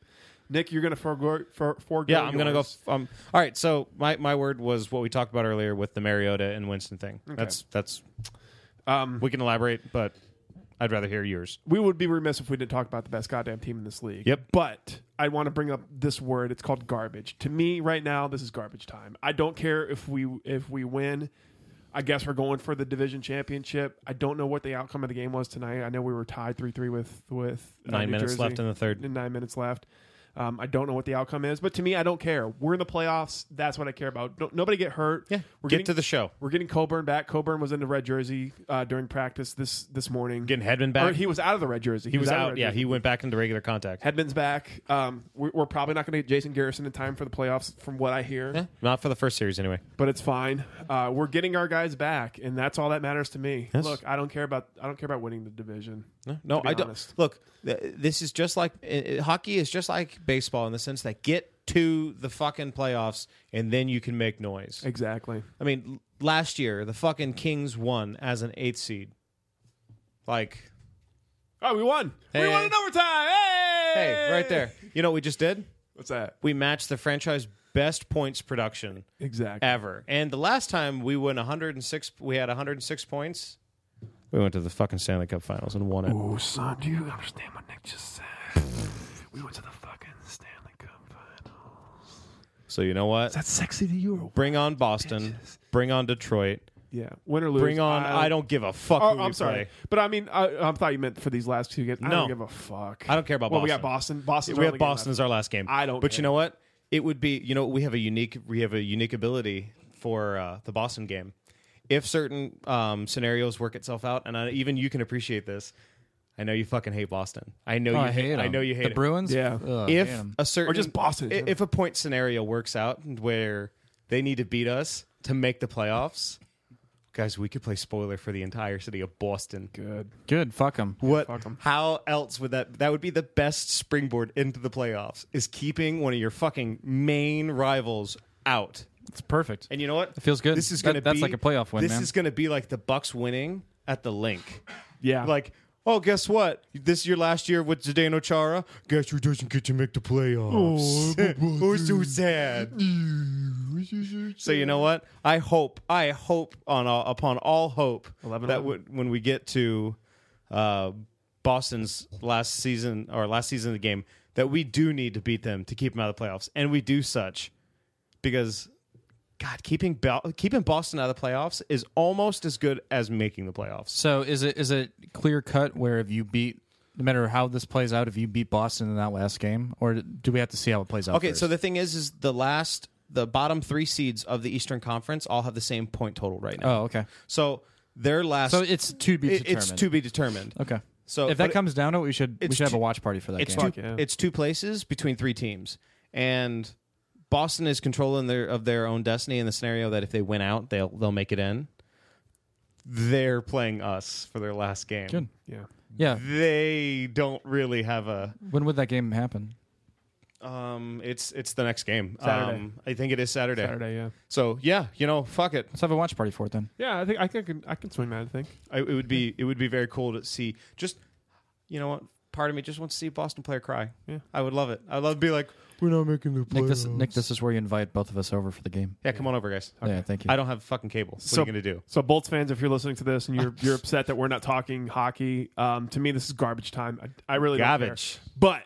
Speaker 2: Nick, you're gonna forego for, forego.
Speaker 1: Yeah, I'm gonna go.
Speaker 2: yours.
Speaker 1: F- um, all right, so my, my word was what we talked about earlier with the Mariota and Winston thing. That's that's
Speaker 2: Um,
Speaker 1: we can elaborate, but I'd rather hear yours.
Speaker 2: we would be remiss if we didn't talk about the best goddamn team in this league.
Speaker 1: Yep.
Speaker 2: But I want to bring up this word. It's called garbage. To me, right now, this is garbage time. I don't care if we if we win. I guess we're going for the division championship. I don't know what the outcome of the game was tonight. I know we were tied three three with with uh,
Speaker 1: Nine
Speaker 2: New
Speaker 1: minutes
Speaker 2: Jersey.
Speaker 1: left in the third.
Speaker 2: And nine minutes left. Um, I don't know what the outcome is, but to me, I don't care. We're in the playoffs. That's what I care about. Don't, nobody get hurt.
Speaker 1: Yeah,
Speaker 2: we're
Speaker 1: get
Speaker 2: getting,
Speaker 1: to the show.
Speaker 2: We're getting Coburn back. Coburn was in the red jersey uh, during practice this this morning.
Speaker 1: Getting Hedman
Speaker 2: or
Speaker 1: back.
Speaker 2: he was out of the red jersey.
Speaker 1: He was
Speaker 2: of the
Speaker 1: out.
Speaker 2: red
Speaker 1: Yeah,
Speaker 2: jersey.
Speaker 1: he went back into regular contact.
Speaker 2: Hedman's back. Um, we, we're probably not going to get Jason Garrison in time for the playoffs, from what I hear.
Speaker 1: Not for the first series anyway.
Speaker 2: But it's fine. Uh, we're getting our guys back, and that's all that matters to me.
Speaker 1: Yes.
Speaker 2: Look, I don't care about I don't care about winning the division.
Speaker 1: No,
Speaker 2: be
Speaker 1: I don't.
Speaker 2: honest.
Speaker 1: Look, th- this is just like uh, uh, hockey is just like baseball in the sense that get to the fucking playoffs and then you can make noise.
Speaker 2: Exactly.
Speaker 1: I mean, l- last year the fucking Kings won as an eighth seed. Like,
Speaker 2: Oh, we won. We
Speaker 1: Hey.
Speaker 2: won in overtime. Hey,
Speaker 1: hey, right there. You know what we just did?
Speaker 2: What's that?
Speaker 1: We matched the franchise best points production
Speaker 2: Exactly.
Speaker 1: ever. And the last time we won 106, we had 106 points. We went to the fucking Stanley Cup Finals and won it.
Speaker 2: Oh, son, do you understand what Nick just said? We went to the fucking Stanley Cup final.
Speaker 1: So you know what?
Speaker 2: That's sexy to you.
Speaker 1: Bring on Boston. Bring on Detroit.
Speaker 2: Yeah, win or lose.
Speaker 1: Bring on. I, don't give a fuck.
Speaker 2: Oh,
Speaker 1: who we
Speaker 2: I'm sorry,
Speaker 1: play.
Speaker 2: but I mean, I, I thought you meant for these last two games. I
Speaker 1: No.
Speaker 2: don't give a fuck.
Speaker 1: I don't care about
Speaker 2: Well, we
Speaker 1: Boston.
Speaker 2: got Boston. Boston.
Speaker 1: We have Boston as our last game.
Speaker 2: I don't
Speaker 1: But
Speaker 2: care.
Speaker 1: you know what? It would be. You know, we have a unique. We have a unique ability for uh, the Boston game. If certain um, scenarios work itself out, and I, even you can appreciate this. I know you fucking hate Boston. I know
Speaker 3: Oh,
Speaker 1: you
Speaker 3: I hate 'em.
Speaker 1: I know you hate
Speaker 3: the
Speaker 1: 'em.
Speaker 3: Bruins.
Speaker 2: Yeah.
Speaker 3: Ugh,
Speaker 1: if
Speaker 3: hate 'em.
Speaker 1: a certain
Speaker 2: just Boston.
Speaker 1: i- if a point scenario works out where they need to beat us to make the playoffs guys we could play spoiler for the entire city of boston
Speaker 2: Good.
Speaker 3: good, fuck them.
Speaker 1: what
Speaker 2: Fuck 'em.
Speaker 1: how else would that that would be the best springboard into the playoffs is keeping one of your fucking main rivals out
Speaker 3: It's perfect.
Speaker 1: and you know what it
Speaker 3: feels good.
Speaker 1: this is
Speaker 3: That-
Speaker 1: gonna
Speaker 3: that's
Speaker 1: be-
Speaker 3: like a playoff win,
Speaker 1: this
Speaker 3: man.
Speaker 1: is gonna be like the bucks winning at the link
Speaker 2: Yeah.
Speaker 1: like Oh, guess what? This is your last year with Zdeno Chara. Guess who doesn't get to make the playoffs? Who's so sad? so you know what? I hope, I hope on all, upon all hope
Speaker 2: 11-11.
Speaker 1: that w- when we get to uh, Boston's last season or last season of the game, that we do need to beat them to keep them out of the playoffs, and we do such because God, keeping Bel- keeping Boston out of the playoffs is almost as good as making the playoffs.
Speaker 3: So is it is it clear cut where if you beat no matter how this plays out, if you beat Boston in that last game, or do we have to see how it plays out?
Speaker 1: Okay,
Speaker 3: first?
Speaker 1: so the thing is, is the last, the bottom three seeds of the Eastern Conference all have the same point total right now.
Speaker 3: oh okay,
Speaker 1: So their last,
Speaker 3: so it's to be
Speaker 1: it-
Speaker 3: determined.
Speaker 1: it's to be determined.
Speaker 3: okay.
Speaker 1: So
Speaker 3: if
Speaker 1: but
Speaker 3: that
Speaker 1: it-
Speaker 3: comes down to it, we should we
Speaker 1: it's
Speaker 3: should have
Speaker 1: two-
Speaker 3: a watch party for that
Speaker 1: it's
Speaker 3: game.
Speaker 1: two,
Speaker 2: Fuck yeah.
Speaker 1: it's two places between three teams, and Boston is controlling their of their own destiny in the scenario that if they win out, they'll they'll make it in. They're playing us for their last game.
Speaker 3: Good.
Speaker 2: yeah.
Speaker 3: Yeah.
Speaker 1: They don't really have a.
Speaker 3: When would that game happen?
Speaker 1: Um, it's it's the next game.
Speaker 2: Saturday.
Speaker 1: Um, I think it is
Speaker 2: Saturday. Yeah.
Speaker 1: So yeah, you know, fuck it.
Speaker 3: Let's have a watch party for it then.
Speaker 2: Yeah. I think I can. I can swing that. I think.
Speaker 1: I, it would be it would be very cool to see. Just you know what? Part of me just wants to see a Boston player cry.
Speaker 2: Yeah.
Speaker 1: I would love it. I'd love to be like,
Speaker 3: Nick, this Nick, this is where you invite both of us over for the game.
Speaker 1: yeah, come on over, guys.
Speaker 3: Yeah, thank you.
Speaker 1: I don't have fucking cable. What
Speaker 2: So-
Speaker 1: are you gonna do?
Speaker 2: So, Bolts fans, if you're listening to this and you're you're upset that we're not talking hockey, um, to me this is garbage time. I, I really
Speaker 1: Garbage.
Speaker 2: Don't care.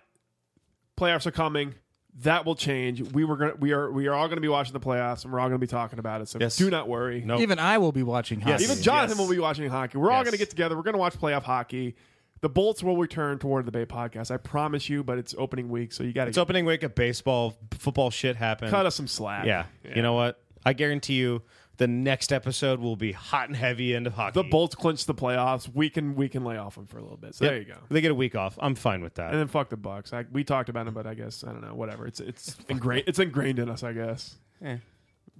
Speaker 2: But playoffs are coming. That will change. We were gonna, we are we are all going to be watching the playoffs and we're all going to be talking about it. So
Speaker 1: Yes.
Speaker 2: do not worry.
Speaker 1: No.
Speaker 3: Even I will be watching hockey.
Speaker 2: Even Jonathan
Speaker 1: Yes.
Speaker 2: will be watching hockey. We're all
Speaker 1: Yes.
Speaker 2: going to get together. We're going to watch playoff hockey. The Bolts will return toward the Bay podcast. I promise you. But it's opening week, so you got
Speaker 1: It's
Speaker 2: to
Speaker 1: opening week of baseball, football shit happened.
Speaker 2: cut us some slack.
Speaker 1: Yeah. You know what? I guarantee you, the next episode will be hot and heavy into hockey.
Speaker 2: the Bolts clinch the playoffs. We can we can lay off them for a little bit. So
Speaker 1: Yep.
Speaker 2: there you go.
Speaker 1: They get a week off. I'm fine with that.
Speaker 2: And then fuck the Bucks. I, we talked about them, but I guess I don't know. Whatever. It's it's ingrained. It's ingrained in us. I guess.
Speaker 1: Eh.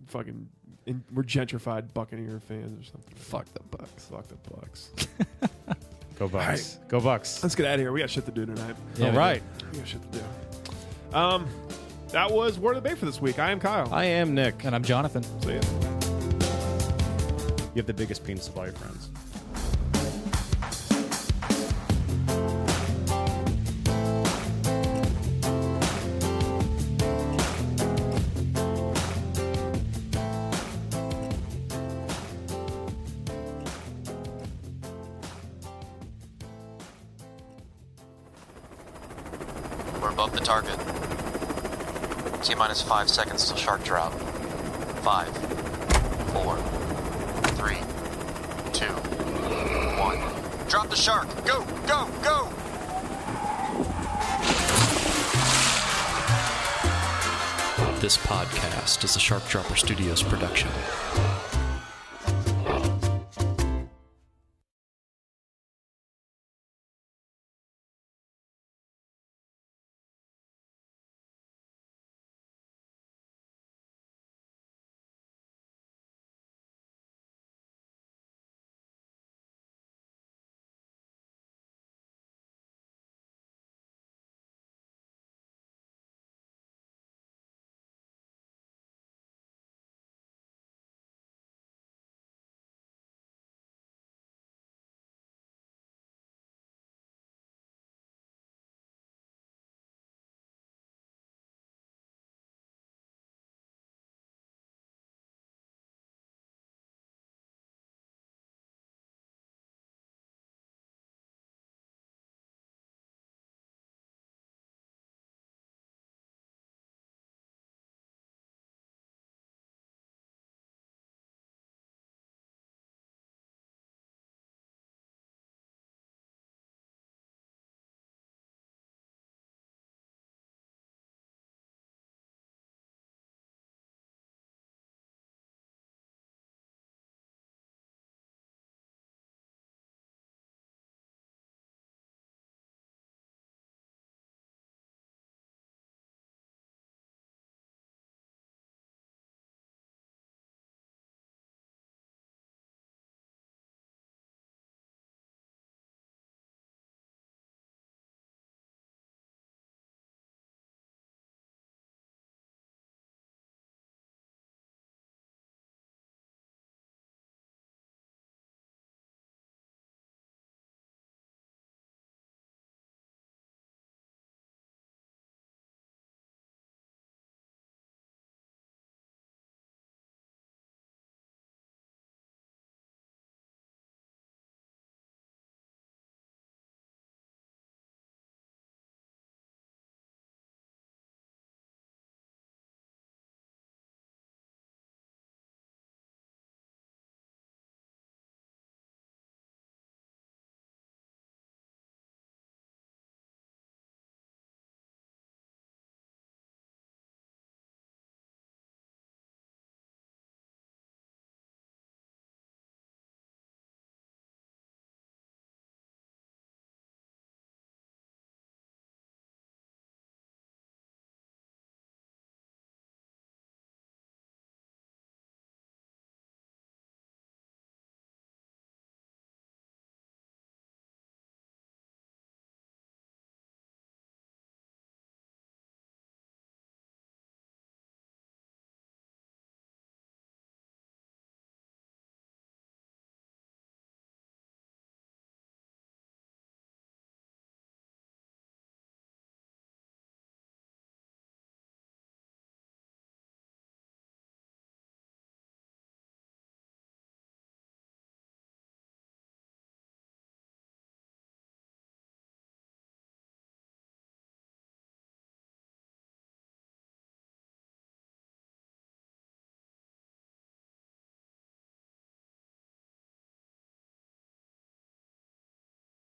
Speaker 2: Fucking, in, we're gentrified Buccaneer fans or something.
Speaker 3: Fuck the Bucks.
Speaker 2: Fuck the Bucks.
Speaker 1: Go Bucks. Go Bucks.
Speaker 2: Let's get out of here. We got shit to do tonight.
Speaker 3: Yeah,
Speaker 1: All right.
Speaker 2: We got shit to do. Um, that was Word of the Bay for this week. I am Kyle.
Speaker 1: I am Nick.
Speaker 3: And I'm Jonathan.
Speaker 2: See ya.
Speaker 1: You have the biggest penis of all your friends.
Speaker 5: We're above the target. T minus five seconds till shark drop. Five, four, three, two, one. Drop the shark! Go, go, go!
Speaker 6: This podcast is a Shark Dropper Studios production.